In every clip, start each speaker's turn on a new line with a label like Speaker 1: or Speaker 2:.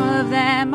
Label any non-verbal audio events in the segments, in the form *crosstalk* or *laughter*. Speaker 1: time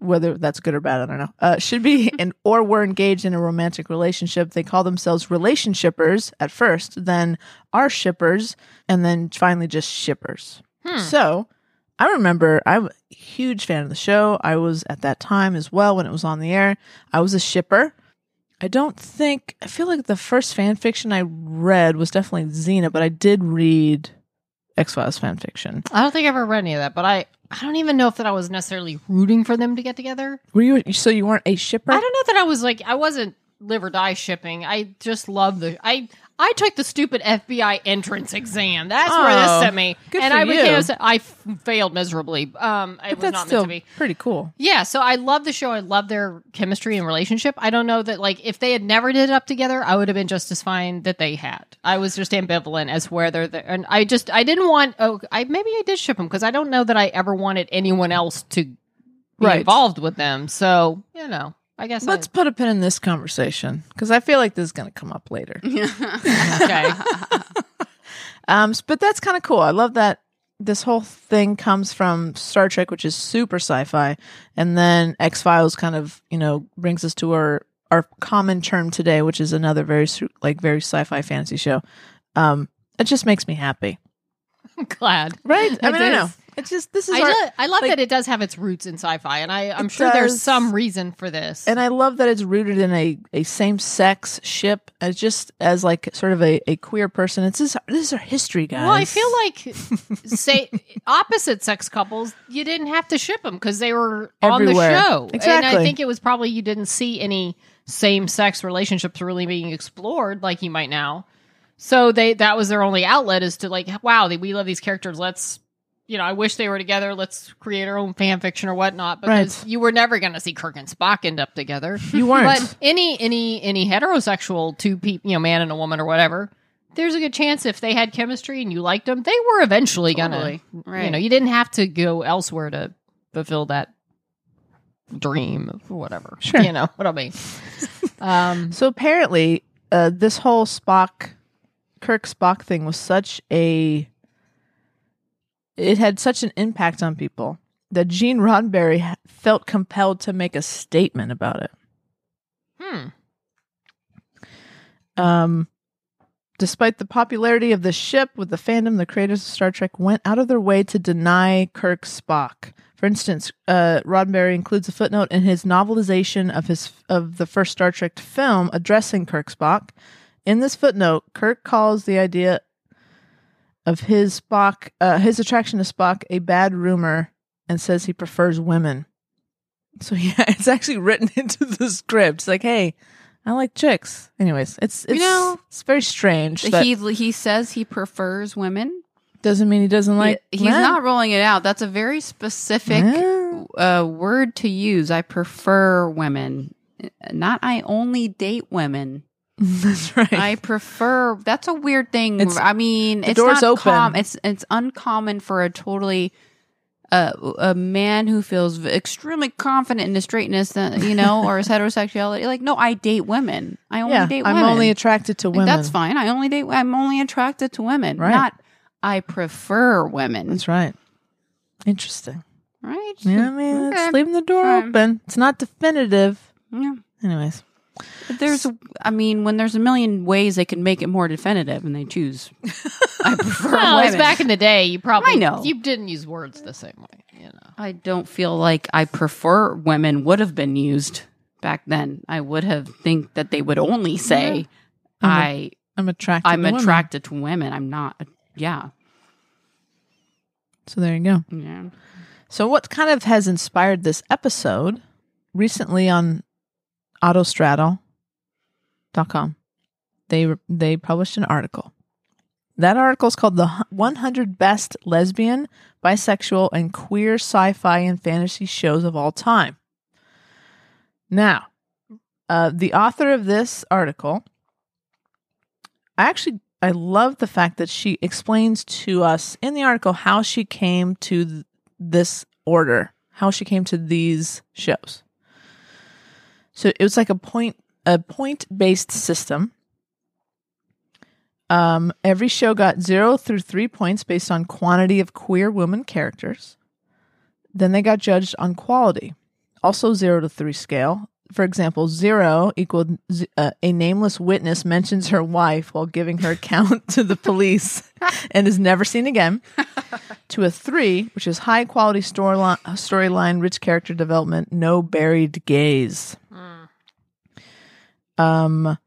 Speaker 2: whether that's good or bad, I don't know. Uh, should be and or were engaged in a romantic relationship. They call themselves relationshipers at first, then are shippers, and then finally just shippers.
Speaker 3: Hmm.
Speaker 2: So I remember I'm a huge fan of the show. I was at that time as well when it was on the air. I was a shipper. I don't think I feel like the first fan fiction I read was definitely Xena, but I did read X Files fan fiction.
Speaker 3: I don't think I ever read any of that, but I I don't even know if that I was necessarily rooting for them to get together.
Speaker 2: Were you so you weren't a shipper?
Speaker 3: I don't know that I was like I wasn't live or die shipping. I just love the I I took the stupid FBI entrance exam. That's where
Speaker 2: Oh,
Speaker 3: this sent me.
Speaker 2: good
Speaker 3: and
Speaker 2: for
Speaker 3: I
Speaker 2: you.
Speaker 3: became I f- failed miserably. Um I was not
Speaker 2: That's
Speaker 3: meant
Speaker 2: still
Speaker 3: to be.
Speaker 2: pretty cool.
Speaker 3: Yeah, so I love the show. I love their chemistry and relationship. I don't know that like if they had never did it up together, I would have been just as fine that they had. I was just ambivalent as whether they and I just I didn't want oh I maybe I did ship them because I don't know that I ever wanted anyone else to be
Speaker 2: Right.
Speaker 3: involved with them. So you know, I guess
Speaker 2: Let's put a pin in this conversation because I feel like this is going to come up later.
Speaker 3: Mm-hmm. I,
Speaker 2: *laughs*
Speaker 3: okay.
Speaker 2: Um, s- but that's kind of cool. I love that this whole thing comes from Star Trek, which is super sci-fi, and then X Files kind of you know brings us to our our common term today, which is another very su- like very sci-fi fantasy show. Um, it just makes me happy,
Speaker 3: I'm glad.
Speaker 2: right? I
Speaker 3: It
Speaker 2: mean, I
Speaker 3: is.
Speaker 2: know it's just this is
Speaker 3: I,
Speaker 2: our,
Speaker 3: do- I love
Speaker 2: like-
Speaker 3: that it does have its roots in sci-fi, and I, I'm
Speaker 2: It
Speaker 3: sure there's
Speaker 2: does.
Speaker 3: some reason for this.
Speaker 2: and I love that it's rooted in a, a same sex ship as just as like sort of a, a queer person. It's this this is our history, guys.
Speaker 3: Well, I feel like
Speaker 2: *laughs*
Speaker 3: say opposite sex couples, you didn't have to ship them because they were
Speaker 2: Everywhere.
Speaker 3: on the show. And
Speaker 2: Exactly.
Speaker 3: I think it was probably you didn't see any same sex relationships really being explored like you might now. So they that was their only outlet is to like, wow, they, we love these characters. Let's you know, I wish they were together. Let's create our own fan fiction or whatnot because
Speaker 2: Right.
Speaker 3: you were never going to see Kirk and Spock end up together.
Speaker 2: *laughs* you weren't.
Speaker 3: But any any any heterosexual two people, you know, man and a woman or whatever, there's a good chance if they had chemistry and you liked them, they were eventually
Speaker 1: Totally.
Speaker 3: gonna. You
Speaker 1: Right.
Speaker 3: know, you didn't have to go elsewhere to fulfill that dream or whatever.
Speaker 2: Sure.
Speaker 3: You know what I
Speaker 2: *laughs*
Speaker 3: mean. um,
Speaker 2: So apparently, uh, this whole Spock, Kirk Spock thing was such a. It had such an impact on people that Gene Roddenberry ha- felt compelled to make a statement about it.
Speaker 3: hmm.
Speaker 2: Um, despite the popularity of the ship with the fandom, the creators of Star Trek went out of their way to deny Kirk Spock. For instance, uh, Roddenberry includes a footnote in his novelization of his of the first Star Trek film addressing Kirk Spock. In this footnote, Kirk calls the idea of his Spock, uh, his attraction to Spock, a bad rumor, and says he prefers women. So *laughs* yeah, it's actually written *laughs* into the script. It's like, hey, I like chicks. Anyways, it's it's
Speaker 1: know,
Speaker 2: it's very strange. That
Speaker 1: he he says he prefers women.
Speaker 2: doesn't mean he doesn't like.
Speaker 1: he's
Speaker 2: men.
Speaker 1: not rolling it out. That's a very specific
Speaker 2: Yeah. *laughs*
Speaker 1: uh, word to use. I prefer women, not I only date women.
Speaker 2: That's right. *laughs*
Speaker 1: I prefer. That's a weird thing.
Speaker 2: It's-
Speaker 1: I mean,
Speaker 2: the
Speaker 1: it's
Speaker 2: door's
Speaker 1: not
Speaker 2: open.
Speaker 1: com- it's it's uncommon for a totally uh, a man who feels v- extremely confident in his straightness, that, you know,
Speaker 2: *laughs*
Speaker 1: or his heterosexuality. Like, no, I date women. I only
Speaker 2: yeah,
Speaker 1: date
Speaker 2: I'm
Speaker 1: women.
Speaker 2: only attracted to
Speaker 1: Like,
Speaker 2: women.
Speaker 1: That's fine. I only date. I'm only attracted to women.
Speaker 2: Right.
Speaker 1: Not. I prefer women.
Speaker 2: That's right. Interesting.
Speaker 1: Right.
Speaker 2: Yeah, I mean,
Speaker 1: Okay.
Speaker 2: it's leaving the door
Speaker 1: Fine.
Speaker 2: open. It's not definitive.
Speaker 1: Yeah.
Speaker 2: Anyways,
Speaker 1: But There's, I mean, when there's a million ways they can make it more definitive, and they choose.
Speaker 2: *laughs*
Speaker 1: I prefer
Speaker 3: Well, it's
Speaker 1: women.
Speaker 3: back in the day. You probably
Speaker 1: I know.
Speaker 3: you didn't use words the same way. You know,
Speaker 1: I don't feel like I prefer women would have been used back then. I would have think that they would only say,
Speaker 2: I'm a-
Speaker 1: "I
Speaker 2: I'm attracted.
Speaker 1: I'm
Speaker 2: Mm-hmm. to women.
Speaker 1: attracted to women. I'm not." Yeah,
Speaker 2: So there you go.
Speaker 1: yeah.
Speaker 2: So what kind of has inspired this episode recently on autostraddle.com? They they published an article. That article is called The Hu- 100 Best Lesbian, Bisexual, and Queer Sci-Fi and Fantasy Shows of All Time. Now, uh, the author of this article, I actually I love the fact that she explains to us in the article how she came to th- this order, how she came to these shows. So it was like a point a point based system. Um, every show got zero through three points based on quantity of queer women characters. Then they got judged on quality, also zero to three scale. For example, zero equaled z- uh, a nameless witness mentions her wife while giving her *laughs* account to the police *laughs* and is never seen again to a three, which is high quality storyline, storyline, rich character development, no buried gaze. Mm. Um,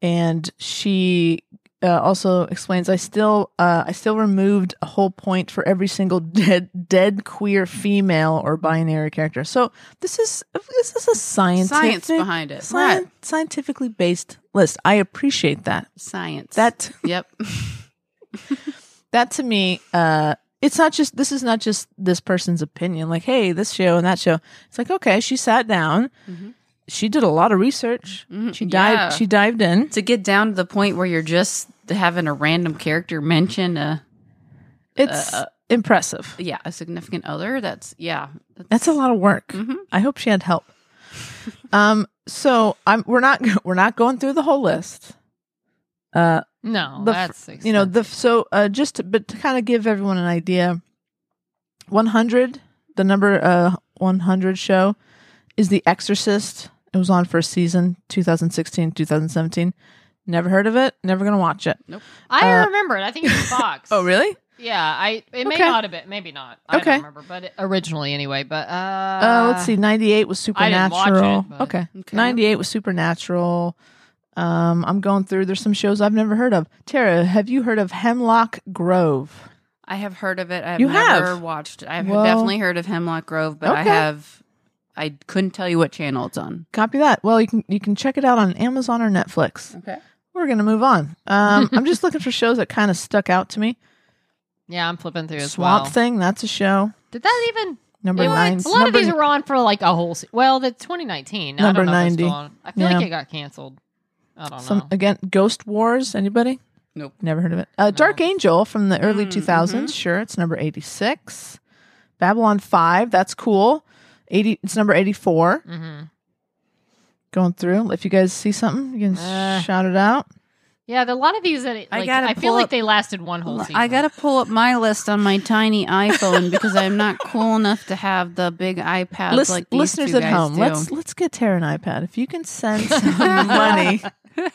Speaker 2: and she uh, also explains, I still, uh, I still removed a whole point for every single *laughs* dead, dead queer female or binary character. So this is this is a scientific
Speaker 1: Science behind it.
Speaker 2: scien-
Speaker 1: Right.
Speaker 2: scientifically based list. I appreciate that.
Speaker 1: Science.
Speaker 2: That
Speaker 1: Yep. *laughs*
Speaker 2: that to me uh it's not just this is not just this person's opinion like hey this show and that show it's like okay she sat down
Speaker 1: Mhm.
Speaker 2: she did a lot of research
Speaker 1: Mhm.
Speaker 2: she dived
Speaker 1: Yeah.
Speaker 2: she dived in
Speaker 1: to get down to the point where you're just having a random character mention a
Speaker 2: it's
Speaker 1: Uh, uh,
Speaker 2: impressive
Speaker 1: yeah a significant other. That's yeah. That's,
Speaker 2: that's a lot of work
Speaker 1: Mhm.
Speaker 2: i hope she had help um so i'm we're not *laughs* we're not going through the whole list uh
Speaker 3: no,
Speaker 2: The f-
Speaker 3: that's
Speaker 2: you know the so uh just to, but to kind of give everyone an idea 100 the number uh 100 show is the exorcist it was on for a season 2016 2017 never heard of it never gonna watch it
Speaker 3: I
Speaker 2: uh, Oh,
Speaker 3: remember it. I think it was
Speaker 2: *laughs*
Speaker 3: Fox.
Speaker 2: really
Speaker 3: Yeah, I it may
Speaker 2: Okay.
Speaker 3: not have been, maybe not. I
Speaker 2: Okay.
Speaker 3: don't remember, but it, originally anyway. But uh,
Speaker 2: uh, let's see 98 was
Speaker 3: I didn't watch it,
Speaker 2: supernatural
Speaker 3: but-
Speaker 2: okay
Speaker 1: Okay.
Speaker 2: 98 was supernatural um i'm going through there's some shows i've never heard of tara have you heard of hemlock grove
Speaker 1: I have heard of it. I've
Speaker 2: You
Speaker 1: never
Speaker 2: have?
Speaker 1: watched it. I've
Speaker 2: Well-
Speaker 1: definitely heard of Hemlock Grove, but I
Speaker 2: Okay.
Speaker 1: have I couldn't tell you what channel it's on.
Speaker 2: copy that well you can you can check it out on amazon or netflix
Speaker 1: Okay.
Speaker 2: we're gonna move on.
Speaker 3: *laughs*
Speaker 2: Um, I'm just looking for shows that kind of stuck out to me.
Speaker 3: yeah, I'm flipping through as
Speaker 2: Swamp
Speaker 3: well.
Speaker 2: Thing, that's a show.
Speaker 3: Did that even?
Speaker 2: Number
Speaker 3: it was-
Speaker 2: nine.
Speaker 3: A lot
Speaker 2: number,
Speaker 3: of these were on for like a whole. Se- well, the 2019. I
Speaker 2: Number
Speaker 3: don't know if it's still
Speaker 2: 90.
Speaker 3: on. I feel like
Speaker 2: Yeah.
Speaker 3: it got canceled. I don't
Speaker 2: some
Speaker 3: know.
Speaker 2: again. Ghost Wars. Anybody?
Speaker 1: Nope.
Speaker 2: Never heard of it. Uh, Dark Angel from the early
Speaker 1: Mm,
Speaker 2: 2000s. Sure, it's number 86. Babylon Five. That's cool. 80. It's number 84.
Speaker 3: hmm
Speaker 2: Going through. If you guys see something, you can
Speaker 3: Uh.
Speaker 2: shout it out.
Speaker 3: Yeah, there are a lot of these that it-
Speaker 1: I
Speaker 3: like, I,
Speaker 1: gotta
Speaker 3: feel
Speaker 1: pull
Speaker 3: like
Speaker 1: up-
Speaker 3: they lasted one whole season.
Speaker 1: I gotta pull up my list on my tiny iPhone because I'm not cool enough to have the big iPad
Speaker 2: Lis-
Speaker 1: like these
Speaker 2: listeners
Speaker 1: two
Speaker 2: at
Speaker 1: guys
Speaker 2: home,
Speaker 1: do.
Speaker 2: let's let's get Tara an iPad. If you can send
Speaker 3: *laughs*
Speaker 2: some money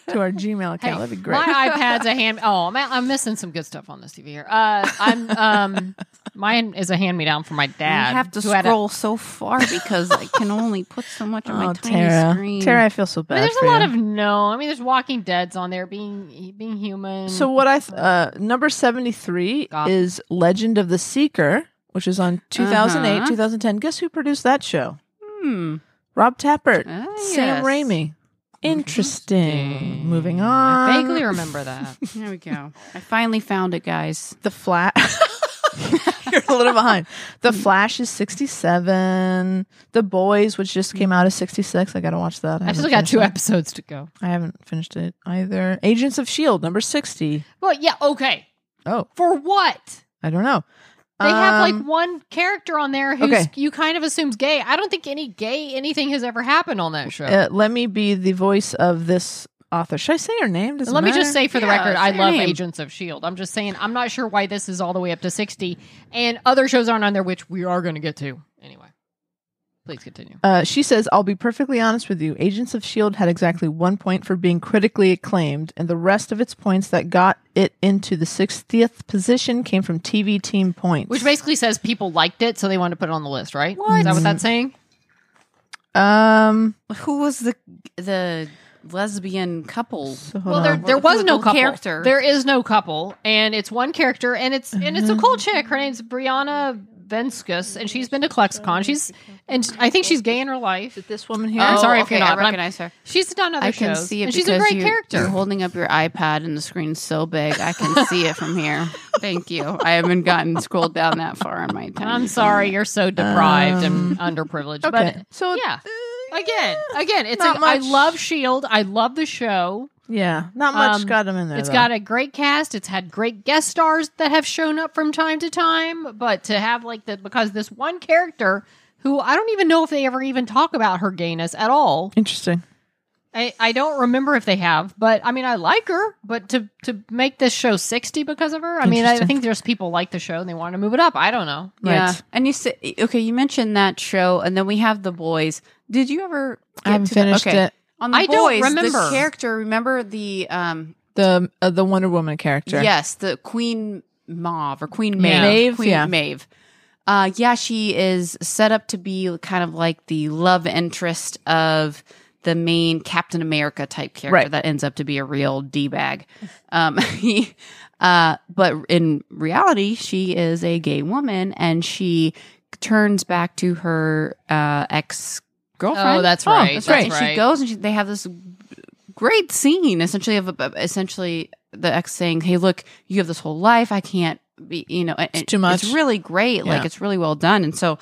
Speaker 2: to our Gmail account,
Speaker 3: Hey,
Speaker 2: that'd be great. *laughs*
Speaker 3: My iPad's a hand. Oh, I'm, I'm missing some good stuff on this TV here. Uh, I'm um, mine is a hand me down from my
Speaker 1: I
Speaker 3: dad.
Speaker 1: have to
Speaker 3: who had a-
Speaker 1: scroll so far because I can only put so much on my tiny
Speaker 2: Oh, Tara.
Speaker 1: screen.
Speaker 2: Tara, I feel so bad.
Speaker 3: but there's
Speaker 2: for
Speaker 3: a lot
Speaker 2: you.
Speaker 3: of no. I mean, there's Walking Dead's on there. Being being human.
Speaker 2: So what I th- uh number 73
Speaker 3: Goth.
Speaker 2: is Legend of the Seeker, which is on 2008,
Speaker 1: Uh-huh.
Speaker 2: 2010. Guess who produced that show?
Speaker 1: Hmm.
Speaker 2: Rob Tappert,
Speaker 1: Ah, yes.
Speaker 2: Sam Raimi. Interesting.
Speaker 3: Interesting.
Speaker 2: Moving
Speaker 3: I
Speaker 2: on.
Speaker 3: vaguely remember that.
Speaker 1: There we go. I finally found it, guys.
Speaker 2: The Flash. *laughs* You're a little behind. The Flash is 67. The Boys, which just came out, is 66. I got to watch that. I
Speaker 3: I've still
Speaker 2: haven't
Speaker 3: got
Speaker 2: finished
Speaker 3: two
Speaker 2: that.
Speaker 3: episodes to go.
Speaker 2: I haven't finished it either. Agents of S.H.I.E.L.D., E number 60.
Speaker 3: Well, yeah, okay.
Speaker 2: Oh,
Speaker 3: For what?
Speaker 2: I don't know.
Speaker 3: They have like
Speaker 2: Um,
Speaker 3: one character on there who's
Speaker 2: okay.
Speaker 3: you kind of assume's gay. I don't think any gay anything has ever happened on that show.
Speaker 2: uh, let me be the voice of this author. Should I say her name? Does it
Speaker 3: Let me just
Speaker 2: matter?
Speaker 3: say for the
Speaker 1: Yeah,
Speaker 3: record, I
Speaker 1: say your
Speaker 3: love
Speaker 1: name.
Speaker 3: Agents of S.H.I.E.L.D. I'm just saying, I'm not sure why this is all the way up to 60 and other shows aren't on there, which we are going to get to. Anyway, please continue.
Speaker 2: Uh, she says, I'll be perfectly honest with you. Agents of S.H.I.E.L.D. E had exactly one point for being critically acclaimed, and the rest of its points that got it into the 60th position came from TV team points.
Speaker 3: Which basically says people liked it, so they wanted to put it on the list, right? Is that what that's saying?
Speaker 2: Um,
Speaker 1: Who was the the lesbian couple?
Speaker 2: so hold
Speaker 3: Well, there,
Speaker 2: on.
Speaker 3: there
Speaker 1: Well,
Speaker 3: was no
Speaker 1: the
Speaker 3: couple.
Speaker 1: character.
Speaker 3: There is no couple, and it's one character, and it's and it's a cool
Speaker 1: Mm-hmm.
Speaker 3: chick. Her name's Brianna Venskus, and she's been to Klexicon. She's and I think she's gay in her life.
Speaker 2: this woman here.
Speaker 3: I'm
Speaker 1: Oh,
Speaker 3: sorry
Speaker 1: okay,
Speaker 3: if you're
Speaker 1: I
Speaker 3: not. but I'm-
Speaker 1: recognize her.
Speaker 3: She's done other
Speaker 1: I can
Speaker 3: shows,
Speaker 1: see it.
Speaker 3: and she's a
Speaker 1: because
Speaker 3: great
Speaker 1: you- You're
Speaker 3: character.
Speaker 1: holding up your iPad and the screen's so big, I can see it from here. Thank you. I haven't gotten scrolled down that far on my time.
Speaker 3: I'm sorry, you're so deprived
Speaker 1: Um,
Speaker 3: and underprivileged.
Speaker 2: Okay.
Speaker 3: But
Speaker 2: so,
Speaker 3: yeah.
Speaker 2: uh,
Speaker 3: again, again, it's
Speaker 2: Not
Speaker 3: like I
Speaker 2: much.
Speaker 3: love Shield. I love the show.
Speaker 2: yeah, not much
Speaker 3: Um,
Speaker 2: got him in there.
Speaker 3: It's
Speaker 2: though.
Speaker 3: got a great cast. It's had great guest stars that have shown up from time to time, but to have like the because this one character who I don't even know if they ever even talk about her gayness at all.
Speaker 2: Interesting.
Speaker 3: I, I don't remember if they have, but I mean I like her, but to to make this show 60 because of her. I mean I
Speaker 2: Interesting.
Speaker 3: think there's people like the show and they want to move it up. I don't know.
Speaker 1: Yeah.
Speaker 2: Right.
Speaker 1: And you said, okay, you mentioned that show, and then we have The Boys. Did you ever?
Speaker 2: I haven't
Speaker 1: to the-
Speaker 2: finished
Speaker 1: okay.
Speaker 2: it.
Speaker 1: On The
Speaker 3: I don't
Speaker 1: Boys,
Speaker 3: remember.
Speaker 1: the character, remember the, um,
Speaker 2: The uh, the Wonder Woman character.
Speaker 1: yes, the Queen Mauve or Queen
Speaker 3: Yeah.
Speaker 1: Maeve.
Speaker 2: Maeve,
Speaker 1: Queen
Speaker 2: yeah.
Speaker 1: Maeve. Uh, yeah, she is set up to be kind of like the love interest of the main Captain America type character
Speaker 2: Right.
Speaker 1: that ends up to be a real D bag. Um, *laughs* he, uh, but in reality, she is a gay woman and she turns back to her uh, ex girlfriend.
Speaker 3: Oh, that's right.
Speaker 2: that's
Speaker 3: that's
Speaker 2: right.
Speaker 1: And she goes and she, they have this great scene, essentially of a- essentially the ex saying, "Hey, look, you have this whole life. I can't be, you know, and- and
Speaker 2: too much.
Speaker 1: It's really great. Like
Speaker 2: Yeah.
Speaker 1: it's really well done." And so,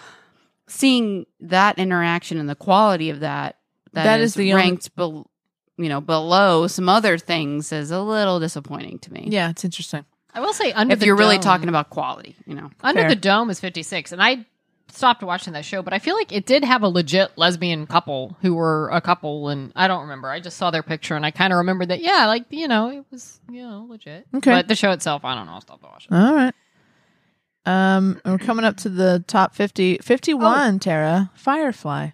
Speaker 1: seeing that interaction and the quality of that,
Speaker 2: That
Speaker 1: is,
Speaker 2: is the only-
Speaker 1: ranked, bel you know, below some other things is a little disappointing to me.
Speaker 2: Yeah, it's interesting.
Speaker 3: I will say under
Speaker 1: If
Speaker 3: the
Speaker 1: you're really
Speaker 3: Dome-
Speaker 1: talking about quality, you know,
Speaker 3: Under
Speaker 2: Fair.
Speaker 3: the Dome is 56, and I stopped watching that show, but I feel like it did have a legit lesbian couple who were a couple, and I don't remember. I just saw their picture, and I kind of remembered that, yeah, like, you know, it was, you know, legit.
Speaker 2: Okay.
Speaker 3: But the show itself, I don't know. I'll stop watching.
Speaker 2: All right. Um, and we're coming up to the top 50. 51, Tara. Firefly.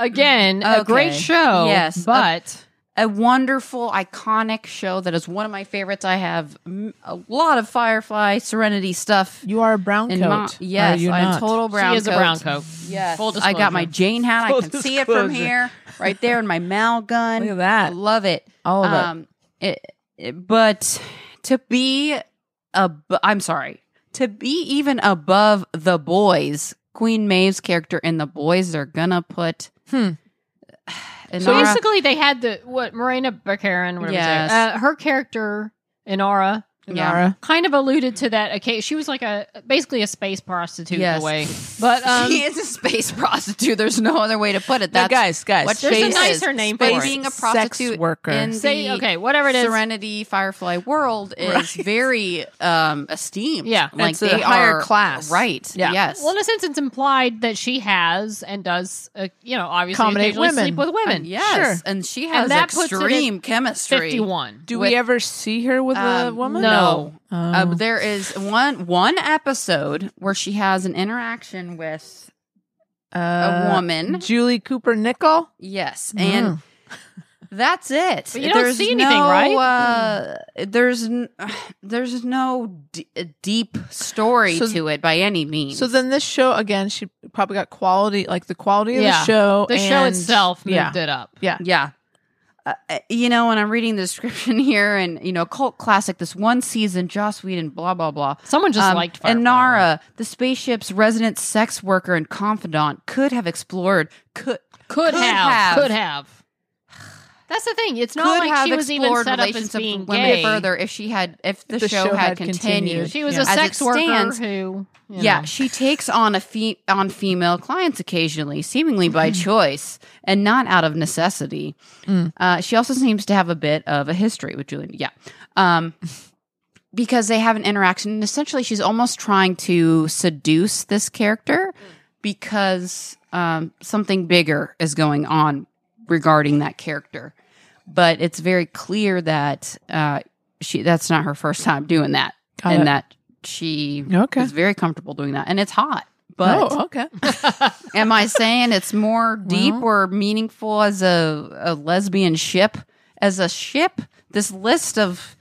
Speaker 3: Again, a
Speaker 1: Okay.
Speaker 3: great show.
Speaker 1: Yes.
Speaker 3: But
Speaker 1: a wonderful, iconic show that is one of my favorites. I have mm, a lot of Firefly, Serenity stuff.
Speaker 2: You are a brown
Speaker 1: in
Speaker 2: coat.
Speaker 1: my-
Speaker 2: are
Speaker 1: yes,
Speaker 2: you
Speaker 1: I'm
Speaker 2: not?
Speaker 1: total brown.
Speaker 3: she is
Speaker 1: coat.
Speaker 3: a brown coat.
Speaker 1: Yes,
Speaker 3: Full
Speaker 1: I got my
Speaker 3: disclosure.
Speaker 1: Jane hat.
Speaker 2: Full
Speaker 1: I can see it from
Speaker 2: disclosure.
Speaker 1: here, right there, in my Mal gun.
Speaker 2: Look at that.
Speaker 1: I love it.
Speaker 2: All of it.
Speaker 1: Um, it, it- But to be a, I'm sorry, to be even above the boys, Queen Maeve's character in the boys, they're gonna put. *sighs*
Speaker 2: Hmm.
Speaker 3: So
Speaker 1: Inara- *laughs*
Speaker 3: basically, they had the, what, Marina Baccarin, whatever yes.
Speaker 1: Yes.
Speaker 3: uh, her character, Inara,
Speaker 1: yeah.
Speaker 2: Nara.
Speaker 3: kind of alluded to that. Okay, she was like a basically a space prostitute
Speaker 1: Yes.
Speaker 3: in a way. But um,
Speaker 1: she is a space prostitute. There's no other way to put it. That's
Speaker 2: guys, guys.
Speaker 1: What
Speaker 3: There's a
Speaker 1: she
Speaker 3: nicer
Speaker 1: is.
Speaker 3: name
Speaker 1: Space
Speaker 3: for it.
Speaker 1: Being a
Speaker 2: Sex
Speaker 1: prostitute
Speaker 2: worker.
Speaker 1: in
Speaker 3: say
Speaker 1: the
Speaker 3: okay, whatever it is.
Speaker 1: Serenity Firefly world is very um esteemed.
Speaker 3: Yeah.
Speaker 1: like
Speaker 2: It's a
Speaker 1: they
Speaker 2: higher
Speaker 1: are
Speaker 2: class.
Speaker 1: right?
Speaker 2: Yeah.
Speaker 1: Yes.
Speaker 3: Well, in a sense, it's implied that she has and does, uh, you know, obviously
Speaker 2: Accommodate
Speaker 3: occasionally
Speaker 2: women.
Speaker 3: sleep with women.
Speaker 1: Um, yes.
Speaker 2: sure.
Speaker 1: And she has
Speaker 3: And that puts it at
Speaker 1: extreme chemistry.
Speaker 3: fifty-one.
Speaker 2: Do
Speaker 1: with-
Speaker 2: we ever see her with a
Speaker 1: Um,
Speaker 2: woman?
Speaker 1: No.
Speaker 2: Oh.
Speaker 1: Uh, there is one one episode where she has an interaction with
Speaker 2: Uh,
Speaker 1: a woman.
Speaker 2: Julie Cooper Nickel.
Speaker 1: Yes,
Speaker 3: *laughs*
Speaker 1: and that's it.
Speaker 3: But you don't see anything,
Speaker 1: no,
Speaker 3: right?
Speaker 1: Uh, there's n- *sighs* there's no d- deep story
Speaker 2: So-
Speaker 1: to it by any means.
Speaker 2: So then this show again, she probably got quality, like the quality of
Speaker 3: Yeah.
Speaker 2: the show.
Speaker 3: The show
Speaker 2: and-
Speaker 3: itself moved
Speaker 2: yeah.
Speaker 3: it up.
Speaker 2: Yeah.
Speaker 1: yeah, uh, uh, you know, and I'm reading the description *laughs* here, and you know, cult classic. This one season, Joss Whedon, blah blah blah.
Speaker 3: Someone just liked Firefly.
Speaker 1: Um, and Nara, the spaceship's resident sex worker and confidant, could have explored. Could
Speaker 3: could,
Speaker 1: Could
Speaker 3: have,
Speaker 1: have.
Speaker 3: could have. *sighs* That's the thing. It's not
Speaker 1: could
Speaker 3: like
Speaker 1: have
Speaker 3: she was even
Speaker 1: explored
Speaker 3: set up as
Speaker 1: relationships
Speaker 3: being
Speaker 1: with women
Speaker 3: gay.
Speaker 1: further if she had if the, show, had continued.
Speaker 3: She was
Speaker 2: Yeah.
Speaker 3: a
Speaker 1: As it
Speaker 3: sex worker
Speaker 1: stands-
Speaker 3: who.
Speaker 1: *laughs*
Speaker 3: you know.
Speaker 1: Yeah, she takes on a fe- on female clients occasionally, seemingly by
Speaker 2: Mm.
Speaker 1: choice and not out of necessity. Uh, she also seems to have a bit of a history with Julian. Yeah,
Speaker 2: *laughs*
Speaker 1: um, because they have an interaction, and essentially, she's almost trying to seduce this character
Speaker 2: Mm.
Speaker 1: because um, something bigger is going on regarding that character. But it's very clear that uh, she that's not her first time doing that,
Speaker 2: Got
Speaker 1: and
Speaker 2: it.
Speaker 1: that she
Speaker 2: Okay.
Speaker 1: is very comfortable doing that, and it's hot. But
Speaker 2: oh, okay.
Speaker 1: *laughs*
Speaker 2: *laughs*
Speaker 1: am I saying it's more deep
Speaker 2: Well.
Speaker 1: or meaningful as a, a lesbian ship? As a ship, this list of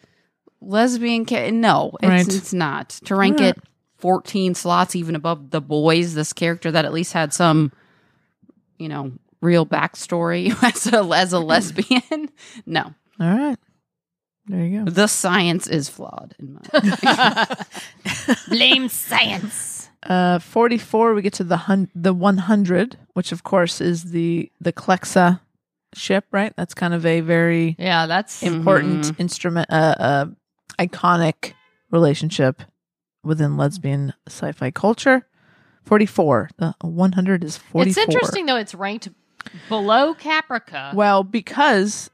Speaker 1: lesbian ca- no, it's,
Speaker 2: Right.
Speaker 1: it's not. To rank
Speaker 2: Yeah.
Speaker 1: it fourteen slots even above the boys, this character that at least had some, you know, real backstory *laughs* as a as a lesbian. *laughs* No,
Speaker 2: All right. There you go.
Speaker 1: the science is flawed. In
Speaker 2: *laughs*
Speaker 1: my
Speaker 3: Blame science.
Speaker 2: Uh, forty-four. We get to the hun- the one hundred, which of course is the the Klexa ship, right? That's kind of a very
Speaker 3: Yeah, that's
Speaker 2: important
Speaker 3: Mm-hmm.
Speaker 2: instrument, uh, uh, iconic relationship within lesbian sci-fi culture. Forty-four. The one hundred is forty-four.
Speaker 3: It's interesting though. It's ranked below Caprica.
Speaker 2: Well, because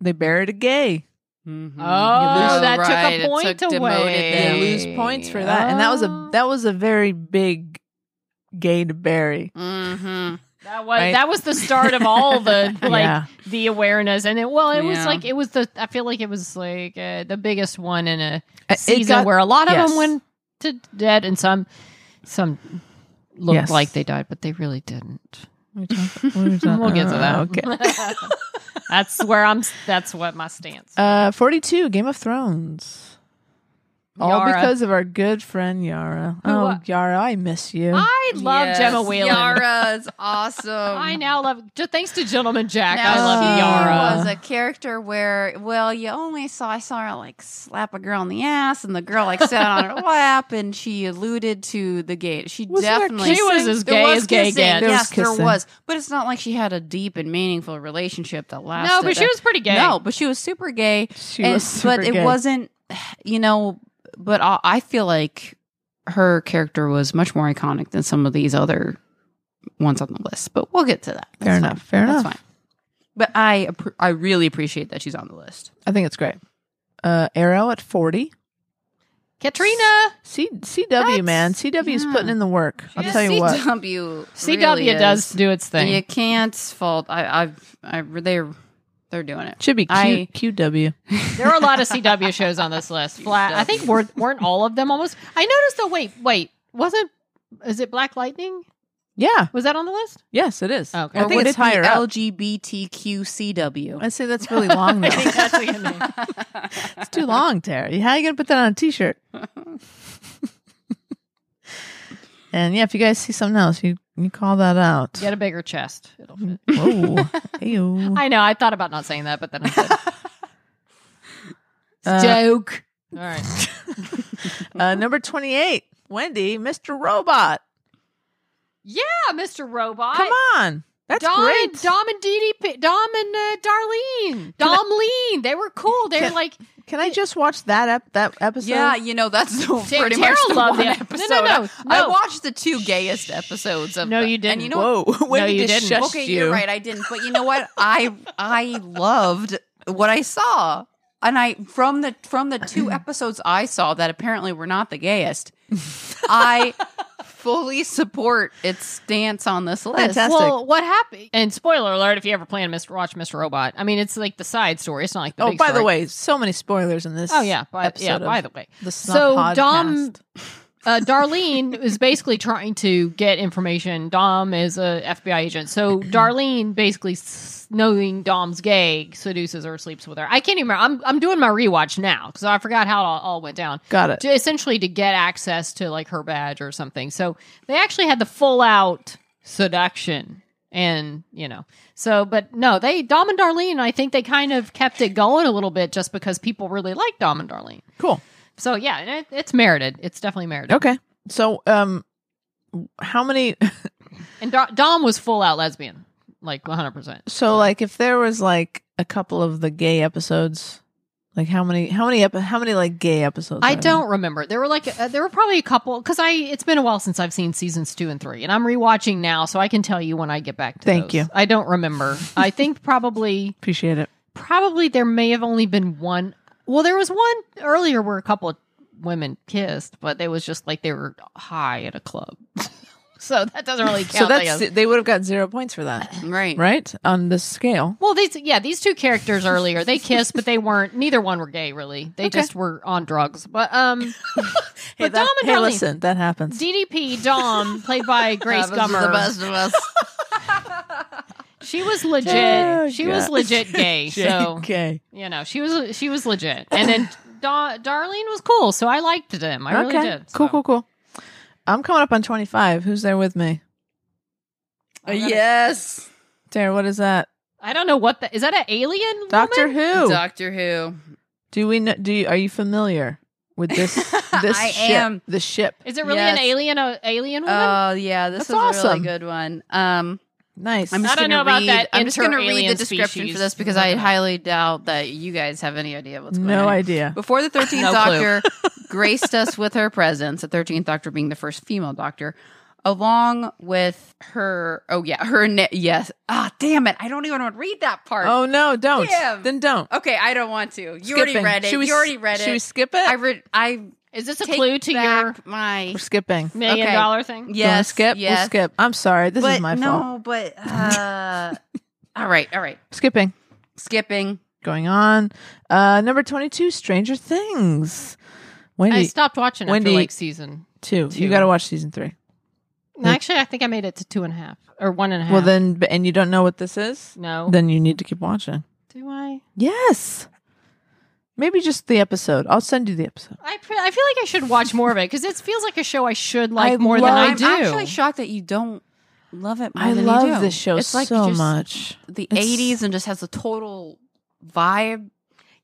Speaker 2: they buried a gay.
Speaker 1: Mhm.
Speaker 3: Oh,
Speaker 1: You lose-
Speaker 3: that took a
Speaker 1: right, it
Speaker 3: point
Speaker 1: took- demoted
Speaker 3: away.
Speaker 1: them.
Speaker 2: They lose points for that, and that was a
Speaker 3: Oh.
Speaker 2: that was a very big gay to bury.
Speaker 3: Mm-hmm.
Speaker 1: Mhm.
Speaker 3: that was
Speaker 2: right?
Speaker 3: that was the start of all
Speaker 2: *laughs*
Speaker 3: the like
Speaker 2: Yeah.
Speaker 3: the awareness, and it well, it was
Speaker 1: Yeah.
Speaker 3: like it was the. I feel like it was like uh, the biggest one in a
Speaker 2: Uh, it
Speaker 3: season
Speaker 2: got-
Speaker 3: where a lot of
Speaker 2: yes.
Speaker 3: them went to dead, and some some looked
Speaker 2: Yes.
Speaker 3: like they died, but they really didn't. *laughs*
Speaker 2: We'll get to
Speaker 3: We'll get to that.
Speaker 2: Okay.
Speaker 3: That's where I'm. That's what my stance.
Speaker 2: Uh, 42, Game of Thrones. All
Speaker 3: Yara.
Speaker 2: because of our good friend Yara. oh,
Speaker 3: uh,
Speaker 2: Yara, I miss you.
Speaker 3: I love
Speaker 1: Yes,
Speaker 3: Gemma Whalen.
Speaker 1: Yara is awesome.
Speaker 3: I now love. ju- Thanks to Gentleman Jack,
Speaker 1: Now,
Speaker 3: I love
Speaker 1: she
Speaker 3: Yara.
Speaker 1: was a character where, well, you only saw I saw her like slap a girl on the ass, and the girl like sat
Speaker 3: *laughs*
Speaker 1: on her lap, and she alluded to the gate. She
Speaker 2: Was there
Speaker 1: definitely
Speaker 3: She was as
Speaker 1: there
Speaker 3: gay
Speaker 1: was
Speaker 3: as gay
Speaker 1: kissing.
Speaker 3: gets.
Speaker 2: There was
Speaker 1: Yes, there
Speaker 2: kissing.
Speaker 1: was, but it's not like she had a deep and meaningful relationship that lasted.
Speaker 3: No, but she was pretty gay.
Speaker 1: No, but she was super gay.
Speaker 2: she
Speaker 1: And-
Speaker 2: was super
Speaker 1: but it
Speaker 2: gay.
Speaker 1: wasn't you know but I, I feel like her character was much more iconic than some of these other ones on the list but we'll get to that
Speaker 2: Fair
Speaker 1: That's
Speaker 2: enough.
Speaker 1: fine.
Speaker 2: Fair
Speaker 1: that's
Speaker 2: enough.
Speaker 1: fine but i appr- i really appreciate that she's on the list
Speaker 2: I think it's great. Uh, Arrow at 40.
Speaker 3: Katrina.
Speaker 2: C- CW,
Speaker 1: That's-
Speaker 2: man. CW's
Speaker 1: yeah.
Speaker 2: putting in the work. I'll tell you what.
Speaker 1: CW
Speaker 3: CW
Speaker 1: really
Speaker 3: does
Speaker 1: is.
Speaker 3: do its thing.
Speaker 1: you can't fault i i've i they're they're doing it
Speaker 2: Should be Q-
Speaker 1: I-
Speaker 2: QW.
Speaker 3: There are a lot of CW shows on this
Speaker 2: *laughs*
Speaker 3: list. Flat. I think weren't, weren't all of them almost. I noticed though. Wait, wait. Wasn't is it Black Lightning?
Speaker 2: Yeah.
Speaker 3: Was that on the list?
Speaker 2: Yes, it is.
Speaker 3: Okay.
Speaker 2: I
Speaker 1: Or
Speaker 2: think
Speaker 1: would
Speaker 2: it's
Speaker 1: it be
Speaker 2: higher up.
Speaker 1: lgbtqcw
Speaker 2: I say that's really long,
Speaker 3: *laughs*
Speaker 2: though. *laughs* it's too long, Tara. How are you going to put that on a
Speaker 3: *laughs*
Speaker 2: t shirt? and yeah, if you guys see something else, you, you call that out.
Speaker 3: Get a bigger chest. It'll fit.
Speaker 2: Whoa. Ew.
Speaker 3: *laughs* I know. I thought about not saying that, but then I did.
Speaker 2: *laughs*
Speaker 1: joke
Speaker 3: All right.
Speaker 2: Uh, number 28, Wendy, Mr. Robot.
Speaker 3: Yeah, Mr. Robot.
Speaker 2: Come on. That's
Speaker 3: Dom
Speaker 2: great.
Speaker 3: and Dom and Dee Dee, Dom and uh, Darlene, Dom Lean. They were cool. They were
Speaker 2: Can-
Speaker 3: like
Speaker 2: Can I just watch that ep- that episode?
Speaker 1: Yeah, you know that's *laughs* the,
Speaker 3: Ta-
Speaker 1: pretty
Speaker 3: Tara
Speaker 1: much the
Speaker 3: loved
Speaker 1: one
Speaker 3: it. No,
Speaker 1: episode.
Speaker 3: no, no,
Speaker 1: I, I
Speaker 3: no.
Speaker 1: watched the two gayest episodes of.
Speaker 3: No,
Speaker 1: the-
Speaker 3: you didn't.
Speaker 1: And you know, what?
Speaker 2: Whoa. Wendy
Speaker 3: you
Speaker 2: just
Speaker 3: didn't.
Speaker 2: shushed
Speaker 1: okay,
Speaker 2: you.
Speaker 1: are right. I didn't. But you know what? I I loved what I saw, and I from the from the
Speaker 3: *clears throat*
Speaker 1: two episodes I saw that apparently were not the gayest. I fully support its stance on this list.
Speaker 2: Fantastic.
Speaker 3: Well, what happened? And spoiler alert: if you ever plan to mis- watch Mr. Robot, I mean, it's like the side story. It's not like the
Speaker 2: Oh,
Speaker 3: big
Speaker 2: by the
Speaker 3: story.
Speaker 2: way, so many spoilers in this.
Speaker 3: Oh yeah, by,
Speaker 2: episode
Speaker 3: yeah.
Speaker 2: of
Speaker 3: By the way,
Speaker 2: the
Speaker 3: so
Speaker 2: Snuff
Speaker 3: Dom,
Speaker 2: Podcast.
Speaker 3: uh, Darlene is basically trying to get information. Dom is a FBI agent,
Speaker 2: *clears throat*
Speaker 3: so Darlene basically s- knowing Dom's gay seduces her, sleeps with her. I can't even. remember. I'm I'm doing my rewatch now because I forgot how it all, all went down.
Speaker 2: Got it.
Speaker 3: To- essentially to get access to like her badge or something. So they actually had the full out seduction And you know, so but no, they Dom and Darlene. I think they kind of kept it going a little bit just because people really like Dom and Darlene.
Speaker 2: Cool.
Speaker 3: So yeah, and it, it's merited. It's definitely merited.
Speaker 2: Okay. So, um, how many?
Speaker 3: And Do- Dom was full out lesbian, like one hundred percent.
Speaker 2: So, like, if there was like a couple of the gay episodes, like how many? How many? Epi- how many like gay episodes?
Speaker 3: I
Speaker 2: are there?
Speaker 3: don't remember. There were like uh, there were probably a couple because I it's been a while since I've seen seasons two and three, and I'm rewatching now, so I can tell you when I get back to.
Speaker 2: Thank
Speaker 3: those.
Speaker 2: you.
Speaker 3: I don't remember. I think probably
Speaker 2: appreciate it.
Speaker 3: probably there may have only been one. Well, there was one earlier where a couple of women kissed, but it was just like they were high at a club, *laughs* so that doesn't really count.
Speaker 2: so
Speaker 3: I
Speaker 2: that's
Speaker 3: guess.
Speaker 2: they would have got zero points for that,
Speaker 1: *clears throat* Right.
Speaker 2: right? On this scale.
Speaker 3: Well, these yeah, these two characters earlier they kissed, but they weren't. Neither one were gay, really. They just were on drugs. But um,
Speaker 2: Hey,
Speaker 3: but Dom and
Speaker 2: hey
Speaker 3: Darlene-
Speaker 2: listen, that happens.
Speaker 3: DDP Dom, played by Grace
Speaker 1: Happens to
Speaker 3: Gummer.
Speaker 1: the best of us.
Speaker 3: She was legit.
Speaker 2: Oh,
Speaker 3: she
Speaker 2: God.
Speaker 3: was legit gay. *laughs* so
Speaker 2: okay.
Speaker 3: you know, she was she was legit. And then da- Darlene was cool, so I liked them. I really did.
Speaker 2: Cool,
Speaker 3: so.
Speaker 2: cool, cool. I'm coming up on 25. Who's there with me? yes. Dare, what is that?
Speaker 3: I don't know what the is that an alien
Speaker 2: Doctor
Speaker 3: woman?
Speaker 2: Who.
Speaker 1: Doctor Who.
Speaker 2: do we know, do you, are you familiar with this this
Speaker 1: I
Speaker 2: ship?
Speaker 1: am.
Speaker 2: The ship.
Speaker 3: Is it really an
Speaker 1: Yes.
Speaker 3: alien a alien
Speaker 1: Oh
Speaker 3: woman?
Speaker 1: yeah, this
Speaker 2: That's
Speaker 1: is a
Speaker 2: awesome.
Speaker 1: really good one. Um,
Speaker 2: Nice.
Speaker 1: I'm just
Speaker 3: I don't
Speaker 1: gonna
Speaker 3: know about
Speaker 1: read,
Speaker 3: that
Speaker 1: I'm just going to read the
Speaker 3: inter-alien
Speaker 1: description
Speaker 3: species.
Speaker 1: for this because I highly doubt that you guys have any idea what's going on.
Speaker 2: no idea.
Speaker 1: Before
Speaker 2: *laughs*
Speaker 1: the 13th
Speaker 3: No clue.
Speaker 1: Doctor graced us with her presence, the 13th Doctor being the first female Doctor, along with her. Oh, yeah, her. Na- yes. Ah, damn it. I don't even want to read that part.
Speaker 2: Oh no, don't.
Speaker 1: Damn.
Speaker 2: Then don't.
Speaker 1: Okay, I don't want to. You
Speaker 2: Skip
Speaker 1: already
Speaker 2: it.
Speaker 1: read it.
Speaker 2: Should we,
Speaker 1: you already read
Speaker 2: Should we
Speaker 1: it.
Speaker 2: skip it?
Speaker 1: I read. I
Speaker 3: is this a
Speaker 1: take
Speaker 3: clue to your
Speaker 1: back my.
Speaker 2: We're skipping. You
Speaker 3: million
Speaker 1: okay.
Speaker 3: dollar thing?
Speaker 2: wanna
Speaker 1: Yes.
Speaker 2: skip.
Speaker 1: Yes.
Speaker 2: We'll skip. I'm sorry. This
Speaker 1: but
Speaker 2: is my
Speaker 1: no,
Speaker 2: fault. *laughs*
Speaker 1: but uh, all right, all right.
Speaker 2: Skipping.
Speaker 1: Skipping.
Speaker 2: Going on. Uh number 22 Stranger Things. Wendy
Speaker 3: I stopped watching
Speaker 2: Wendy-
Speaker 3: after like season.
Speaker 2: two.
Speaker 3: two.
Speaker 2: You got to watch season 3.
Speaker 3: Actually, I think I made it to two and a half or one and a half.
Speaker 2: Well, then, b- and you don't know what this is,
Speaker 3: no.
Speaker 2: then you need to keep watching.
Speaker 3: Do I?
Speaker 2: Yes. Maybe just the episode. I'll send you the episode.
Speaker 3: I, pre- I feel like I should watch more of it because it feels like a show I should like
Speaker 2: I
Speaker 3: more
Speaker 2: love-
Speaker 3: than I
Speaker 1: I'm
Speaker 3: do.
Speaker 1: actually shocked that you don't love it. More
Speaker 2: I
Speaker 1: than you
Speaker 2: love
Speaker 1: do.
Speaker 2: this show
Speaker 1: It's like
Speaker 2: so
Speaker 1: just
Speaker 2: much.
Speaker 1: The
Speaker 2: It's-
Speaker 1: 80s and just has a total vibe.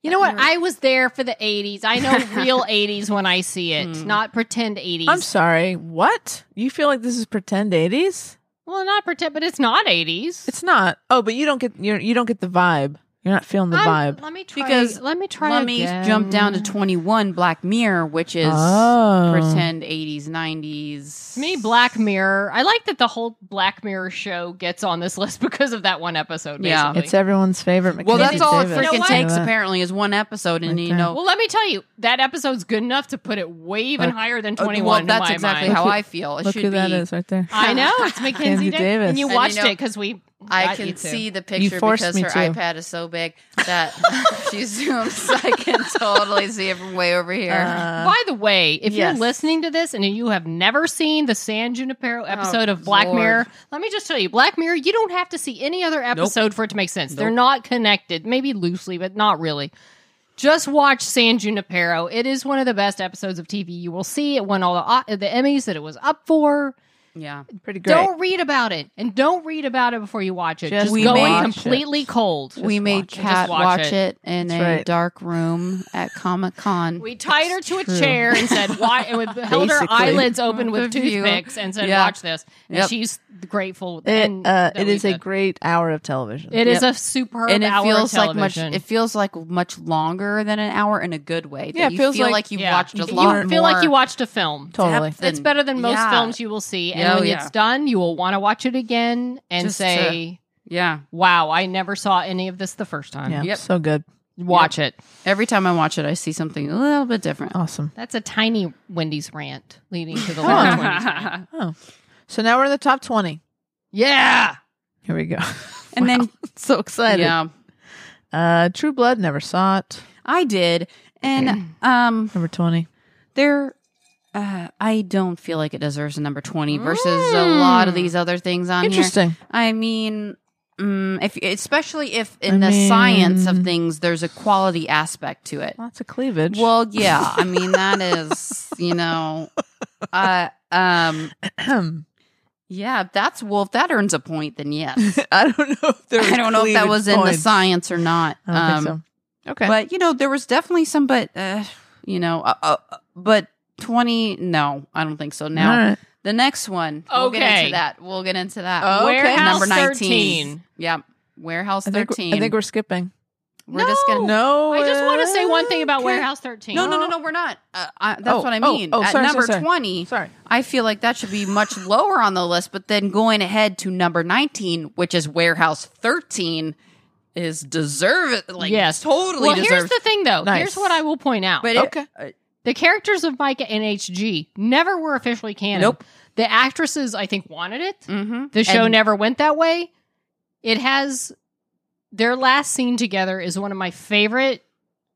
Speaker 3: you know what? I was there for the 80s. I
Speaker 1: *laughs*
Speaker 3: know real 80s when I see it,
Speaker 1: Hmm.
Speaker 3: not pretend 80s.
Speaker 2: I'm sorry. What? You feel like this is pretend 80s?
Speaker 3: well, not pretend, but it's not 80s.
Speaker 2: It's not. Oh, but you don't get you're, you don't get the vibe. You're not feeling the
Speaker 3: I'm-
Speaker 2: vibe.
Speaker 3: Let me try.
Speaker 1: Because
Speaker 3: let me try.
Speaker 1: Let me
Speaker 3: again.
Speaker 1: jump down to 21 Black Mirror, which is
Speaker 2: Oh.
Speaker 1: pretend 80s, 90s.
Speaker 3: To me, Black Mirror. I like that the whole Black Mirror show gets on this *laughs* list because of that one episode. Basically.
Speaker 1: Yeah.
Speaker 2: It's everyone's favorite.
Speaker 1: Well,
Speaker 2: Mackenzie
Speaker 1: that's all it
Speaker 2: Davis.
Speaker 3: You know
Speaker 1: freaking
Speaker 3: what?
Speaker 1: takes,
Speaker 2: I know that.
Speaker 1: apparently, is one episode. And,
Speaker 2: Right
Speaker 1: you
Speaker 2: there.
Speaker 1: know,
Speaker 3: Well, let me tell you, that episode's good enough to put it way even
Speaker 2: Look-
Speaker 3: higher than
Speaker 1: uh,
Speaker 3: 21.
Speaker 1: well,
Speaker 3: in
Speaker 1: that's
Speaker 3: my
Speaker 1: exactly
Speaker 3: mind.
Speaker 1: how
Speaker 2: Look
Speaker 1: I feel. It
Speaker 2: Look
Speaker 1: should
Speaker 2: who
Speaker 1: be.
Speaker 2: that is right there.
Speaker 3: I know
Speaker 1: *laughs*
Speaker 3: it's Mackenzie
Speaker 2: Mackenzie
Speaker 3: Davis.
Speaker 2: Davis.
Speaker 3: and you
Speaker 2: And
Speaker 1: you
Speaker 3: watched
Speaker 1: know,
Speaker 3: it because we.
Speaker 1: I
Speaker 3: got
Speaker 1: can
Speaker 3: you to.
Speaker 1: see the picture
Speaker 2: forced
Speaker 1: because
Speaker 2: me
Speaker 1: her
Speaker 2: to.
Speaker 1: iPad is so big that *laughs* she zooms.
Speaker 3: *laughs*
Speaker 1: I can totally see it from way over here.
Speaker 3: By the way, if
Speaker 2: Yes.
Speaker 3: you're listening to this and you have never seen the San Junipero episode of Black
Speaker 1: Oh, Lord.
Speaker 3: Mirror, let me just tell you, Black Mirror, you don't have to see any other episode for it to make sense. They're not connected, maybe loosely, but not really. Just watch San Junipero. It is one of the best episodes of TV you will see. It won all the, the Emmys that it was up for.
Speaker 1: yeah.
Speaker 2: Pretty great.
Speaker 3: Don't read about it, and don't read about it before you watch it.
Speaker 2: Just
Speaker 3: Just,
Speaker 1: We
Speaker 3: go in
Speaker 1: watch it.
Speaker 3: completely cold.
Speaker 1: we made
Speaker 3: watch it.
Speaker 1: Kat
Speaker 3: Just
Speaker 1: watch,
Speaker 3: watch
Speaker 1: it.
Speaker 3: it.
Speaker 1: in
Speaker 2: That's
Speaker 1: a
Speaker 2: right.
Speaker 1: dark room at Comic Con.
Speaker 3: We tied her to a chair and said, "Why?" and we
Speaker 1: *laughs*
Speaker 3: held her
Speaker 2: Basically.
Speaker 3: eyelids open with
Speaker 1: With a view.
Speaker 3: toothpicks and said,
Speaker 1: Yeah.
Speaker 3: "Watch this." And
Speaker 1: Yep.
Speaker 3: she's grateful.
Speaker 2: It,
Speaker 3: and
Speaker 2: uh,
Speaker 3: that
Speaker 2: it
Speaker 3: we
Speaker 2: is a
Speaker 3: did.
Speaker 2: great hour of television.
Speaker 3: It is
Speaker 1: Yep.
Speaker 3: a superb
Speaker 1: and it
Speaker 3: hour
Speaker 1: feels
Speaker 3: of
Speaker 1: like much.
Speaker 3: television.
Speaker 1: It feels like much longer than an hour in a good way.
Speaker 2: Yeah,
Speaker 1: Yeah,
Speaker 2: it
Speaker 1: you
Speaker 2: feels
Speaker 1: feel
Speaker 2: like-
Speaker 1: like, you've
Speaker 3: Yeah.
Speaker 1: watched a
Speaker 3: you
Speaker 1: lot.
Speaker 3: feel like you
Speaker 1: more
Speaker 3: watched a film.
Speaker 2: totally.
Speaker 1: depth
Speaker 3: It's
Speaker 1: and-
Speaker 3: better than most
Speaker 1: Yeah.
Speaker 3: films you will see, and
Speaker 1: Yeah, oh,
Speaker 3: when
Speaker 1: yeah.
Speaker 3: it's done, you will want to watch it again and
Speaker 1: Just to-
Speaker 3: say,
Speaker 1: Yeah,
Speaker 3: "Wow, I never saw any of this the first time."
Speaker 2: Yeah,
Speaker 1: Yep.
Speaker 2: so good.
Speaker 3: Watch it.
Speaker 1: every time I watch it, I see something a little
Speaker 3: *laughs*
Speaker 1: bit different.
Speaker 2: Awesome.
Speaker 3: That's a tiny Wendy's rant leading to
Speaker 1: *laughs*
Speaker 3: the large Wendy's rant.
Speaker 2: Oh. So now we're in the top 20.
Speaker 3: Yeah.
Speaker 2: Here we go. *laughs*
Speaker 1: And then,
Speaker 2: so excited.
Speaker 1: yeah,
Speaker 2: Uh, True Blood, never saw it.
Speaker 1: I did,
Speaker 3: *clears throat*
Speaker 1: and um,
Speaker 2: Number 20.
Speaker 1: there. Uh, I don't feel like it deserves a number twenty versus a lot of these other things on here.
Speaker 2: Hmm. Interesting.
Speaker 1: I mean, mm, if especially if in
Speaker 2: I
Speaker 1: the science
Speaker 2: mean-
Speaker 1: of things, there's a quality aspect to it.
Speaker 2: Lots of cleavage.
Speaker 1: Well, yeah, I mean that is, you know, uh, um,
Speaker 2: *clears throat* Ahem.
Speaker 1: Yeah, if that's well, if that earns a point, then
Speaker 2: *laughs*
Speaker 1: yes.
Speaker 2: *laughs* I don't know if there was
Speaker 1: I don't know if that
Speaker 2: cleavage
Speaker 1: was in the
Speaker 2: points.
Speaker 1: science or not. um,
Speaker 2: I don't think so. Okay.
Speaker 1: But you know, there was definitely some, but uh, you know, uh, uh, uh, but twenty. No, I don't think so. Now
Speaker 2: All right.
Speaker 1: the next one. We'll get
Speaker 3: Okay.
Speaker 1: into that. We'll get into that.
Speaker 2: Okay.
Speaker 3: Warehouse
Speaker 1: Number nineteen.
Speaker 3: 13.
Speaker 1: Yep. Warehouse
Speaker 2: I think,
Speaker 1: thirteen.
Speaker 2: I think we're skipping.
Speaker 1: We're just gonna.
Speaker 2: No.
Speaker 3: I just want to say one thing about
Speaker 2: okay.
Speaker 3: Warehouse 13.
Speaker 1: No, no, no, no, we're not. Uh, I, that's
Speaker 2: Oh,
Speaker 1: what I
Speaker 2: oh,
Speaker 1: mean.
Speaker 2: oh,
Speaker 1: At
Speaker 2: sorry, sorry,
Speaker 1: number
Speaker 2: sorry.
Speaker 1: 20,
Speaker 2: Sorry.
Speaker 1: I feel like that should be much *laughs* lower on the list, but then going ahead to number 19, which is warehouse 13 is deserve like
Speaker 3: Yes.
Speaker 1: totally
Speaker 3: Well,
Speaker 1: deserves.
Speaker 3: here's the thing, though.
Speaker 2: Nice.
Speaker 3: Here's what I will point out.
Speaker 1: but it-
Speaker 2: Okay.
Speaker 1: uh,
Speaker 3: the characters of Micah and HG never were officially canon.
Speaker 1: Nope.
Speaker 3: The actresses, I think, wanted it.
Speaker 1: mhm.
Speaker 3: The show
Speaker 1: And-
Speaker 3: never went that way. It has their last scene together is one of my favorite,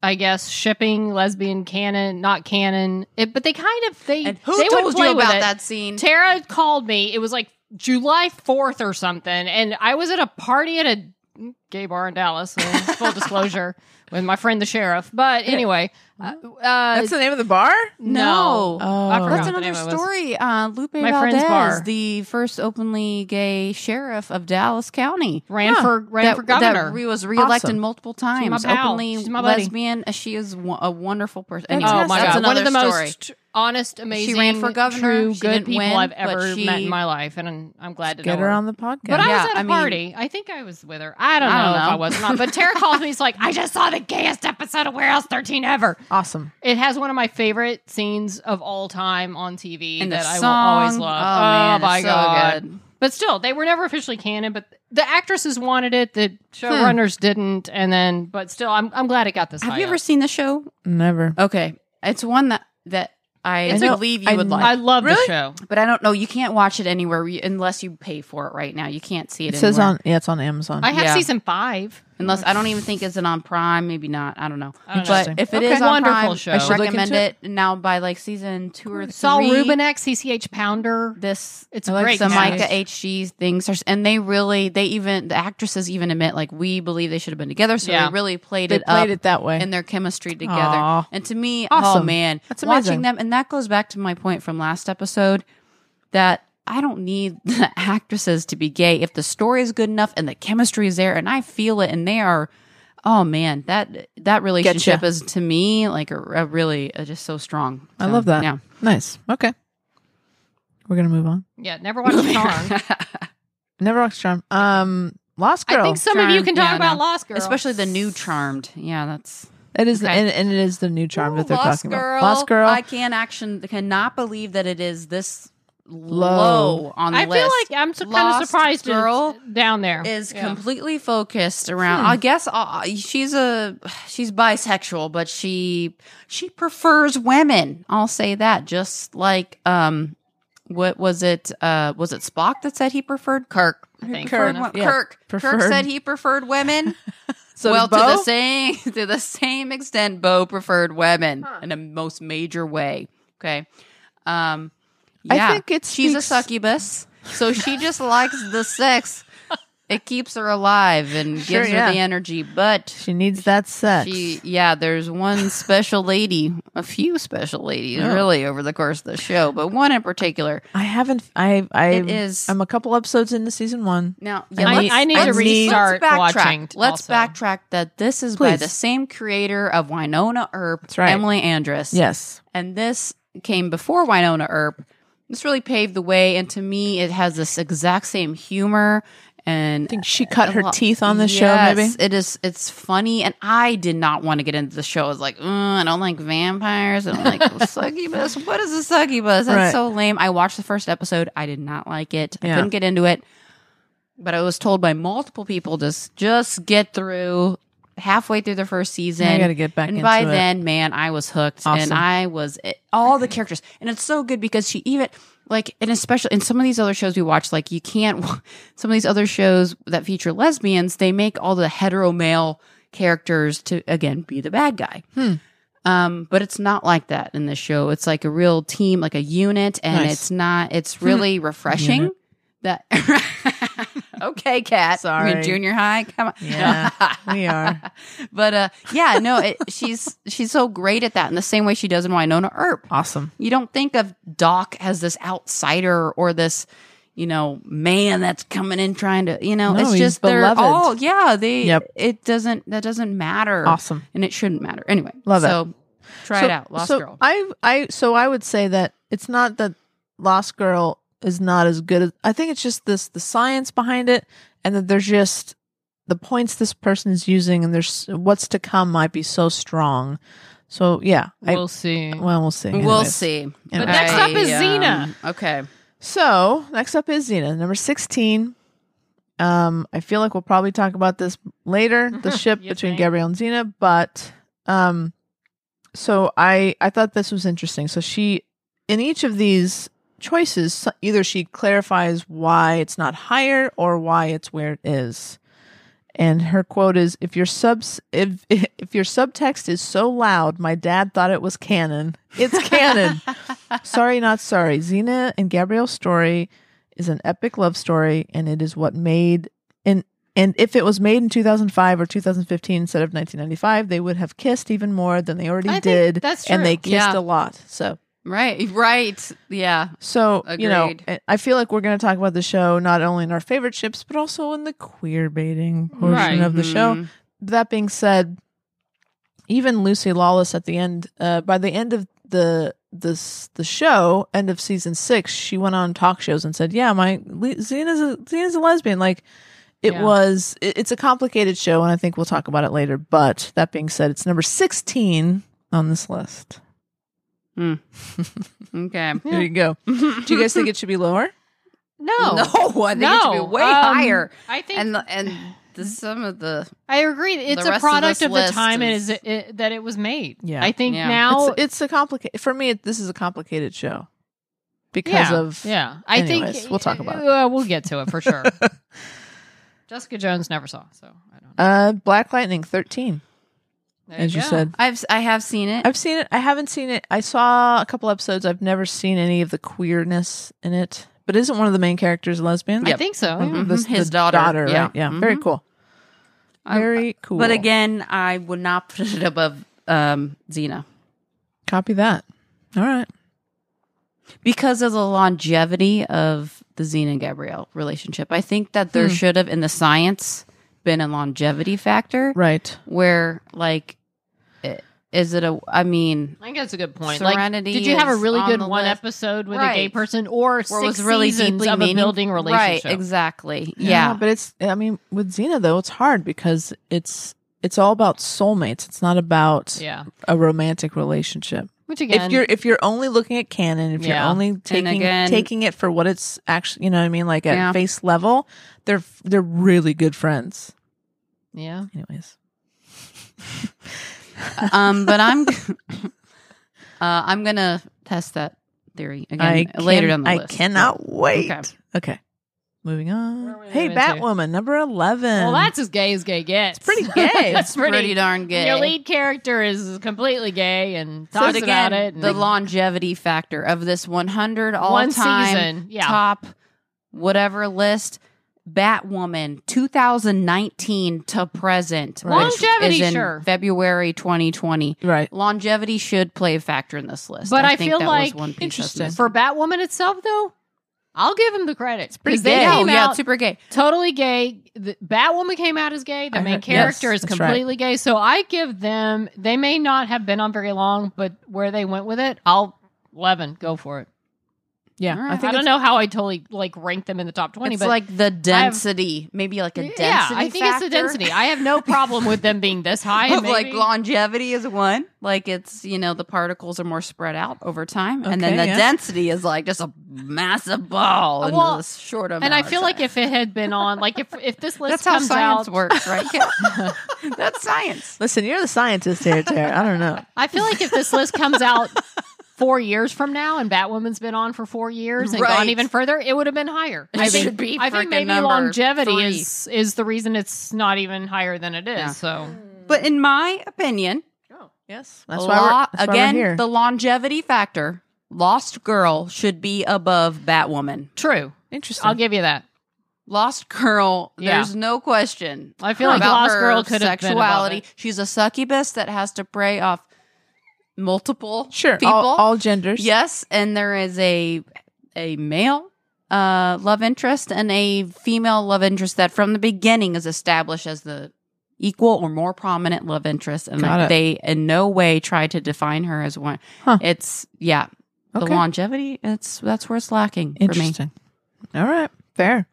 Speaker 3: I guess, shipping lesbian canon, not canon. It, but they kind of they
Speaker 1: and who
Speaker 3: they would
Speaker 1: told
Speaker 3: play
Speaker 1: you
Speaker 3: with
Speaker 1: about
Speaker 3: it.
Speaker 1: that scene?
Speaker 3: Tara called me. It was like July 4th or something. And I was at a party at a mm, gay bar in Dallas, so full
Speaker 1: *laughs*
Speaker 3: disclosure, with my friend the sheriff. But anyway, uh,
Speaker 2: That's the name of the bar?
Speaker 3: no.
Speaker 2: Oh.
Speaker 3: I forgot what
Speaker 1: That's
Speaker 3: the
Speaker 1: another
Speaker 3: name it was.
Speaker 1: story. Uh, Lupe
Speaker 3: My friend's
Speaker 1: Valdez,
Speaker 3: bar.
Speaker 1: the first openly gay sheriff of Dallas County.
Speaker 3: Ran
Speaker 2: Huh.
Speaker 3: for ran for governor.
Speaker 1: That re- was reelected
Speaker 2: Awesome.
Speaker 1: multiple times.
Speaker 3: pal.
Speaker 1: Openly
Speaker 3: She's my buddy.
Speaker 1: lesbian. Uh, She is wo- a wonderful person.
Speaker 2: That's
Speaker 3: oh my
Speaker 1: that's
Speaker 3: god! One of
Speaker 1: another
Speaker 3: the
Speaker 1: story.
Speaker 3: most honest, amazing,
Speaker 1: for governor.
Speaker 3: true,
Speaker 1: She
Speaker 3: good
Speaker 1: didn't
Speaker 3: people
Speaker 1: win,
Speaker 3: I've
Speaker 1: but
Speaker 3: ever
Speaker 1: she-
Speaker 3: met in my life, and I'm, I'm glad to
Speaker 2: Get
Speaker 3: know
Speaker 2: her on the podcast.
Speaker 3: But I
Speaker 1: Yeah,
Speaker 3: was at a
Speaker 1: I mean-
Speaker 3: party. I think I was with her. I don't know,
Speaker 1: I don't
Speaker 3: if
Speaker 1: know.
Speaker 3: I was or not. But
Speaker 1: *laughs*
Speaker 3: Tara calls me. He's like, I just saw the gayest episode of Warehouse 13 ever.
Speaker 2: awesome.
Speaker 3: It has one of my favorite scenes of all time on TV
Speaker 1: And the
Speaker 3: that I
Speaker 1: song.
Speaker 3: will always love.
Speaker 1: Oh, man,
Speaker 3: my
Speaker 1: it's so
Speaker 3: god!
Speaker 1: good.
Speaker 3: But still, they were never officially canon. But the actresses wanted it,
Speaker 1: Hmm.
Speaker 3: the showrunners didn't, and then. But still, I'm I'm glad it got this.
Speaker 1: Have
Speaker 3: high
Speaker 1: you ever
Speaker 3: up.
Speaker 1: seen the show?
Speaker 2: Never.
Speaker 1: Okay, it's one that that I
Speaker 3: It's a-
Speaker 1: believe you
Speaker 2: I-
Speaker 1: would like,
Speaker 3: I love the
Speaker 2: Really?
Speaker 3: show.
Speaker 1: but I don't know. You can't watch it anywhere you- unless you pay for it right now. You can't see it.
Speaker 2: It says
Speaker 1: anywhere.
Speaker 2: on, yeah, it's on Amazon.
Speaker 3: I have
Speaker 1: Yeah.
Speaker 3: season five.
Speaker 1: unless I don't even think is it on Prime. Maybe not. I don't know.
Speaker 3: I don't know.
Speaker 1: But if it is
Speaker 3: Okay.
Speaker 1: on
Speaker 3: Wonderful
Speaker 1: Prime,
Speaker 3: show.
Speaker 1: I
Speaker 3: I
Speaker 2: should look
Speaker 1: recommend
Speaker 2: into
Speaker 1: it. now by like season two or three.
Speaker 3: Saul Rubinek, CCH Pounder.
Speaker 1: This
Speaker 3: It's
Speaker 1: I like
Speaker 3: great
Speaker 1: The
Speaker 3: cast.
Speaker 1: Micah HG things are, and they really they even the actresses even admit like we believe they should have been together. So
Speaker 3: Yeah.
Speaker 1: they really played
Speaker 2: they
Speaker 1: it up
Speaker 2: played it that way.
Speaker 1: and their chemistry together.
Speaker 2: Aw.
Speaker 1: And to me, oh
Speaker 2: Awesome.
Speaker 1: man,
Speaker 2: That's
Speaker 1: watching
Speaker 2: amazing.
Speaker 1: them, and that goes back to my point from last episode that I don't need *laughs* the actresses to be gay if the story is good enough and the chemistry is there, and I feel it, and they are. Oh man, that that relationship is to me like a, a really uh, just so strong.
Speaker 2: I
Speaker 1: So,
Speaker 2: love that.
Speaker 1: Yeah.
Speaker 2: Nice. Okay. We're going to move on.
Speaker 3: Yeah, never
Speaker 1: *laughs*
Speaker 3: watched the song.
Speaker 2: Never watched Charm. Um, Lost Girl.
Speaker 3: I think some of you
Speaker 1: Charmed.
Speaker 3: can talk
Speaker 1: Yeah,
Speaker 3: about
Speaker 1: no.
Speaker 3: Lost Girl,
Speaker 1: Especially the new Charmed. Yeah, that's
Speaker 2: It is,
Speaker 3: Okay.
Speaker 2: and, and it is the new charm that they're
Speaker 1: Lost
Speaker 2: talking
Speaker 1: Girl.
Speaker 2: about. Lost Girl.
Speaker 1: I can't action cannot believe that it is this
Speaker 2: Low.
Speaker 1: low, on the
Speaker 3: I
Speaker 1: list.
Speaker 3: feel like I'm su- kind
Speaker 1: Lost
Speaker 3: of surprised
Speaker 1: Girl
Speaker 3: it's down there.
Speaker 1: is
Speaker 3: Yeah.
Speaker 1: completely focused around.
Speaker 2: Hmm.
Speaker 1: I guess uh, she's a she's bisexual, but she she prefers women. I'll say that. Just like um, what was it? Uh, was it Spock that said he preferred Kirk?
Speaker 3: I think.
Speaker 2: Fair
Speaker 1: Kirk,
Speaker 2: enough.
Speaker 1: Kirk,
Speaker 2: Yeah.
Speaker 1: Kirk
Speaker 2: Preferred.
Speaker 1: said he preferred women.
Speaker 2: *laughs* so
Speaker 1: well,
Speaker 2: well,
Speaker 1: to the same to the same extent, Bo preferred women in the most major way. Okay, um,
Speaker 2: I
Speaker 1: yeah,
Speaker 2: think it
Speaker 1: she's a
Speaker 2: speaks-
Speaker 1: succubus, so she just likes the sex. It keeps her alive and
Speaker 2: Sure,
Speaker 1: gives her
Speaker 2: yeah.
Speaker 1: the energy, but.
Speaker 2: she needs that sex.
Speaker 1: She, yeah, there's
Speaker 2: *sighs*
Speaker 1: one special lady, a few special ladies,
Speaker 2: Oh.
Speaker 1: really, over the course of the show, but one in particular.
Speaker 2: I haven't. I. I.
Speaker 1: It is-
Speaker 2: I'm a couple episodes into season one.
Speaker 1: Now,
Speaker 2: I-
Speaker 1: let's-
Speaker 2: I need to
Speaker 1: let's-
Speaker 3: restart
Speaker 1: let's backtrack.
Speaker 3: watching t-
Speaker 1: Let's
Speaker 3: also.
Speaker 1: backtrack that this is by
Speaker 2: Please.
Speaker 1: the same creator of Winona Earp,
Speaker 2: That's right.
Speaker 1: Emily Andress.
Speaker 2: Yes.
Speaker 1: And this came before Winona Earp. This really paved the way. And to me, it has this exact same humor. And
Speaker 2: I think she cut her
Speaker 1: Well,
Speaker 2: teeth on this show. Maybe
Speaker 1: Uh, yes, it is. It's funny, and I did not want to get into the show. I was like, mm, I don't like vampires. I don't
Speaker 2: *laughs*
Speaker 1: like succubus. What is a succubus? That's
Speaker 2: Right.
Speaker 1: so lame. I watched the first episode. I did not like it. I
Speaker 2: Yeah.
Speaker 1: couldn't get into it. But I was told by multiple people to s- just get through halfway through the first season.
Speaker 2: I gotta get back
Speaker 1: And
Speaker 2: into
Speaker 1: by
Speaker 2: it.
Speaker 1: then, man, I was hooked, and
Speaker 2: Awesome.
Speaker 1: I was eh, all the characters, and it's so good because she even like, and especially in some of these other shows we watch, like you can't. *laughs* Some of these other shows that feature lesbians, they make all the hetero male characters to again be the bad guy.
Speaker 2: Hmm.
Speaker 1: Um, but it's not like that in this show. It's like a real team, like a unit, and
Speaker 2: Nice.
Speaker 1: it's not.
Speaker 2: *laughs*
Speaker 1: It's really refreshing. That *laughs* okay, cat.
Speaker 2: Sorry.
Speaker 1: junior high. Come on.
Speaker 2: Yeah. we
Speaker 1: *laughs*
Speaker 2: are.
Speaker 1: But uh, yeah, no, it, *laughs* she's she's so great at that in the same way she does in Winona Earp.
Speaker 2: Awesome.
Speaker 1: You don't think of Doc as this outsider or this, you know, man that's coming in trying to, you know,
Speaker 2: No,
Speaker 1: it's
Speaker 2: he's
Speaker 1: just they're
Speaker 2: beloved.
Speaker 1: all, yeah, they,
Speaker 2: Yep.
Speaker 1: it doesn't, that doesn't matter.
Speaker 2: Awesome.
Speaker 1: And it shouldn't matter. Anyway,
Speaker 2: Love it.
Speaker 1: so try
Speaker 2: so,
Speaker 1: it out. Lost
Speaker 2: so
Speaker 1: Girl.
Speaker 2: I I so I would say that it's not that Lost Girl is not as good as I think it's just this the science behind it and that there's just the points this person's using and there's what's to come might be so strong. So yeah, I,
Speaker 3: we'll see.
Speaker 2: well we'll see.
Speaker 1: we'll
Speaker 2: Anyways.
Speaker 1: see. um,
Speaker 2: But
Speaker 3: next up is Xena.
Speaker 1: Okay.
Speaker 2: So next up is Xena, number sixteen. Um, I feel like we'll probably talk about this later, the ship
Speaker 3: Mm-hmm. You
Speaker 2: between
Speaker 3: think?
Speaker 2: Gabrielle and Xena, but um so I I thought this was interesting. So she in each of these choices, so- either she clarifies why it's not higher or why it's where it is. And her quote is if your subs if *laughs* if your subtext is so loud, my dad thought it was canon. It's
Speaker 3: *laughs*
Speaker 2: canon. sorry not sorry. Xena and Gabrielle's story is an epic love story and it is what made and and if it was made in 2005 or 2015 instead of 1995, they would have kissed even more than they already
Speaker 3: I think
Speaker 2: did.
Speaker 3: that's
Speaker 2: And
Speaker 3: true.
Speaker 2: they kissed
Speaker 1: Yeah.
Speaker 2: a lot. So
Speaker 1: Right. Right. Yeah.
Speaker 2: so you know,
Speaker 1: Agreed.
Speaker 2: I- I feel like we're going to talk about the show not only in our favorite ships, but also in the queer baiting portion
Speaker 3: Right. Mm-hmm.
Speaker 2: of the show.
Speaker 1: Mhm.
Speaker 2: That being said, even Lucy Lawless at the end, uh, by the end of the this the show, end of season six, she went on talk shows and said, "Yeah, my Le- Xena's a, Xena's a lesbian." Like it
Speaker 3: Yeah.
Speaker 2: was, it, it's a complicated show, and I think we'll talk about it later. But that being said, it's number sixteen on this list.
Speaker 1: Mm-hmm. Okay.
Speaker 2: There you go. *laughs* Do you guys think it should be lower?
Speaker 3: No,
Speaker 1: *laughs* No, I think it should be
Speaker 3: No.
Speaker 1: way
Speaker 3: Um,
Speaker 1: higher.
Speaker 3: I think
Speaker 1: And the, and the, some of the
Speaker 3: I agree. It's
Speaker 1: the
Speaker 3: a
Speaker 1: rest of
Speaker 3: product
Speaker 1: this
Speaker 3: of, the
Speaker 1: list
Speaker 3: time it
Speaker 1: is-
Speaker 3: is it, that it was made.
Speaker 2: Yeah.
Speaker 3: I think
Speaker 1: Yeah.
Speaker 3: now
Speaker 2: it's, it's a complicated for me. It, this is a complicated show because
Speaker 3: yeah,
Speaker 2: of
Speaker 3: yeah. I
Speaker 2: anyways,
Speaker 3: think
Speaker 2: we'll talk about it.
Speaker 3: Uh, we'll get to it for
Speaker 2: *laughs*
Speaker 3: sure. Jessica Jones never saw, so I don't. know.
Speaker 2: uh, Black Lightning thirteen,
Speaker 3: There
Speaker 2: as you
Speaker 3: go.
Speaker 2: said.
Speaker 1: I've s- I have seen it.
Speaker 2: I've seen it. I haven't seen it. I saw a couple episodes. I've never seen any of the queerness in it. But isn't one of the main characters a lesbian?
Speaker 3: I think so. yeah.
Speaker 2: Mhm. This-
Speaker 1: His
Speaker 2: the
Speaker 1: daughter. Yeah.
Speaker 2: right? Yeah. Very
Speaker 1: Mhm.
Speaker 2: cool.
Speaker 1: I'm-
Speaker 2: Very cool.
Speaker 1: But again, I would not put it above um Xena
Speaker 2: copy that. All right.
Speaker 1: because of the longevity of the Xena and Gabrielle relationship. I think that there should have in the science been a longevity factor
Speaker 2: Right.
Speaker 1: where like i- is it a I mean
Speaker 3: I think that's a good point. Like,
Speaker 1: Serenity
Speaker 3: did you have a
Speaker 1: is
Speaker 3: really
Speaker 1: on
Speaker 3: good
Speaker 1: the
Speaker 3: one
Speaker 1: list.
Speaker 3: episode with a gay
Speaker 1: Right.
Speaker 3: person, or six
Speaker 1: where it was really
Speaker 3: seasons
Speaker 1: deeply
Speaker 3: of a
Speaker 1: meaning-
Speaker 3: building relationship?
Speaker 1: Right, exactly. Yeah.
Speaker 2: But it's I mean with Xena though it's hard because it's it's all about soulmates. It's not about
Speaker 3: Yeah,
Speaker 2: a romantic relationship.
Speaker 3: which again,
Speaker 2: if you're if you're only looking at canon, if
Speaker 3: Yeah.
Speaker 2: you're only taking
Speaker 1: again-
Speaker 2: taking it for what it's actually, you know what I mean, like at
Speaker 1: Yeah.
Speaker 2: face level, they're they're really good friends.
Speaker 3: yeah,
Speaker 2: Anyways,
Speaker 1: um but I'm *laughs* uh I'm going to test that theory again
Speaker 2: I
Speaker 1: later
Speaker 2: can-
Speaker 1: on the
Speaker 2: I
Speaker 1: list.
Speaker 2: cannot wait.
Speaker 1: Okay.
Speaker 2: Okay. moving
Speaker 3: Where are we
Speaker 2: on. Hey,
Speaker 3: moving to?
Speaker 2: Batwoman, number eleven.
Speaker 3: well, that's as gay as gay gets. It's
Speaker 1: *laughs*
Speaker 2: pretty gay.
Speaker 3: that's
Speaker 1: pretty,
Speaker 3: pretty,
Speaker 1: darn gay.
Speaker 3: Your lead character is completely gay and
Speaker 1: So
Speaker 3: talks
Speaker 1: again,
Speaker 3: about it. And
Speaker 1: the longevity factor of this 100 all
Speaker 3: one
Speaker 1: time
Speaker 3: season, yeah,
Speaker 1: top whatever list. Batwoman 2019 to present. which
Speaker 3: Longevity,
Speaker 1: is in
Speaker 3: sure.
Speaker 1: February 2020.
Speaker 2: right.
Speaker 1: Longevity should play a factor in this list.
Speaker 3: But I,
Speaker 1: think
Speaker 3: feel
Speaker 1: that
Speaker 3: like
Speaker 1: was one piece that's
Speaker 2: interesting.
Speaker 1: missing.
Speaker 3: for Batwoman itself, though, I'll give him the credit. It's
Speaker 2: pretty
Speaker 3: they
Speaker 2: gay.
Speaker 1: Yeah,
Speaker 3: came
Speaker 1: Oh, yeah,
Speaker 3: out
Speaker 1: super gay.
Speaker 3: totally gay. The, Batwoman came out as gay. The
Speaker 2: I
Speaker 3: main
Speaker 2: heard- yes,
Speaker 3: character is
Speaker 2: that's right.
Speaker 3: completely gay. So I give them. They may not have been on very long, but where they went with it, I'll eleven go for it.
Speaker 2: Yeah,
Speaker 1: All
Speaker 2: I
Speaker 1: right.
Speaker 3: I
Speaker 2: think
Speaker 3: don't know how I totally like rank them in the top twenty,
Speaker 1: It's
Speaker 3: but
Speaker 1: like the density, maybe like a density.
Speaker 3: yeah, I think it's the
Speaker 1: factor
Speaker 3: density. I have no problem with them being
Speaker 1: *laughs*
Speaker 3: this high.
Speaker 1: Of
Speaker 3: maybe.
Speaker 1: like longevity is one, like it's you know the particles are more spread out over time, and then
Speaker 2: Okay,
Speaker 1: the
Speaker 2: yeah.
Speaker 1: density is like just a massive ball in
Speaker 3: Well,
Speaker 1: this short amount.
Speaker 3: and I
Speaker 1: of
Speaker 3: feel like
Speaker 1: time.
Speaker 3: if it had been on, like if if this list
Speaker 1: that's how
Speaker 3: comes
Speaker 1: science
Speaker 3: out, *laughs*
Speaker 1: works, right? Yeah. *laughs* that's science.
Speaker 2: Listen, you're the scientist here, Tara. I
Speaker 1: *laughs*
Speaker 2: don't know.
Speaker 3: I feel like if this list comes out four years from now and Batwoman's been on for four years and
Speaker 1: Right.
Speaker 3: gone even further, it would have been higher.
Speaker 1: It
Speaker 3: I think,
Speaker 1: should be
Speaker 3: I think
Speaker 1: frickin'
Speaker 3: maybe
Speaker 1: number
Speaker 3: longevity
Speaker 1: three.
Speaker 3: is is the reason it's not even higher than it is.
Speaker 1: Yeah.
Speaker 3: So
Speaker 1: But in my opinion,
Speaker 2: Oh, yes, that's
Speaker 1: lo-
Speaker 2: why we're that's why we're
Speaker 1: again
Speaker 2: here.
Speaker 1: the longevity factor, Lost Girl should be above Batwoman.
Speaker 3: true.
Speaker 2: Interesting.
Speaker 3: I'll give you that.
Speaker 1: Lost Girl,
Speaker 3: Yeah.
Speaker 1: there's no question.
Speaker 3: I feel like
Speaker 1: about
Speaker 3: Lost
Speaker 1: her
Speaker 3: Girl could have been above
Speaker 1: sexuality.
Speaker 3: it.
Speaker 1: She's a succubus that has to prey off multiple
Speaker 2: sure,
Speaker 1: people.
Speaker 2: all, all genders.
Speaker 1: yes, and there is a a male uh, love interest and a female love interest that from the beginning is established as the equal or more prominent love interest, and
Speaker 2: Got
Speaker 1: that
Speaker 2: it.
Speaker 1: they in no way try to define her as one.
Speaker 2: Huh.
Speaker 1: It's yeah, the
Speaker 2: Okay.
Speaker 1: longevity. It's that's where it's lacking for me.
Speaker 2: Interesting. All right. Fair.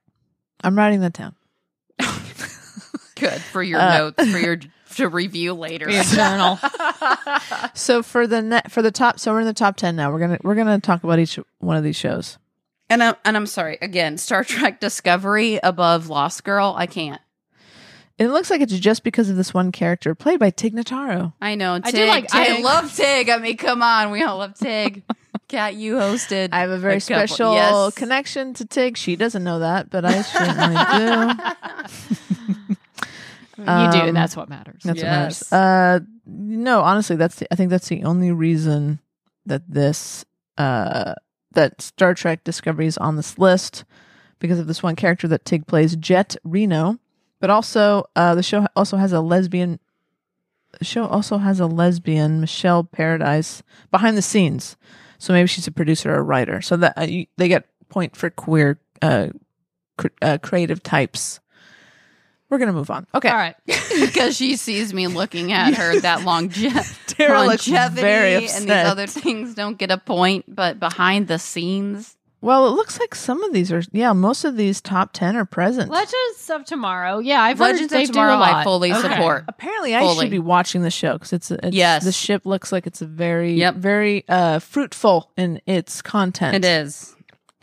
Speaker 2: I'm writing that down.
Speaker 1: Good for your
Speaker 2: Uh,
Speaker 1: notes for your to review later.
Speaker 3: Your journal.
Speaker 1: *laughs*
Speaker 2: So for the net for the top so we're in the top ten now. We're gonna we're gonna talk about each one of these shows.
Speaker 1: and I'm and I'm sorry again. Star Trek Discovery above Lost Girl. I can't.
Speaker 2: It looks like it's just because of this one character played by Tig Notaro.
Speaker 1: I know.
Speaker 3: I
Speaker 1: Tig,
Speaker 3: do like
Speaker 1: I
Speaker 3: Tig.
Speaker 1: love Tig. I mean, come on, we all
Speaker 3: *laughs*
Speaker 1: love Tig. Cat, you hosted.
Speaker 2: I have a very
Speaker 1: a couple-
Speaker 2: special
Speaker 1: yes.
Speaker 2: connection to Tig. She doesn't know that, but I
Speaker 1: *laughs*
Speaker 2: certainly do.
Speaker 3: you do,
Speaker 2: Um,
Speaker 3: and that's what matters.
Speaker 2: That's
Speaker 1: Yes.
Speaker 2: what matters. Uh, no, honestly, that's the, I think that's the only reason that this uh, that Star Trek Discovery is on this list because of this one character that Tig plays, Jet Reno. But also, uh, the show also has a lesbian. The show also has a lesbian Michelle Paradise behind the scenes, so maybe she's a producer or a writer. So that uh, you, they get point for queer uh, cr- uh, creative types. We're gonna move on. Okay.
Speaker 3: All right.
Speaker 1: *laughs* because she sees me looking at her
Speaker 3: *laughs*
Speaker 1: that longe-
Speaker 2: Tara looks
Speaker 1: longevity
Speaker 2: very
Speaker 1: and these
Speaker 2: upset.
Speaker 1: other things don't get a point, but behind the scenes,
Speaker 2: Well, it looks like some of these are. Yeah, most of these top ten are present.
Speaker 3: Legends of Tomorrow. Yeah, I've heard
Speaker 1: Legends
Speaker 3: they
Speaker 1: of Tomorrow
Speaker 3: do a lot.
Speaker 1: I fully
Speaker 3: Okay.
Speaker 1: support.
Speaker 2: Apparently, I
Speaker 1: Fully.
Speaker 2: should be watching the show because it's, it's
Speaker 1: Yes.
Speaker 2: The ship looks like it's a very
Speaker 1: Yep.
Speaker 2: very uh, fruitful in its content.
Speaker 1: It is.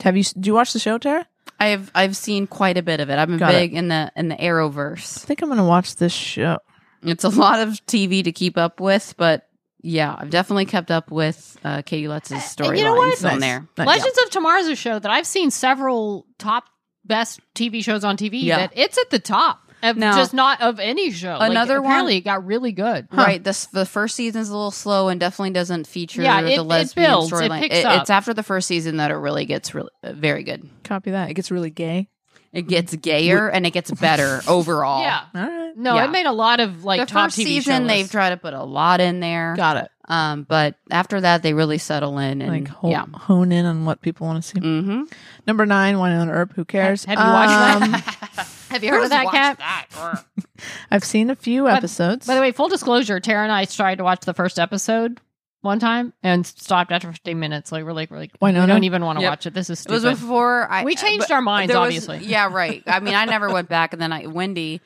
Speaker 2: Have you do you watch the show, Tara?
Speaker 1: I've I've seen quite a bit of it. I'm
Speaker 2: Got it.
Speaker 1: big in the in the Arrowverse.
Speaker 2: I think I'm going to watch this show.
Speaker 1: It's a lot of TV to keep up with, but yeah, I've definitely kept up with uh, Katie Lutz's
Speaker 3: and
Speaker 1: storylines
Speaker 3: you know what?
Speaker 1: on
Speaker 2: Nice.
Speaker 1: there.
Speaker 2: Nice.
Speaker 3: Legends of Tomorrow is a show that I've seen several top best TV shows on TV.
Speaker 1: Yeah.
Speaker 3: That it's at the top. Of
Speaker 1: No.
Speaker 3: Just not of any show. Like,
Speaker 1: Another one-
Speaker 3: apparently it got really good.
Speaker 1: Right. This the first season's a little slow and definitely doesn't feature
Speaker 3: Yeah, it-
Speaker 1: the
Speaker 3: it
Speaker 1: lesbian
Speaker 3: builds, it
Speaker 1: storyline.
Speaker 3: picks
Speaker 1: it's
Speaker 3: up.
Speaker 1: after the first season that it really gets really uh, very good.
Speaker 2: Copy that. It gets really gay.
Speaker 1: It gets gayer and it
Speaker 3: *laughs*
Speaker 1: gets better overall.
Speaker 3: Mm-hmm. Yeah.
Speaker 2: All right,
Speaker 3: No,
Speaker 1: Yeah.
Speaker 3: it made a lot of like
Speaker 1: the
Speaker 3: top
Speaker 1: first
Speaker 3: TV
Speaker 1: season
Speaker 3: show
Speaker 1: they've
Speaker 3: lists.
Speaker 1: tried to put a lot in there.
Speaker 2: got it.
Speaker 1: Um, but after that they really settle in and
Speaker 2: Like ho-
Speaker 1: yeah.
Speaker 2: hone in on what people want to see.
Speaker 1: Mm-hmm.
Speaker 2: Number nine, Wine on Earp. Who cares?
Speaker 3: Have you watched
Speaker 2: Um,
Speaker 3: Have you heard of that, Cat?
Speaker 2: I've seen a few episodes.
Speaker 3: By the way, full disclosure: Tara and I tried to watch the first episode one time and stopped after 15 minutes. Like we're like, we're like,
Speaker 2: Winona?
Speaker 3: we don't even want to
Speaker 1: Yep.
Speaker 3: watch it. This is
Speaker 1: *laughs* It
Speaker 3: stupid.
Speaker 1: was before I uh,
Speaker 3: We changed
Speaker 1: but
Speaker 3: our minds,
Speaker 1: there was-
Speaker 3: obviously.
Speaker 1: Yeah, right. I mean, I never went back, and then I Wendy.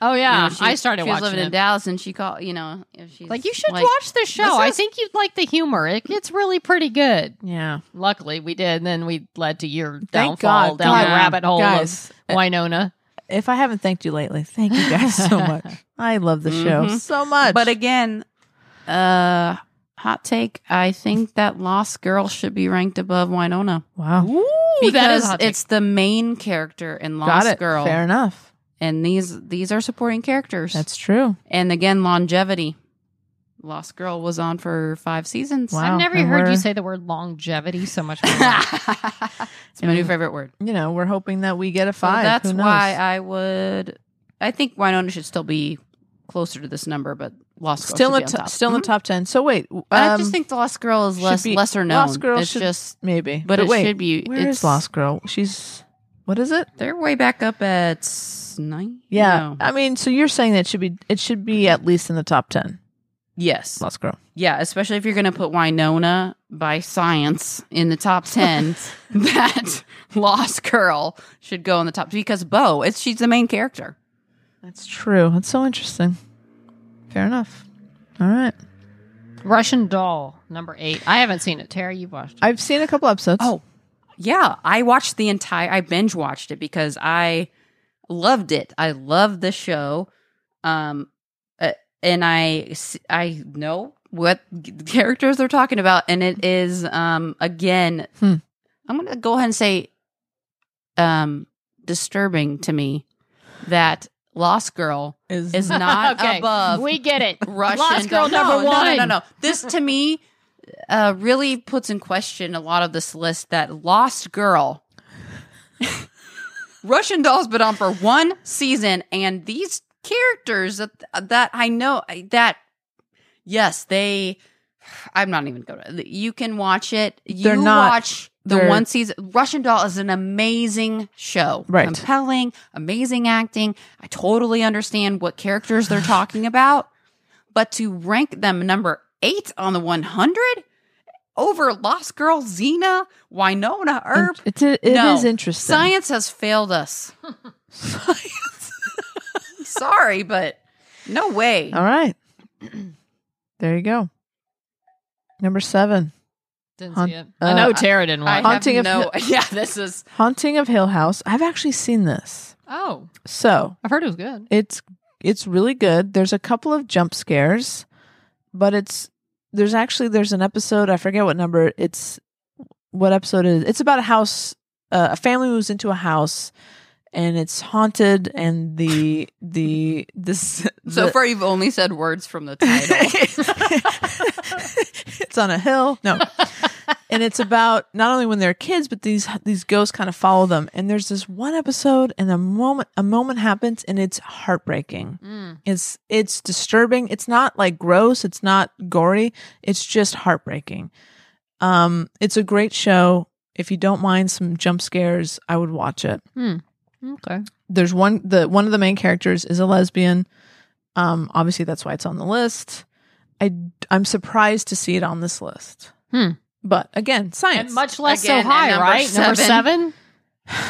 Speaker 3: oh yeah,
Speaker 1: you know, she-
Speaker 3: I started
Speaker 1: she was
Speaker 3: watching
Speaker 1: living in
Speaker 3: it.
Speaker 1: Dallas, and she called. You know, if she's
Speaker 3: Like you should watch this show. I
Speaker 1: is-
Speaker 3: think you'd like the humor. It gets really pretty good.
Speaker 2: yeah,
Speaker 3: Luckily, we did. And then we led to your
Speaker 2: Thank
Speaker 3: downfall
Speaker 2: God.
Speaker 3: down
Speaker 2: God.
Speaker 3: the rabbit hole
Speaker 2: Guys,
Speaker 3: of Winona.
Speaker 2: if I haven't thanked you lately, thank you guys *laughs* so much. I love the show
Speaker 1: Mhm.
Speaker 2: so much.
Speaker 1: But again, uh, hot take. I think that Lost Girl should be ranked above Winona
Speaker 2: wow,
Speaker 3: Ooh, that is a hot take.
Speaker 1: it's the main character in
Speaker 2: got
Speaker 1: Lost
Speaker 2: it.
Speaker 1: Girl,
Speaker 2: Fair enough.
Speaker 1: and these these are supporting characters.
Speaker 2: That's true.
Speaker 1: and again, longevity. Lost Girl was on for five seasons.
Speaker 2: Wow.
Speaker 3: I've never
Speaker 2: and
Speaker 3: heard
Speaker 2: we're-
Speaker 3: you say the word longevity so *laughs* much. before.
Speaker 1: *laughs* it's my new favorite word.
Speaker 2: You know, we're hoping that we get a
Speaker 1: So
Speaker 2: five.
Speaker 1: that's
Speaker 2: Who knows?
Speaker 1: why I would. I think Winona should still be closer to this number, but Lost Girl
Speaker 2: still
Speaker 1: should be
Speaker 2: in
Speaker 1: on
Speaker 2: the top, Mm-hmm.
Speaker 1: top. Mm-hmm.
Speaker 2: still in the top ten. So wait, um,
Speaker 1: But I just think the Lost Girl is
Speaker 2: should
Speaker 1: less
Speaker 2: be-
Speaker 1: lesser known.
Speaker 2: Lost Girl
Speaker 1: it's
Speaker 2: should-
Speaker 1: just,
Speaker 2: maybe,
Speaker 1: but, it
Speaker 2: wait,
Speaker 1: should be.
Speaker 2: Where
Speaker 1: it's,
Speaker 2: is Lost Girl? She's what is it?
Speaker 1: They're way back up at s- nine.
Speaker 2: Yeah,
Speaker 1: No.
Speaker 2: I mean, so you're saying that it should be it should be at least in the top ten.
Speaker 1: Yes.
Speaker 2: Lost Girl.
Speaker 1: Yeah, especially if you're going to put Winona by science in the top 10,
Speaker 2: *laughs*
Speaker 1: that Lost Girl should go in the top because Bo, it's she's the main character.
Speaker 2: That's true. That's so interesting. Fair enough. All right,
Speaker 3: Russian Doll number eight. I haven't seen it. Tara, you've watched. it.
Speaker 2: I've seen a couple episodes.
Speaker 1: Oh, yeah. I watched the entire, I binge watched it because I loved it. I loved the show. Um, uh, and I, s- I know what g- characters they're talking about. And it is, um, again,
Speaker 2: Hmm.
Speaker 1: I'm going to go ahead and say, um, disturbing to me that Lost Girl
Speaker 2: *laughs*
Speaker 1: is not
Speaker 3: okay,
Speaker 1: above
Speaker 3: we get *laughs* it.
Speaker 1: Russian
Speaker 3: Lost Girl
Speaker 1: doll.
Speaker 3: number
Speaker 1: no,
Speaker 3: one.
Speaker 1: No, no, no, no. This to me uh, really puts in question a lot of this list that Lost Girl. *laughs* Russian Doll's been on for one season, and these characters that that I know that yes, they. I'm not even going. to You can watch it. You
Speaker 2: They're not-
Speaker 1: watch The
Speaker 2: They're-
Speaker 1: one season Russian Doll is an amazing show.
Speaker 2: Right.
Speaker 1: Compelling, amazing acting. I totally understand what characters they're talking
Speaker 2: *sighs*
Speaker 1: about, but to rank them number 8 on the 100 over Lost Girl Xena, Winona Earp,
Speaker 2: It's a, it is
Speaker 1: No.
Speaker 2: interesting.
Speaker 1: Science has failed us. Sorry, but no way.
Speaker 2: *laughs* *laughs* All right. There you go. Number seven,
Speaker 3: Didn't
Speaker 2: Hun-
Speaker 3: see it. I know
Speaker 2: uh,
Speaker 3: Tara didn't
Speaker 1: I
Speaker 3: watch.
Speaker 2: Haunting
Speaker 1: have
Speaker 2: of
Speaker 1: no. *laughs* yeah, this is
Speaker 2: Haunting of Hill House. I've actually seen this.
Speaker 3: oh,
Speaker 2: So
Speaker 3: I've heard it was good.
Speaker 2: it's it's really good. There's a couple of jump scares, but it's there's actually there's an episode I forget what number it's what episode it is. It's about a house. Uh, a family moves into a house, and it's haunted. And the the this
Speaker 1: so
Speaker 2: the-
Speaker 1: far. You've only said words from the
Speaker 2: *laughs*
Speaker 1: title.
Speaker 2: it's on a hill. No. and it's about not only when they're kids, but these these ghosts kind of follow them. And there's this one episode, and a moment a moment happens, and it's heartbreaking.
Speaker 3: Mm.
Speaker 2: It's it's disturbing. It's not like gross. It's not gory. It's just heartbreaking. Um, it's a great show. If you don't mind some jump scares, I would watch it
Speaker 3: Okay.
Speaker 2: there's one the one of the main characters is a lesbian. Um, obviously that's why it's on the list. I I'm surprised to see it on this list.
Speaker 3: Hmm.
Speaker 2: But again, science.
Speaker 3: And much less
Speaker 1: Again,
Speaker 3: so
Speaker 1: and
Speaker 3: high,
Speaker 1: number
Speaker 3: right? Number seven.
Speaker 1: seven.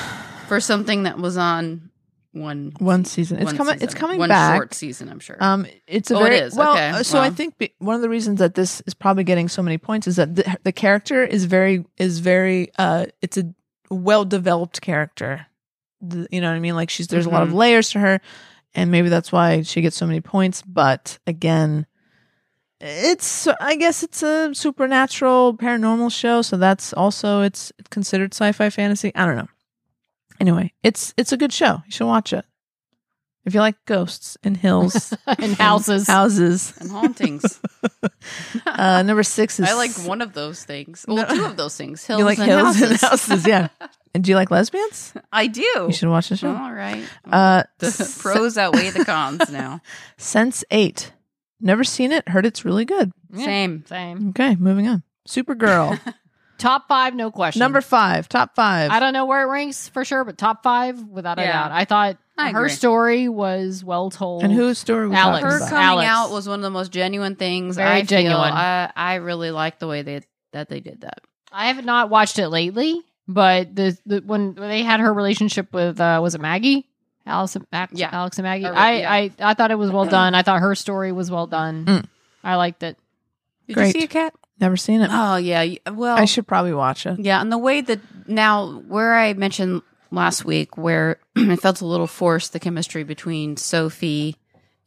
Speaker 1: for something that was on one
Speaker 2: one season. It's
Speaker 1: one
Speaker 2: coming.
Speaker 1: season.
Speaker 2: It's coming
Speaker 1: one
Speaker 2: back.
Speaker 1: Short season, I'm sure.
Speaker 2: Um, it's a
Speaker 1: Oh, it
Speaker 2: very
Speaker 1: is.
Speaker 2: well.
Speaker 1: Okay.
Speaker 2: uh, So I
Speaker 1: Wow.
Speaker 2: think be, one of the reasons that this is probably getting so many points is that the, the character is very is very uh, it's a well developed character. The- you know what I mean? Like she's there's a lot of
Speaker 1: Mm-hmm.
Speaker 2: layers to her, and maybe that's why she gets so many points. But again, it's I guess it's a supernatural paranormal show, so that's also it's considered sci-fi fantasy. I don't know. Anyway, it's it's a good show. You should watch it. If you like ghosts and hills
Speaker 3: *laughs* in houses.
Speaker 2: *laughs* Houses.
Speaker 1: and
Speaker 2: *laughs*
Speaker 1: hauntings.
Speaker 2: Uh, number six is
Speaker 1: I like one of those things. Well,
Speaker 2: No.
Speaker 1: two of those things. Hills
Speaker 2: You like
Speaker 1: and
Speaker 2: hills
Speaker 1: houses.
Speaker 2: and houses, yeah. And do you like lesbians?
Speaker 1: *laughs* I do.
Speaker 2: You should watch the show.
Speaker 1: All right.
Speaker 2: Uh,
Speaker 1: Oh. *laughs* the
Speaker 2: S-
Speaker 1: *laughs* pros outweigh the cons now.
Speaker 2: Sense eight. Never seen it. Heard it's really good.
Speaker 3: Yeah.
Speaker 1: Same.
Speaker 3: Same.
Speaker 2: Okay, moving on.
Speaker 1: *laughs*
Speaker 2: Supergirl.
Speaker 3: Top five, no question.
Speaker 2: number five. Top five.
Speaker 3: I don't know where it ranks for sure, but top five without a
Speaker 1: Yeah.
Speaker 3: doubt. I thought
Speaker 1: I
Speaker 3: her
Speaker 1: agree.
Speaker 3: story was well told.
Speaker 2: and whose story are we
Speaker 3: Alex.
Speaker 2: talking
Speaker 1: her
Speaker 2: about?
Speaker 3: Con-
Speaker 1: coming
Speaker 3: Alex.
Speaker 1: out was one of the most genuine things.
Speaker 3: Very
Speaker 1: I feel.
Speaker 3: genuine.
Speaker 1: I, I really like the way they that they did that.
Speaker 3: I have not watched it lately, but the, the when when they had her relationship with uh, was it Maggie? Alice, Mac,
Speaker 1: Yeah.
Speaker 3: Alex and Maggie.
Speaker 1: Or-
Speaker 3: I,
Speaker 1: yeah.
Speaker 3: I I thought it *clears throat* was well done. I thought her story was well done.
Speaker 2: Mm.
Speaker 1: Hmm.
Speaker 3: I liked it.
Speaker 1: Did
Speaker 2: Great.
Speaker 1: you see a cat?
Speaker 2: Never seen it.
Speaker 1: Oh yeah. y- Well,
Speaker 2: I should probably watch it.
Speaker 1: yeah. And the way that now where I mentioned last week where *clears throat* it felt a little forced the chemistry between Sophie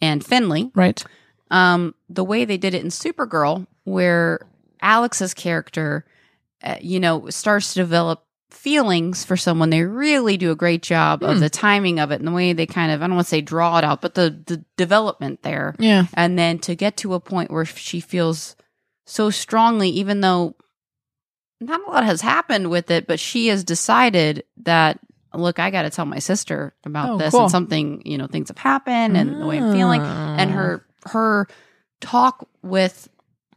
Speaker 1: and Finley.
Speaker 2: Right.
Speaker 1: um, the way they did it in Supergirl, where Alex's character, uh, you know, starts to develop feelings for someone. They really do a great job
Speaker 2: Hmm.
Speaker 1: of the timing of it and the way they kind of, I don't want to say draw it out, but the, the development there.
Speaker 2: Yeah.
Speaker 1: And then to get to a point where she feels so strongly, even though not a lot has happened with it, but she has decided that, look, I got to tell my sister about
Speaker 2: Oh,
Speaker 1: this
Speaker 2: cool.
Speaker 1: and something, you know, things have happened and the way I'm feeling and her her talk with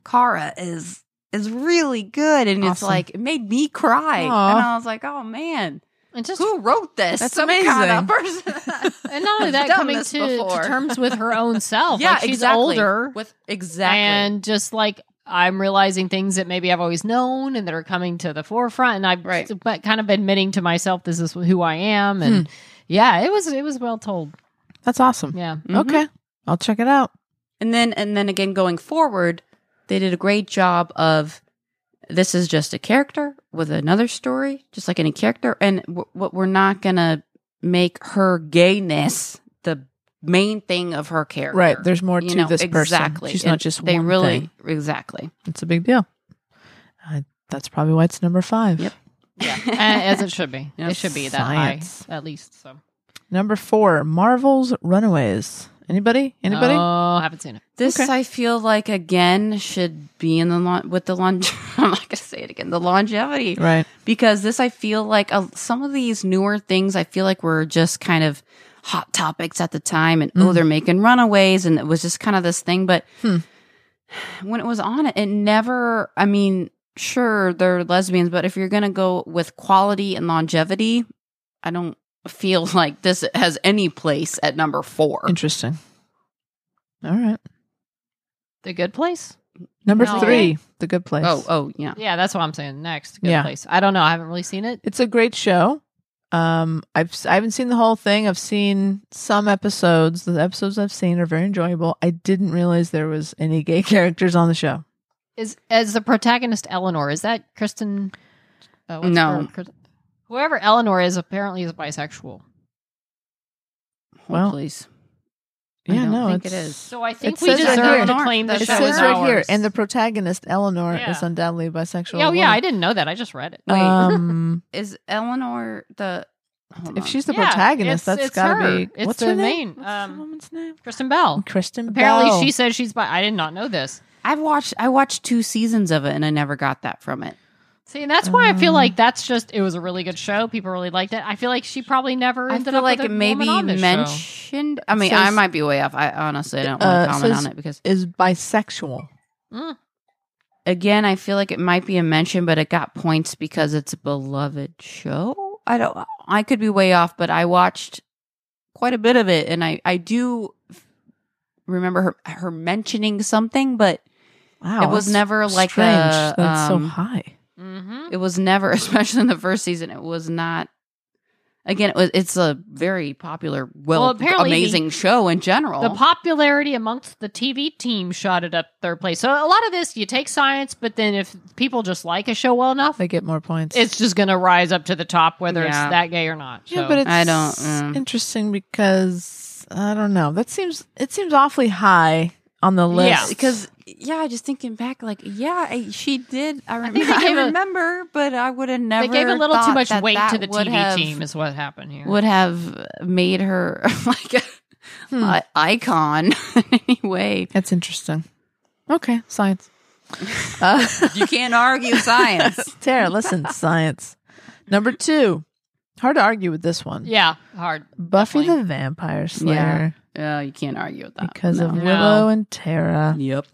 Speaker 1: Kara is is really good and it's
Speaker 2: Awesome.
Speaker 1: like it made me cry
Speaker 2: Aw.
Speaker 1: and I was like oh man
Speaker 3: And just
Speaker 1: who wrote this
Speaker 2: That's
Speaker 1: some kind
Speaker 2: amazing.
Speaker 1: of person
Speaker 3: *laughs* and not only
Speaker 1: I've
Speaker 3: that,
Speaker 1: done
Speaker 3: coming
Speaker 1: this
Speaker 3: to, to
Speaker 1: before.
Speaker 3: terms with her own self.
Speaker 1: *laughs* yeah
Speaker 3: like she's
Speaker 1: exactly
Speaker 3: older
Speaker 1: with exactly
Speaker 3: and just like I'm realizing things that maybe I've always known and that are coming to the forefront, and I'm
Speaker 1: Right.
Speaker 3: but kind of admitting to myself this is who I am, and
Speaker 1: Hmm.
Speaker 3: yeah, it was it was well told.
Speaker 2: Ah, That's awesome.
Speaker 3: Yeah,
Speaker 1: Mhm.
Speaker 2: Okay. I'll check it out.
Speaker 1: and then and then again going forward they did a great job of this is just a character with another story just like any character and w- what we're not gonna make her gayness the main thing of her character
Speaker 2: Right. There's more to
Speaker 1: you know,
Speaker 2: this person.
Speaker 1: exactly.
Speaker 2: She's not
Speaker 1: And
Speaker 2: just
Speaker 1: they
Speaker 2: one
Speaker 1: really
Speaker 2: thing.
Speaker 1: exactly.
Speaker 2: It's a big deal. I, that's probably why it's number five.
Speaker 1: Yep.
Speaker 3: *laughs* A- Eh, as it should be.
Speaker 1: Yeah.
Speaker 3: It should be that
Speaker 2: Science.
Speaker 3: high at least. So
Speaker 2: Number four, Marvel's Runaways. Anybody? Anybody?
Speaker 3: Oh, haven't seen it.
Speaker 1: This
Speaker 2: Okay.
Speaker 1: I feel like again should be in the lon- *laughs* with the long. I'm not gonna say it again. The longevity,
Speaker 2: right.
Speaker 1: because this I feel like uh some of these newer things I feel like were just kind of hot topics at the time, and
Speaker 2: Mm.
Speaker 1: oh, they're making runaways,
Speaker 2: Hmm.
Speaker 1: and it was just kind of this thing. But when it was on, it never. I mean, sure they're lesbians, but if you're going to go with quality and longevity, I don't feel *laughs* like this has any place at number four.
Speaker 2: Interesting. All right.
Speaker 3: The good place?
Speaker 2: Number
Speaker 1: No.
Speaker 2: three, The Good Place.
Speaker 1: Oh, oh, yeah.
Speaker 3: Yeah, that's what I'm saying. Next, good
Speaker 2: Yeah.
Speaker 3: place. I don't know. I haven't really seen it.
Speaker 2: It's a great show. Um, I've s- I haven't seen the whole thing. I've seen some episodes. The episodes I've seen are very enjoyable. I didn't realize there was any gay *laughs* characters on the show.
Speaker 3: Is as the protagonist Eleanor? Is that Kristen? Uh, what's
Speaker 1: No.
Speaker 2: Um,
Speaker 3: her- Kristen- whoever Eleanor is apparently is bisexual.
Speaker 1: Hold,
Speaker 2: Well,
Speaker 1: please. I
Speaker 2: Yeah,
Speaker 1: don't
Speaker 2: no,
Speaker 1: think it
Speaker 2: it's-
Speaker 1: is.
Speaker 3: So I think
Speaker 2: It
Speaker 3: we
Speaker 2: says right
Speaker 3: deserve
Speaker 2: here.
Speaker 3: to claim the
Speaker 1: It
Speaker 2: It
Speaker 3: show.
Speaker 2: says
Speaker 3: is
Speaker 2: right
Speaker 3: ours.
Speaker 2: here, and the protagonist Eleanor
Speaker 3: Yeah.
Speaker 2: is undoubtedly bisexual.
Speaker 3: Oh yeah, I
Speaker 2: woman.
Speaker 3: didn't know that. I just read it.
Speaker 1: Wait.
Speaker 2: *laughs* Um,
Speaker 1: Is Eleanor the. hold
Speaker 2: if
Speaker 1: on.
Speaker 2: she's the
Speaker 3: Yeah, it's-
Speaker 2: protagonist, that's
Speaker 3: it's
Speaker 2: gotta
Speaker 3: her.
Speaker 2: be.
Speaker 3: It's
Speaker 2: what's
Speaker 3: the
Speaker 2: her name?
Speaker 3: main,
Speaker 2: What's
Speaker 3: um,
Speaker 2: the woman's name?
Speaker 3: Kristen Bell.
Speaker 2: Kristen.
Speaker 3: Apparently,
Speaker 2: Bell.
Speaker 3: she says she's bi. I did not know this.
Speaker 1: I've watched I watched two seasons of it and I never got that from it.
Speaker 3: See, and that's why I feel
Speaker 2: Um,
Speaker 3: like that's just it was a really good show. People really liked it. I feel like she probably never
Speaker 1: I
Speaker 3: ended
Speaker 1: feel
Speaker 3: up
Speaker 1: like
Speaker 3: with
Speaker 1: it
Speaker 3: a
Speaker 1: maybe
Speaker 3: woman on this show.
Speaker 1: mentioned. I mean,
Speaker 2: Says-
Speaker 1: I might be way off. I honestly don't want
Speaker 2: Uh,
Speaker 1: to comment
Speaker 2: says-
Speaker 1: on it because
Speaker 2: is bisexual.
Speaker 3: Mm.
Speaker 1: again, I feel like it might be a mention, but it got points because it's a beloved show. I don't. I could be way off, but I watched quite a bit of it, and I I do f- remember her her mentioning something, but
Speaker 2: Wow,
Speaker 1: it was
Speaker 2: that's
Speaker 1: never like
Speaker 2: strange.
Speaker 1: a.
Speaker 2: that's so
Speaker 1: um,
Speaker 2: high.
Speaker 3: Mm-hmm.
Speaker 1: it was never, *laughs* especially in the first season, it was not. Again, it was, it's a very popular, well,
Speaker 3: Well, apparently the-
Speaker 1: amazing show in general.
Speaker 3: The popularity amongst the TV team shot it up third place. So a lot of this, you take science, but then if people just like a show well enough,
Speaker 2: They get more points.
Speaker 3: it's just going to rise up to the top, whether
Speaker 1: Yeah.
Speaker 3: it's that gay or not.
Speaker 2: Yeah,
Speaker 3: So-
Speaker 2: but it's
Speaker 1: I don't, mm.
Speaker 2: interesting because I don't know. That seems it seems awfully high on the list.
Speaker 3: Yeah.
Speaker 1: because yeah, just thinking back, like yeah, I, she did. I,
Speaker 3: think
Speaker 1: remember.
Speaker 3: they gave
Speaker 1: I
Speaker 3: a-
Speaker 1: remember, but I would have never.
Speaker 3: they gave a little too
Speaker 1: thought
Speaker 3: much
Speaker 1: that
Speaker 3: weight
Speaker 1: that
Speaker 3: to the
Speaker 1: would
Speaker 3: TV
Speaker 1: have-
Speaker 3: team, is what happened here.
Speaker 1: Would have made her *laughs* like a,
Speaker 2: Hmm.
Speaker 1: a icon *laughs* anyway.
Speaker 2: that's interesting. Okay, science. Uh,
Speaker 1: You can't argue *laughs* science.
Speaker 2: Tara, *laughs* listen, science. Number two, hard to argue with this one.
Speaker 3: yeah, hard.
Speaker 2: Buffy
Speaker 3: definitely.
Speaker 2: the Vampire Slayer
Speaker 1: Uh, you can't argue with that
Speaker 2: because of
Speaker 1: no.
Speaker 3: No.
Speaker 2: Willow and Tara.
Speaker 1: Yep.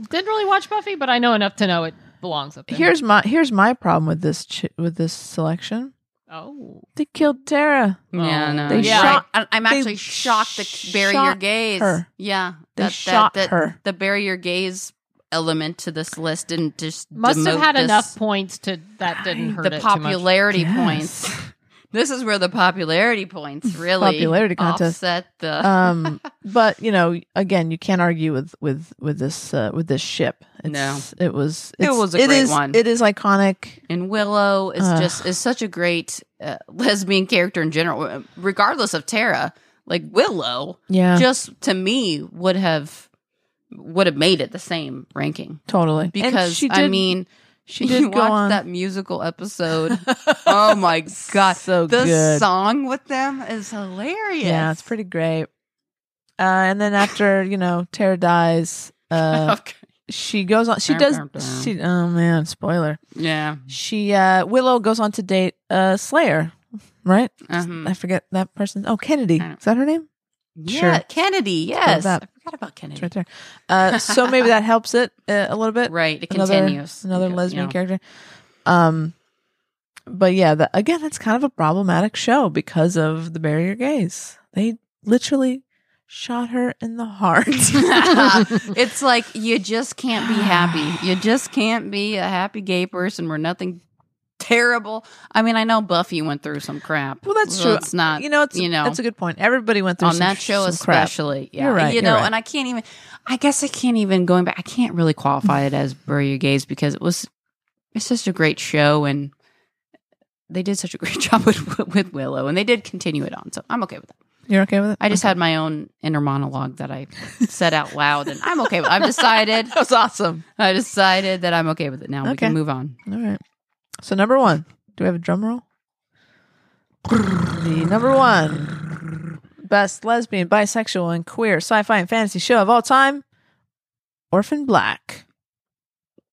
Speaker 3: Didn't really watch Buffy, but I know enough to know it belongs up there.
Speaker 2: Here's my here's my problem with this ch- with this selection.
Speaker 3: oh,
Speaker 2: They killed Tara.
Speaker 1: Yeah, no.
Speaker 2: They
Speaker 1: yeah.
Speaker 2: shot-
Speaker 1: I, Oh. I'm
Speaker 2: they
Speaker 1: actually shocked that bury your
Speaker 2: shot
Speaker 1: gaze.
Speaker 2: her.
Speaker 1: Yeah,
Speaker 2: They
Speaker 1: that,
Speaker 2: shot
Speaker 1: that, that,
Speaker 2: her.
Speaker 1: The bury your gaze element to this list didn't just
Speaker 3: must have
Speaker 1: demote
Speaker 3: had
Speaker 1: this-
Speaker 3: enough points to that didn't hurt
Speaker 1: the
Speaker 3: it too much.
Speaker 1: popularity
Speaker 2: Yes.
Speaker 1: points. *laughs* This is where the popularity
Speaker 2: *laughs*
Speaker 1: points really
Speaker 2: Popularity contest.
Speaker 1: offset the.
Speaker 2: *laughs* um but you know again you can't argue with with with this uh, with this ship it's, it was
Speaker 1: It
Speaker 2: it's,
Speaker 1: was a great
Speaker 2: is-
Speaker 1: one.
Speaker 2: it is iconic
Speaker 1: and Willow is
Speaker 2: Ugh.
Speaker 1: just is such a great uh, lesbian character in general, uh, regardless of Tara. Like Willow,
Speaker 2: yeah
Speaker 1: just to me would have would have made it the same ranking
Speaker 2: totally
Speaker 1: because
Speaker 2: and she did,
Speaker 1: I mean
Speaker 2: she
Speaker 1: *laughs*
Speaker 2: did
Speaker 1: you
Speaker 2: go
Speaker 1: watched
Speaker 2: on
Speaker 1: that musical episode. oh my god,
Speaker 2: *laughs* so
Speaker 1: the
Speaker 2: good
Speaker 1: song with them is hilarious.
Speaker 2: yeah
Speaker 1: *laughs*
Speaker 2: it's pretty great uh and then after you know tara dies
Speaker 1: *laughs*
Speaker 2: uh
Speaker 1: Okay.
Speaker 2: she goes on she does she oh man spoiler
Speaker 1: yeah.
Speaker 2: she uh willow goes on to date uh slayer right
Speaker 1: Mhm.
Speaker 2: i forget that person oh kennedy
Speaker 1: I don't-
Speaker 2: is that her name Sure.
Speaker 1: Yeah, Kennedy. Yes, I
Speaker 2: that.
Speaker 1: forgot about
Speaker 2: it's
Speaker 1: Kennedy.
Speaker 2: right there
Speaker 1: *laughs*
Speaker 2: uh so maybe that helps it uh, a little bit
Speaker 1: Right, it
Speaker 2: Another-
Speaker 1: continues.
Speaker 2: another
Speaker 1: It go-
Speaker 2: lesbian
Speaker 1: yeah.
Speaker 2: character. Um, but yeah, the, again, that's kind of a problematic show because of the barrier gaze. They literally shot her in the heart.
Speaker 1: *laughs* it's like you just can't be
Speaker 2: *sighs*
Speaker 1: happy. You just can't be a happy gay person. We're nothing terrible. I mean, I know Buffy went through some crap.
Speaker 2: well, that's
Speaker 1: so
Speaker 2: true.
Speaker 1: It's not
Speaker 2: you know, it's,
Speaker 1: you know.
Speaker 2: that's a good point. Everybody went through
Speaker 1: on
Speaker 2: some-
Speaker 1: that show
Speaker 2: some crap.
Speaker 1: especially. Yeah,
Speaker 2: You're right,
Speaker 1: You
Speaker 2: you're
Speaker 1: know,
Speaker 2: right.
Speaker 1: and I can't even. I guess I can't even going back. I can't really qualify it as bury your gaze because it was. It's such a great show, and they did such a great *laughs* job with with Willow, and they did continue it on. So I'm okay with that.
Speaker 2: You're okay with it?
Speaker 1: I just had my own inner monologue that I said out loud, and I'm okay. with I've decided.
Speaker 2: *laughs* that was awesome.
Speaker 1: I decided that I'm okay with it now. We
Speaker 2: Okay.
Speaker 1: can move on.
Speaker 2: All right. So number one, do we have a drum roll? The number one best lesbian, bisexual, and queer sci-fi and fantasy show of all time, Orphan Black.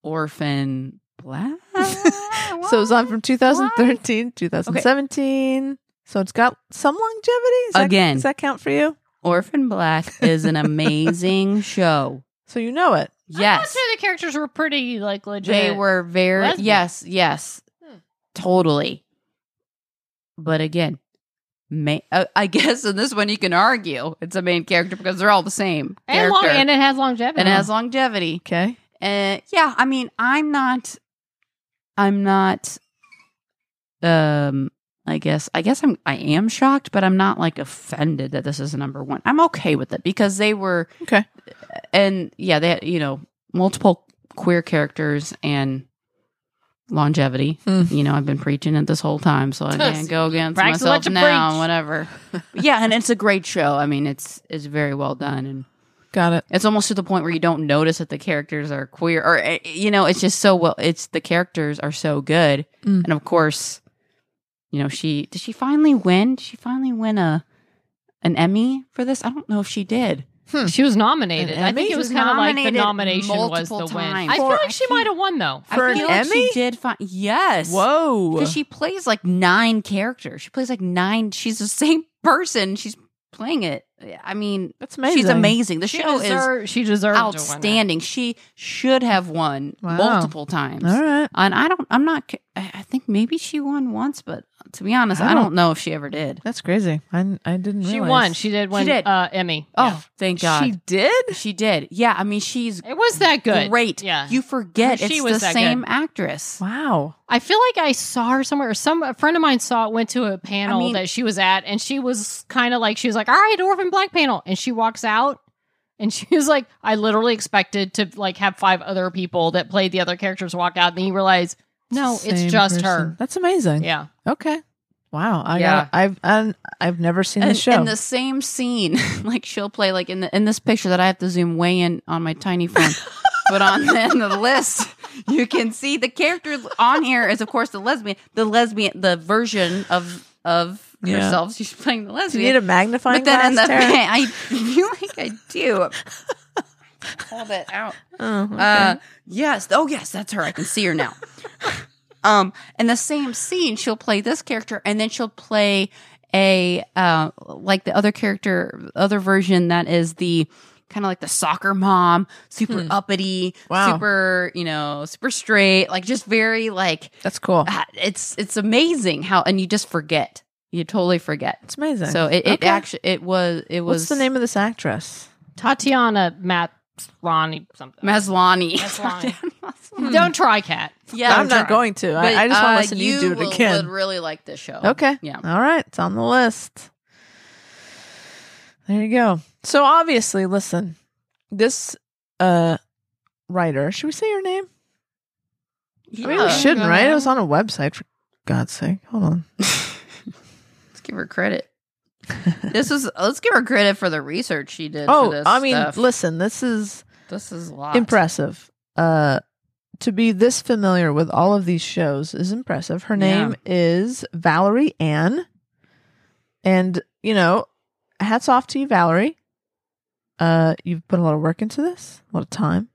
Speaker 1: Orphan Black.
Speaker 2: So it was on from 2013, 2017. So it's got some longevity. Is that-
Speaker 1: Again.
Speaker 2: does that count for you?
Speaker 1: Orphan Black is an amazing show.
Speaker 2: So you know it.
Speaker 3: I'm not
Speaker 1: Yes.
Speaker 3: sure the characters were pretty like legit.
Speaker 1: They were very
Speaker 3: Lesbian.
Speaker 1: yes, yes,
Speaker 3: Hmm.
Speaker 1: totally. But again, ma uh, I *laughs* guess in this one you can argue it's a main character because they're all the same
Speaker 3: and long,
Speaker 1: character
Speaker 3: and it has longevity.
Speaker 1: and it has longevity.
Speaker 2: Okay.
Speaker 1: Uh, yeah, I mean, I'm not, I'm not, um, I guess, I guess I'm, I am shocked, but I'm not like offended that this is a number one. I'm okay with it because they were
Speaker 2: Okay.
Speaker 1: and yeah, they had, you know multiple queer characters and longevity.
Speaker 2: Hmm.
Speaker 1: You know, I've been preaching it this whole time, so *laughs* I can't go against
Speaker 3: Braxton,
Speaker 1: myself
Speaker 3: let you
Speaker 1: now.
Speaker 3: preach.
Speaker 1: Whatever. *laughs* yeah, and it's a great show. I mean, it's it's very well done, and
Speaker 2: Got it.
Speaker 1: it's almost to the point where you don't notice that the characters are queer, or eh, you know, it's just so well. It's the characters are so good,
Speaker 2: Mm.
Speaker 1: and of course, you know, she did she finally win? Did she finally win a an Emmy for this? I don't know if she did.
Speaker 3: she was nominated.
Speaker 2: An
Speaker 3: I think
Speaker 2: Emmy?
Speaker 3: it was
Speaker 1: She was
Speaker 3: kind of like the
Speaker 1: nominated
Speaker 3: nomination was the
Speaker 1: multiple
Speaker 3: win.
Speaker 1: times.
Speaker 3: I feel
Speaker 1: For-
Speaker 3: like she
Speaker 1: I
Speaker 3: might have won though.
Speaker 2: For
Speaker 1: I
Speaker 2: an
Speaker 1: feel like
Speaker 2: Emmy?
Speaker 1: she did find yes.
Speaker 2: Whoa.
Speaker 1: Because she plays like nine characters. She plays like nine. She's the *laughs* same person. She's playing it. I mean,
Speaker 2: That's amazing.
Speaker 1: she's amazing. The
Speaker 3: She
Speaker 1: show is
Speaker 3: deserved. She deserved to win it.
Speaker 1: outstanding. She should have won
Speaker 2: Wow.
Speaker 1: multiple times.
Speaker 2: All right.
Speaker 1: And I don't. I'm not. c- I I think maybe she won once, but to be honest,
Speaker 3: Oh.
Speaker 2: I
Speaker 1: I don't,
Speaker 2: don't-
Speaker 1: know if she ever did.
Speaker 2: That's crazy. I, I didn't
Speaker 3: She
Speaker 2: realize.
Speaker 3: won. She did win
Speaker 1: did.
Speaker 3: Uh, Emmy. Yeah.
Speaker 1: Oh, thank God.
Speaker 2: She did?
Speaker 1: She did. Yeah. I mean, she's
Speaker 3: it was that good.
Speaker 1: great.
Speaker 3: Yeah.
Speaker 1: You forget
Speaker 3: She
Speaker 1: it's
Speaker 3: was
Speaker 1: the
Speaker 3: that
Speaker 1: same
Speaker 3: good.
Speaker 1: actress.
Speaker 2: Wow.
Speaker 3: I feel like I saw her somewhere. Or some a friend of mine saw went to a panel
Speaker 1: I mean-
Speaker 3: that she was at, and she was kind of like she was like, "All right, orphan black panel," and she walks out, and *laughs* she was like, "I literally expected to like have five other people that played the other characters walk out, and then you realize, no,
Speaker 2: Same
Speaker 3: it's just
Speaker 2: person. That's amazing.
Speaker 3: her." Yeah,
Speaker 2: Okay. Wow. I
Speaker 3: Yeah.
Speaker 2: got I've i I've never seen
Speaker 1: and,
Speaker 2: this show.
Speaker 1: and the same scene, *laughs* like she'll play like in the in this picture that I have to zoom way in on my
Speaker 3: *laughs*
Speaker 1: tiny phone, but on the, in the list you can see the character on here is of course the lesbian, the lesbian, the version of of
Speaker 2: Yeah.
Speaker 1: herself. She's playing the
Speaker 2: Do you need
Speaker 1: lesbian.
Speaker 2: a magnifying
Speaker 1: but then in the
Speaker 2: glass? Tara?
Speaker 1: *laughs* I feel like I do. Call that out.
Speaker 2: Oh, okay.
Speaker 1: Uh, yes. Oh, yes. That's her. I can see her
Speaker 2: *laughs*
Speaker 1: now. um, in the same scene, she'll play this character, and then she'll play a uh, like the other character, other version that is the kind of like the soccer mom, super uppity,
Speaker 2: Hmm. Wow.
Speaker 1: super you know, super straight, like just very like
Speaker 2: That's
Speaker 1: *laughs*
Speaker 2: cool.
Speaker 1: ah, it's it's amazing how, and you just forget, you totally forget.
Speaker 2: It's amazing.
Speaker 1: So it, it
Speaker 2: Okay.
Speaker 1: actually it was it was
Speaker 2: What's the name of this actress?
Speaker 3: Tatiana Matt Lonnie
Speaker 1: *laughs*
Speaker 3: something.
Speaker 2: *laughs*
Speaker 1: Maslani.
Speaker 3: Maslany. Don't try, cat.
Speaker 1: yeah,
Speaker 2: Hmm. I'm not going to. I, I just want to listen to you do it
Speaker 1: will- would
Speaker 2: again.
Speaker 1: really like this show.
Speaker 2: Okay. *laughs*
Speaker 1: Yeah.
Speaker 2: All right. It's on the list. There you go. So obviously, listen, this uh writer, should we say your name? I mean, we
Speaker 1: Yeah.
Speaker 2: shouldn't, right? It was on a website for God's sake. Hold on.
Speaker 1: Let's give her
Speaker 2: *laughs*
Speaker 1: credit. this is let's give her credit for the research she did. for
Speaker 2: Oh,
Speaker 1: this
Speaker 2: I mean,
Speaker 1: stuff.
Speaker 2: listen, this is
Speaker 1: this is a lot.
Speaker 2: impressive. Uh to be this familiar with all of these shows is impressive. Her name is Valerie Ann. And, you know, hats off to you, Valerie. Uh you've put a lot of work into this, a lot of time.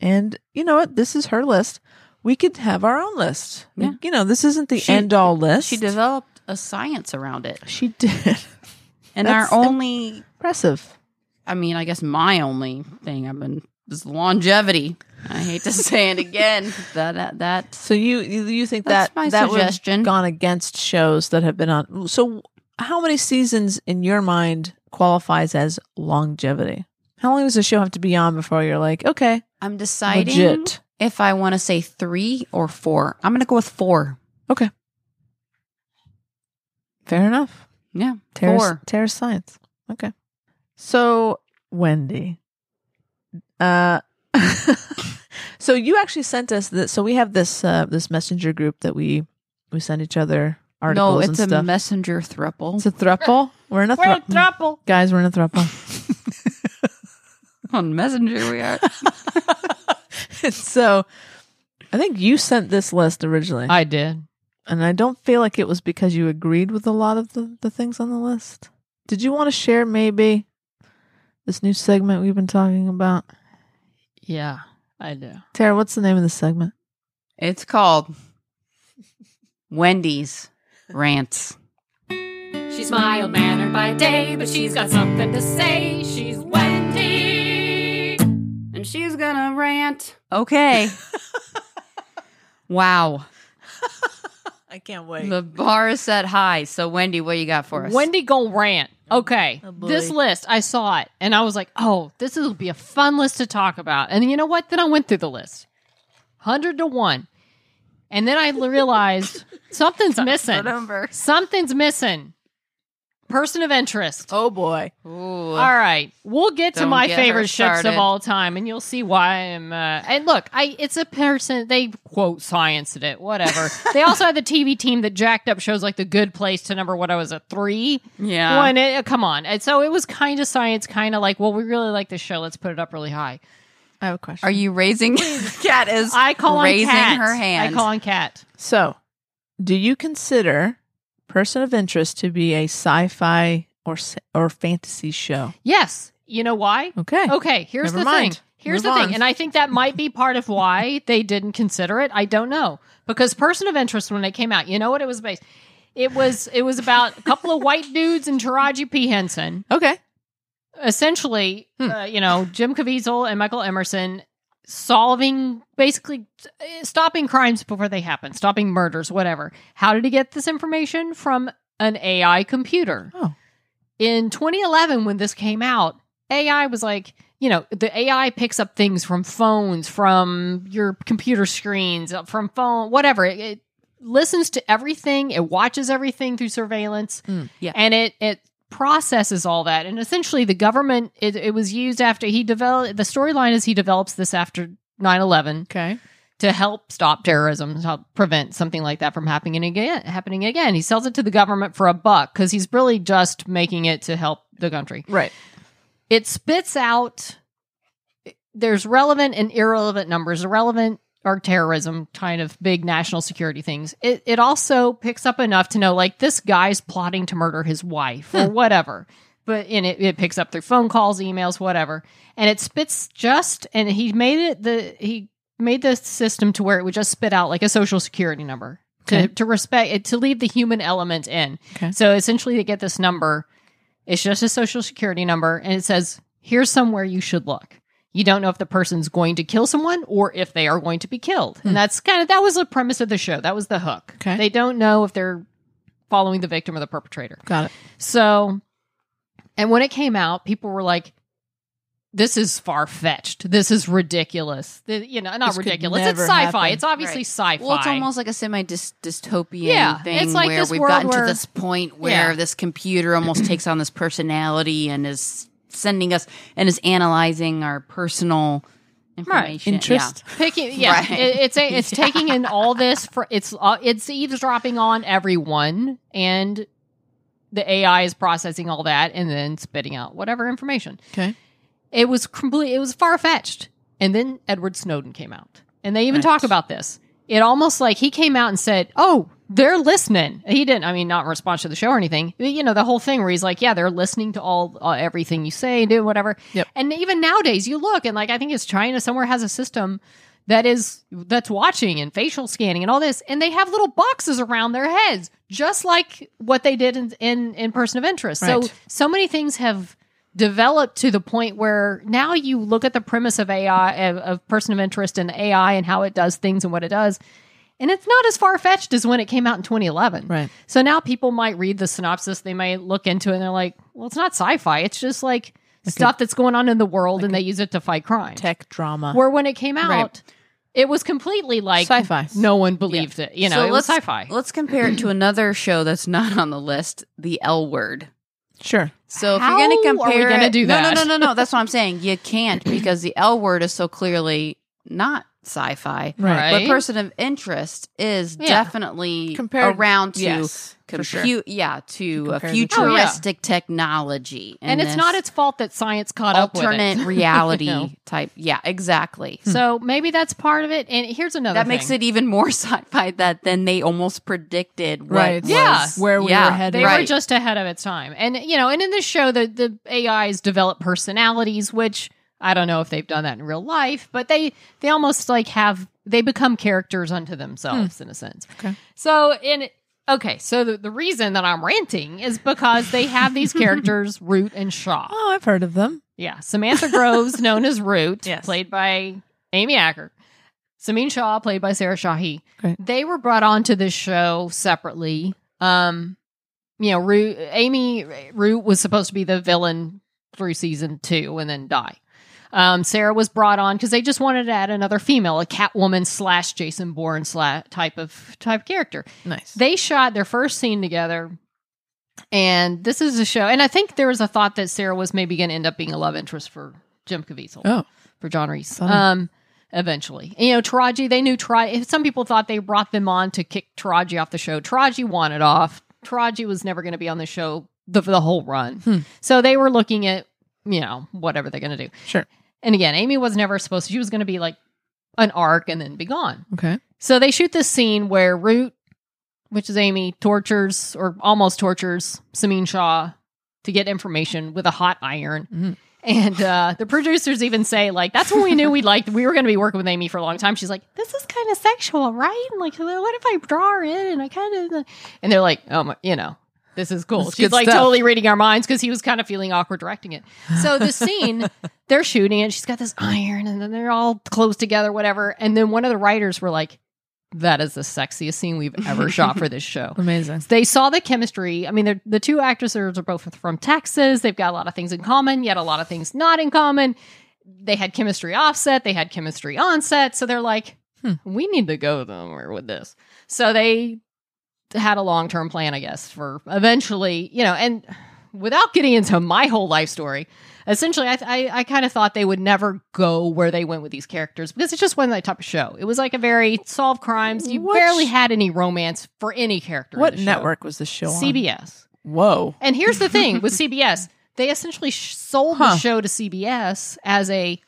Speaker 2: And you know what? This is her list. We could have our own list.
Speaker 1: Yeah.
Speaker 2: You know, this isn't the
Speaker 1: She-
Speaker 2: end all list.
Speaker 1: She developed a science around it,
Speaker 2: She did. *laughs*
Speaker 1: and
Speaker 2: That's
Speaker 1: our
Speaker 2: im-
Speaker 1: only,
Speaker 2: Impressive.
Speaker 1: I mean, I guess my only thing I've been is longevity. I hate to *laughs* say it again. That that, that
Speaker 2: So you you, you think
Speaker 1: That's
Speaker 2: that
Speaker 1: my
Speaker 2: that would have
Speaker 1: suggestion.
Speaker 2: gone against shows that have been on? So how many seasons in your mind qualifies as longevity? How long does a show have to be on before you're like, okay,
Speaker 1: I'm deciding
Speaker 2: Legit.
Speaker 1: if I want to say three or four. I'm going to go with four.
Speaker 2: fair enough,
Speaker 1: Yeah,
Speaker 2: Terrace,
Speaker 1: four.
Speaker 2: Terrace Science. Okay, so Wendy, uh, *laughs* so you actually sent us this. So we have this uh, this messenger group that we we send each other articles
Speaker 1: No, it's a
Speaker 2: and stuff.
Speaker 1: messenger thruple.
Speaker 2: it's a thruple. We're in a
Speaker 3: We're in
Speaker 2: thruple.
Speaker 3: trouble.
Speaker 2: Guys, we're in a *laughs* thruple.
Speaker 1: on messenger we are.
Speaker 2: And so I think you sent this list originally.
Speaker 3: I did.
Speaker 2: and I don't feel like it was because you agreed with a lot of the, the things on the list. Did you want to share maybe this new segment we've been talking about?
Speaker 3: Yeah, I do.
Speaker 2: Tara, what's the name of the segment?
Speaker 1: *laughs* It's called Wendy's Rants.
Speaker 4: She's mild mannered by day, but she's got something to say. She's Wendy. And she's gonna rant.
Speaker 1: Okay. wow.
Speaker 2: I can't wait.
Speaker 1: The bar is set high. So, Wendy, what you got for us?
Speaker 3: Wendy go rant. Okay,
Speaker 2: boy.
Speaker 3: this list I saw it and I was like, oh, this will be a fun list to talk about. And you know what? Then I went through the list, hundred to one, and then I realized something's missing.
Speaker 1: number.
Speaker 3: Something's missing. Person of interest.
Speaker 2: oh boy.
Speaker 1: Ooh.
Speaker 3: All right, we'll get to
Speaker 1: Don't
Speaker 3: my
Speaker 1: get her
Speaker 3: favorite ships of
Speaker 1: started.
Speaker 3: all time, and you'll see why I'm. Uh, and look, I it's a person they quote science it,
Speaker 1: *laughs*
Speaker 3: whatever. they also had the TV team that jacked up shows like The Good Place to number what I was a three.
Speaker 1: Yeah.
Speaker 3: one. It, uh, come on, and so it was kind of science, kind of like, well, we really like this show, let's put it up really high.
Speaker 2: I have a question.
Speaker 1: Are you raising? Cat is
Speaker 3: I call
Speaker 1: *laughs* raising
Speaker 3: on Kat.
Speaker 1: her hand.
Speaker 3: I call on Cat.
Speaker 2: so, do you consider Person of Interest to be a sci-fi or s- or fantasy show?
Speaker 3: Yes, you know why?
Speaker 2: Okay.
Speaker 3: Okay, here's
Speaker 2: Never
Speaker 3: the
Speaker 2: mind.
Speaker 3: thing. Here's
Speaker 2: Move
Speaker 3: the
Speaker 2: on.
Speaker 3: thing. And I think that might be part of why
Speaker 2: *laughs*
Speaker 3: they didn't consider it. I don't know. Because person of interest when it came out, you know what it was based? It was it was about a couple of white dudes and Taraji P. Henson.
Speaker 2: Okay.
Speaker 3: Essentially, uh, you know, Jim Caviezel and Michael Emerson solving basically uh, stopping crimes before they happen, stopping murders, whatever. How did he get this information from an AI computer?
Speaker 2: Oh.
Speaker 3: in 2011 when this came out ai was like you know the ai picks up things from phones from your computer screens uh, from phone whatever it, it listens to everything it watches everything through surveillance
Speaker 2: Mm,
Speaker 1: yeah.
Speaker 3: and it it processes all that and essentially the government it, it was used after he developed the storyline is he develops this after 9-11
Speaker 2: Okay.
Speaker 3: to help stop terrorism, to help prevent something like that from happening again. Happening again, he sells it to the government for a buck because he's really just making it to help the country.
Speaker 2: Right.
Speaker 3: It spits out there's relevant and irrelevant numbers. Irrelevant are terrorism kind of big national security things. It it also picks up enough to know like this guy's plotting to murder his wife or whatever. But and it, it picks up through phone calls, emails, whatever. And it spits just and he made it the he made the system to where it would just spit out like a social security number to,
Speaker 2: Okay.
Speaker 3: to respect to leave the human element in.
Speaker 2: Okay.
Speaker 3: So essentially they get this number. It's just a social security number and it says, here's somewhere you should look. You don't know if the person's going to kill someone or if they are going to be killed. And that's kind of that was the premise of the show. That was the hook.
Speaker 2: Hmm. Okay.
Speaker 3: They don't know if they're following the victim or the perpetrator.
Speaker 2: Got it.
Speaker 3: So, and when it came out, people were like, "This is far fetched. This is ridiculous. The- you know, not
Speaker 2: This could
Speaker 3: ridiculous. It's
Speaker 2: never
Speaker 3: sci-fi.
Speaker 2: happen.
Speaker 3: It's obviously sci-fi.
Speaker 1: Well, it's almost like a semi dystopian
Speaker 3: Yeah,
Speaker 1: thing
Speaker 3: it's like
Speaker 1: where
Speaker 3: this
Speaker 1: we've
Speaker 3: world
Speaker 1: gotten
Speaker 3: where-
Speaker 1: to this point where
Speaker 3: Yeah.
Speaker 1: this
Speaker 3: *clears throat*
Speaker 1: computer almost takes on this personality and is sending us and is analyzing our personal information.
Speaker 2: Interest.
Speaker 1: *laughs*
Speaker 3: picking. Yeah,
Speaker 1: Right.
Speaker 3: it- it's a, it's taking in all this. For, it's uh, it's eavesdropping on everyone, and the AI is processing all that and then spitting out whatever information.
Speaker 2: Okay.
Speaker 3: It was complete. It was far fetched. And then Edward Snowden came out, and they even
Speaker 2: Right.
Speaker 3: talk about this. It almost like he came out and said, "Oh, they're listening." He didn't. I mean, not in response to the show or anything. But, you know, the whole thing where he's like, "Yeah, they're listening to all uh, everything you say, do whatever."
Speaker 2: Yep.
Speaker 3: And even nowadays, you look and like I think it's China somewhere has a system that is that's watching and facial scanning and all this, and they have little boxes around their heads, just like what they did in in, in person of interest. So
Speaker 2: Right.
Speaker 3: so many things have developed to the point where now you look at the premise of AI, of, of person of interest and AI and how it does things and what it does. And it's not as far fetched as when it came out in 2011.
Speaker 2: Right.
Speaker 3: So now people might read the synopsis, they might look into it, and they're like, well, it's not sci fi. It's just like, stuff that's going on in the world and they use it to fight crime.
Speaker 2: Tech drama.
Speaker 3: Where when it came out, it was completely like
Speaker 2: Sci-fi.
Speaker 3: No one believed it. You know, it was
Speaker 1: let's,
Speaker 3: sci fi.
Speaker 1: Let's compare
Speaker 3: *clears throat*
Speaker 1: it to another show that's not on the list, the L word.
Speaker 2: Sure.
Speaker 1: So if
Speaker 3: How
Speaker 1: you're
Speaker 3: are
Speaker 1: going
Speaker 3: we
Speaker 1: to compare,
Speaker 3: gonna
Speaker 1: it-
Speaker 3: do that?
Speaker 1: No, no, no, no, no. That's what I'm saying.
Speaker 3: *clears throat*
Speaker 1: You can't because the L word is so clearly not sci-fi.
Speaker 3: Right.
Speaker 2: Right.
Speaker 1: But person of interest is
Speaker 3: Yeah.
Speaker 1: definitely
Speaker 2: Compared-
Speaker 1: around to
Speaker 2: yes, for
Speaker 1: compute,
Speaker 2: sure.
Speaker 1: yeah, to a
Speaker 2: Compare the two.
Speaker 3: Oh, yeah.
Speaker 1: futuristic technology,
Speaker 3: And it's
Speaker 1: this
Speaker 3: not its fault that science caught up with *laughs*
Speaker 1: alternate
Speaker 3: it.
Speaker 1: reality
Speaker 3: No.
Speaker 1: type. Yeah, exactly.
Speaker 3: So maybe that's part of it. And here's another
Speaker 1: Hmm. that makes
Speaker 3: thing.
Speaker 1: it even more *laughs* sci-fi that then they almost predicted. What
Speaker 2: Right.
Speaker 1: was-
Speaker 3: Yeah.
Speaker 2: Where we were headed.
Speaker 3: They were
Speaker 1: right.
Speaker 3: just ahead of its time. And you know, and in this show the the AIs develop personalities, which I don't know if they've done that in real life, but they they almost like have they become characters unto themselves
Speaker 1: Hmm.
Speaker 3: in a sense.
Speaker 2: Okay.
Speaker 3: So in okay, so the, the
Speaker 1: *laughs*
Speaker 3: reason that I'm ranting is because they have these characters, Root and Shaw.
Speaker 2: Oh, I've heard of them.
Speaker 3: Yeah. Samantha Groves, known as Root,
Speaker 2: *laughs* Yes.
Speaker 3: played by Amy Acker. Samin Shaw, played by Sarah Shahi.
Speaker 2: Great.
Speaker 3: They were brought onto this show separately. Um, you know, Root, Amy Root was supposed to be the villain through season two and then die. Um, Sarah was brought on because they just wanted to add another female, a Catwoman slash Jason Bourne slash type of type character
Speaker 2: Nice.
Speaker 3: they shot their first scene together and this is a show and i think there was a thought that sarah was maybe going to end up being a love interest for jim caviezel
Speaker 2: oh,
Speaker 3: for john reese
Speaker 2: Funny.
Speaker 3: um eventually you know taraji they knew taraji some people thought they brought them on to kick taraji off the show taraji wanted off taraji was never going to be on the show the, the whole run
Speaker 2: Hmm.
Speaker 3: so they were looking at you know whatever they're going to do
Speaker 2: sure.
Speaker 3: and again amy was never supposed to she was going to be like an arc and then be gone
Speaker 2: Okay.
Speaker 3: so they shoot this scene where Root, which is Amy, tortures or almost tortures Samin Shaw to get information with a hot iron.
Speaker 2: Mhm.
Speaker 3: And uh, the producers even say, like, that's when we knew we liked, we were going to be working with Amy for a long time. She's like, this is kind of sexual, right? And like, what if I draw her in and I kind of, and they're like, oh my, you know, this is cool.
Speaker 2: That's
Speaker 3: She's
Speaker 2: good
Speaker 3: like
Speaker 2: stuff.
Speaker 3: totally reading our minds because he was kind of feeling awkward directing it. So the scene, they're shooting it. She's got this iron and then they're all close together, whatever. And then one of the writers were like, that is the sexiest scene we've ever shot for this show.
Speaker 2: Amazing.
Speaker 3: They saw the chemistry. I mean, they're- the two actresses are both from Texas. They've got a lot of things in common, yet a lot of things not in common. They had chemistry offset, they had chemistry onset. So they're like,
Speaker 2: Hmm.
Speaker 3: we need to go somewhere with this. So they had a long term plan, I guess, for eventually, you know, and without getting into my whole life story, essentially, I, I, I kind of thought they would never go where they went with these characters because it just wasn't that type of show. It was like a very solve crimes. You
Speaker 2: What
Speaker 3: barely
Speaker 2: sh-
Speaker 3: had any romance for any character. in
Speaker 2: What
Speaker 3: the show.
Speaker 2: network was this show on?
Speaker 3: CBS.
Speaker 2: Whoa.
Speaker 3: And here's the thing
Speaker 2: *laughs*
Speaker 3: with CBS, they essentially sh- sold
Speaker 2: Huh.
Speaker 3: the show to CBS as a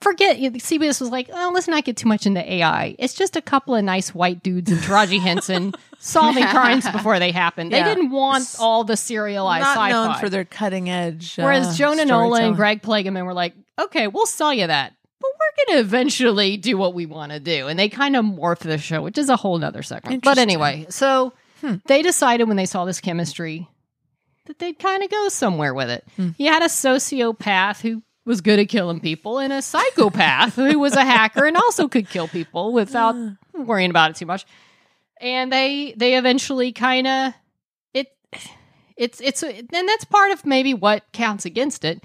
Speaker 3: forget you know, CBS was like, oh, let's not get too much into AI. It's just a couple of nice white dudes and Taraji
Speaker 2: *laughs*
Speaker 3: Henson solving crimes before they happen.
Speaker 2: Yeah.
Speaker 3: They didn't want all the serialized
Speaker 2: Not
Speaker 3: sci-fi.
Speaker 2: known for their cutting edge. uh,
Speaker 3: Whereas Jonah Nolan
Speaker 2: storytelling.
Speaker 3: and Greg Plagueman were like, okay, we'll sell you that, but we're going to eventually do what we want to do. And they kind of morph the show, which is a whole nother segment. But
Speaker 2: Interesting.
Speaker 3: anyway, so
Speaker 2: Hmm.
Speaker 3: they decided when they saw this chemistry that they'd kind of go somewhere with it.
Speaker 2: Hmm.
Speaker 3: You had a sociopath who was good at killing people and a psychopath who was a hacker and also could kill people without worrying about it too much. And they they eventually kind of it it's it's and that's part of maybe what counts against it.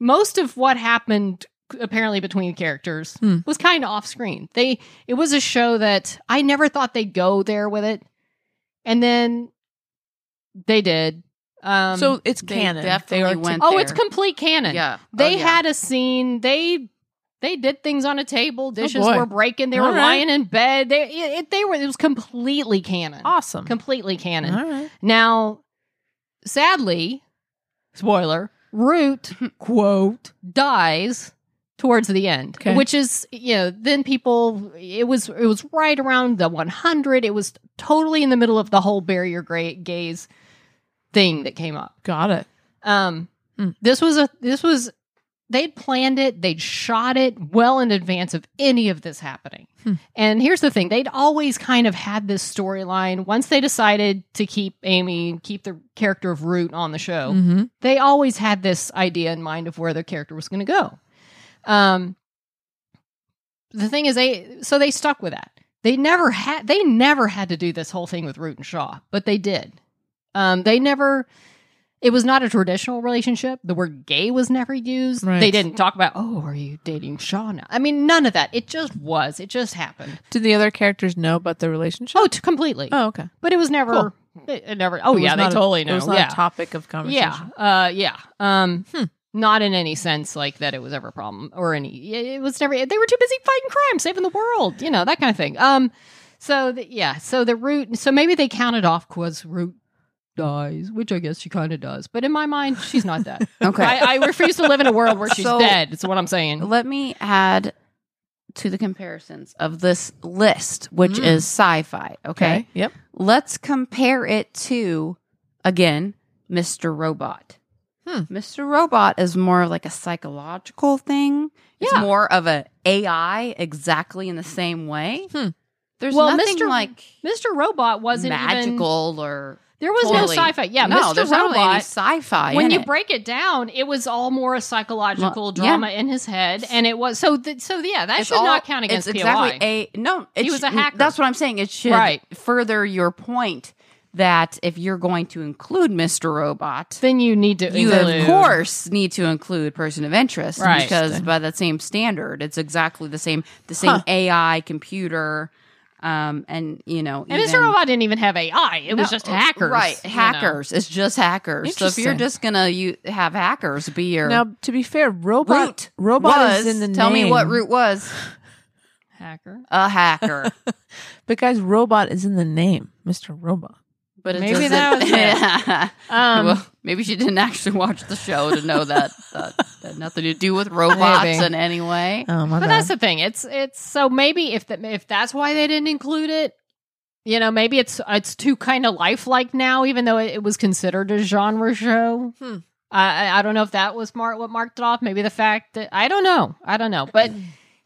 Speaker 3: Most of what happened apparently between the characters
Speaker 2: Hmm.
Speaker 3: was kind of off screen. They it was a show that I never thought they'd go there with it, and then they did. Um,
Speaker 2: so it's
Speaker 1: They
Speaker 2: canon.
Speaker 1: definitely
Speaker 2: are
Speaker 1: went
Speaker 3: oh, it's
Speaker 1: there.
Speaker 3: complete canon.
Speaker 1: Yeah.
Speaker 3: They
Speaker 1: Oh, yeah.
Speaker 3: had a scene. They they did things on a table. Dishes
Speaker 2: Oh, boy.
Speaker 3: were breaking. They
Speaker 2: All
Speaker 3: were
Speaker 2: right.
Speaker 3: lying in bed. They it, it- they were. It was completely canon.
Speaker 2: awesome.
Speaker 3: Completely canon.
Speaker 2: All right.
Speaker 3: Now, sadly, spoiler,
Speaker 2: *laughs*
Speaker 3: Root, quote, dies towards the end,
Speaker 2: Okay.
Speaker 3: which is, you know, then people, it was, it was right around the 100. It was totally in the middle of the whole barrier gra- gaze thing that came up.
Speaker 2: Got it.
Speaker 3: Um,
Speaker 2: Hmm.
Speaker 3: this was a, this was, they'd planned it, they'd shot it well in advance of any of this happening.
Speaker 2: Hmm.
Speaker 3: And here's the thing they'd always kind of had this storyline. Once they decided to keep Amy, keep the character of Root on the show,
Speaker 2: Mm-hmm.
Speaker 3: they always had this idea in mind of where their character was going to go. Um, the thing is, they so they stuck with that. They never had they never had to do this whole thing with Root and Shaw, but they did. Um, they never. It was not a traditional relationship. The word "gay" was never used.
Speaker 2: Right.
Speaker 3: They didn't talk about, "Oh, are you dating Shaw now?" I mean, none of that. It just was. It just happened.
Speaker 2: Did the other characters know about the relationship?
Speaker 3: Oh, t- completely.
Speaker 2: Oh, okay.
Speaker 3: but it was never.
Speaker 2: Cool.
Speaker 3: It, it never. Oh,
Speaker 2: It was
Speaker 3: yeah, they
Speaker 2: not a-
Speaker 3: totally know.
Speaker 2: It was not
Speaker 3: yeah.
Speaker 2: a topic of conversation.
Speaker 3: Yeah, uh, yeah. Um,
Speaker 2: Hmm.
Speaker 3: not in any sense like that. It was ever a problem or any. It it was never. They were too busy fighting crime, saving the world, you know that kind of thing. Um, so the, yeah, so the root. So maybe they counted off because root dies, which I guess she kind of does. But in my mind, she's not that.
Speaker 1: *laughs* *laughs* Okay.
Speaker 3: I, I refuse to live in a world
Speaker 1: *laughs*
Speaker 3: where she's
Speaker 1: So-
Speaker 3: dead. It's what I'm
Speaker 1: *laughs*
Speaker 3: saying.
Speaker 1: Let me add to the comparisons of this list, which
Speaker 3: Hmm.
Speaker 2: Mm.
Speaker 1: is sci fi.
Speaker 2: Okay.
Speaker 1: okay.
Speaker 2: Yep.
Speaker 1: Let's compare it to, again, Mr. Robot.
Speaker 2: Hmm.
Speaker 1: Mr. Robot is more of like a psychological thing. It's
Speaker 3: Yeah.
Speaker 1: more of a AI exactly in the same way.
Speaker 2: Hmm.
Speaker 1: There's
Speaker 3: Well,
Speaker 1: nothing
Speaker 3: Mr.
Speaker 1: like
Speaker 3: Mr. Robot wasn't even-
Speaker 1: magical or
Speaker 3: There was
Speaker 1: Totally.
Speaker 3: no sci-fi. Yeah,
Speaker 1: no,
Speaker 3: Mr.
Speaker 1: there's not really any
Speaker 3: Robot.
Speaker 1: sci-fi.
Speaker 3: When
Speaker 1: uh, in
Speaker 3: you
Speaker 1: it.
Speaker 3: break it down, it was all more a psychological
Speaker 1: Well, yeah.
Speaker 3: drama in his head, and it was so. Th- so yeah, that
Speaker 1: It's
Speaker 3: should
Speaker 1: all-
Speaker 3: not count against POI.
Speaker 1: it's exactly a no. It
Speaker 3: He was a
Speaker 1: should-
Speaker 3: hacker.
Speaker 1: That's what I'm saying. It should
Speaker 3: Right.
Speaker 1: further your point that if you're going to include Mr. Robot,
Speaker 3: then you need to.
Speaker 1: you
Speaker 3: include-
Speaker 1: of course need to include person of interest
Speaker 3: Right.
Speaker 1: because by that same standard, it's exactly the same the same AI computer, um, and you know,
Speaker 3: And Mr.
Speaker 1: even-
Speaker 3: Robot didn't even have AI. It was
Speaker 1: No,
Speaker 3: just hackers.
Speaker 1: right?
Speaker 3: you know.
Speaker 1: Hackers. It's just hackers. So if you're
Speaker 2: Interesting.
Speaker 1: just gonna you have hackers be your
Speaker 2: Now, to be fair, robot
Speaker 1: root
Speaker 2: robot
Speaker 1: was,
Speaker 2: is in the
Speaker 1: tell
Speaker 2: name.
Speaker 1: me what root was
Speaker 3: Hacker. *laughs*
Speaker 1: a hacker.
Speaker 2: But guys, robot is in the name, Mr. Robot.
Speaker 1: But it
Speaker 3: Maybe
Speaker 1: doesn't-
Speaker 3: that was it.
Speaker 1: *laughs* Yeah.
Speaker 3: Um,
Speaker 1: well, maybe she didn't actually watch the show to know that that had nothing to do with
Speaker 3: *laughs*
Speaker 1: robots
Speaker 3: Maybe.
Speaker 1: in any way.
Speaker 2: Oh my
Speaker 3: but
Speaker 2: god!
Speaker 3: that's the thing. It's it's so maybe if the, if that's why they didn't include it, you know, maybe it's it's too kind of lifelike now, even though it, it was considered a genre show.
Speaker 2: Hmm.
Speaker 3: I I I don't know if that was Mark what marked it off. Maybe the fact that I don't know. I don't know.
Speaker 1: *clears throat*
Speaker 3: But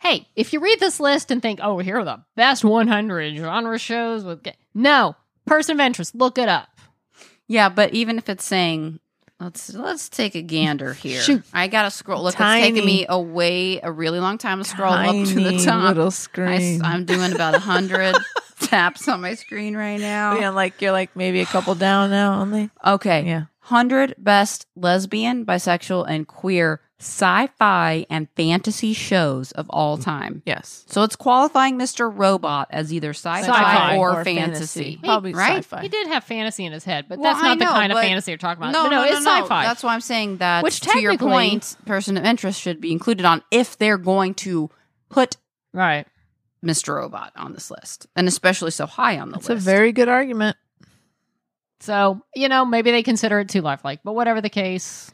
Speaker 3: hey, if you read this list and think, oh, here are the best 100 genre shows with ga-" no person of interest, look it up.
Speaker 1: Yeah, but even if it's saying let's let's take a
Speaker 2: *laughs*
Speaker 1: gander here.
Speaker 3: Shoot.
Speaker 1: I gotta scroll. Look,
Speaker 2: Tiny.
Speaker 1: it's taking me away a really long time to scroll up to the
Speaker 2: Tiny
Speaker 1: top.
Speaker 2: little
Speaker 1: I,
Speaker 2: screen.
Speaker 1: am doing about a
Speaker 2: *laughs*
Speaker 1: hundred taps on my screen right now.
Speaker 2: yeah, like you're like maybe a couple down now only.
Speaker 1: Okay.
Speaker 2: Yeah.
Speaker 1: 100 best lesbian, bisexual, and queer sci fi and fantasy shows of all time.
Speaker 2: Yes.
Speaker 1: So it's qualifying Mr. Robot as either sci-fi,
Speaker 3: Sci-fi
Speaker 1: or, fantasy.
Speaker 2: Probably
Speaker 1: right?
Speaker 2: sci-fi.
Speaker 3: He did have fantasy in his head, but
Speaker 1: Well,
Speaker 3: that's not
Speaker 1: I
Speaker 3: the
Speaker 1: know,
Speaker 3: kind of
Speaker 1: but-
Speaker 3: fantasy you're talking about.
Speaker 1: No, no, no,
Speaker 3: it's
Speaker 1: no.
Speaker 3: sci-fi.
Speaker 1: That's why I'm saying that.
Speaker 3: Which
Speaker 1: to your
Speaker 3: technically-
Speaker 1: point, person of interest should be included on if they're going to put
Speaker 3: right.
Speaker 1: Mr. Robot on this list, and especially so high on the
Speaker 2: That's a
Speaker 1: list.
Speaker 2: very good argument.
Speaker 3: So, you know, maybe they consider it too lifelike, but whatever the case,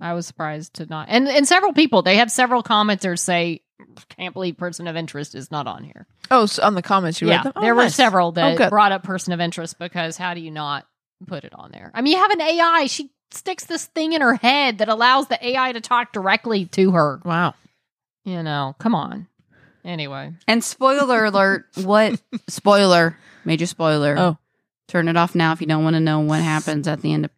Speaker 3: I was surprised to not. And and several people, they have several commenters say, can't believe person of interest is not on here.
Speaker 2: Oh, so on the comments you
Speaker 3: yeah,
Speaker 2: read them. Oh,
Speaker 3: there were
Speaker 2: nice.
Speaker 3: several that
Speaker 2: good.
Speaker 3: brought up person of interest because how do you not put it on there? I mean, you have an AI. She sticks this thing in her head that allows the AI to talk directly to her.
Speaker 2: Wow.
Speaker 3: You know, come on. Anyway,
Speaker 1: and spoiler alert!
Speaker 2: *laughs*
Speaker 1: What spoiler? Major spoiler.
Speaker 2: Oh.
Speaker 1: turn it off now if you don't want to know what happens at the end of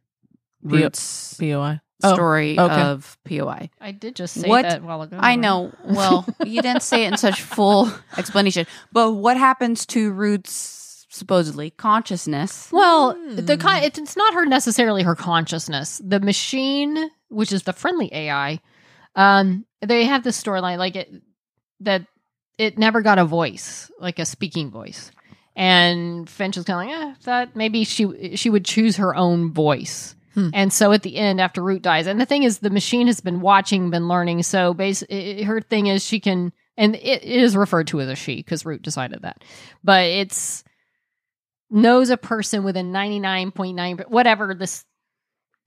Speaker 2: Yep.
Speaker 1: Root's
Speaker 2: Boi. Oh,
Speaker 1: story
Speaker 2: okay.
Speaker 1: of POI.
Speaker 3: I did just say
Speaker 1: What?
Speaker 3: that a while ago.
Speaker 1: I know. Well, you didn't say it in
Speaker 2: *laughs*
Speaker 1: such full explanation. But what happens to Root's supposedly consciousness?
Speaker 3: Well, the con- it's it's not her necessarily her consciousness. The machine, which is the friendly AI, um, they have this storyline like it that it never got a voice, like a speaking voice. And Finch is kind of like, eh, that maybe she she would choose her own voice.
Speaker 2: Hmm.
Speaker 3: And so at the end, after Root dies, and the thing is, the machine has been watching, been learning. So basically, her thing is she can, and it, it is referred to as a she because Root decided that. But it's knows a person with a 99.9 whatever this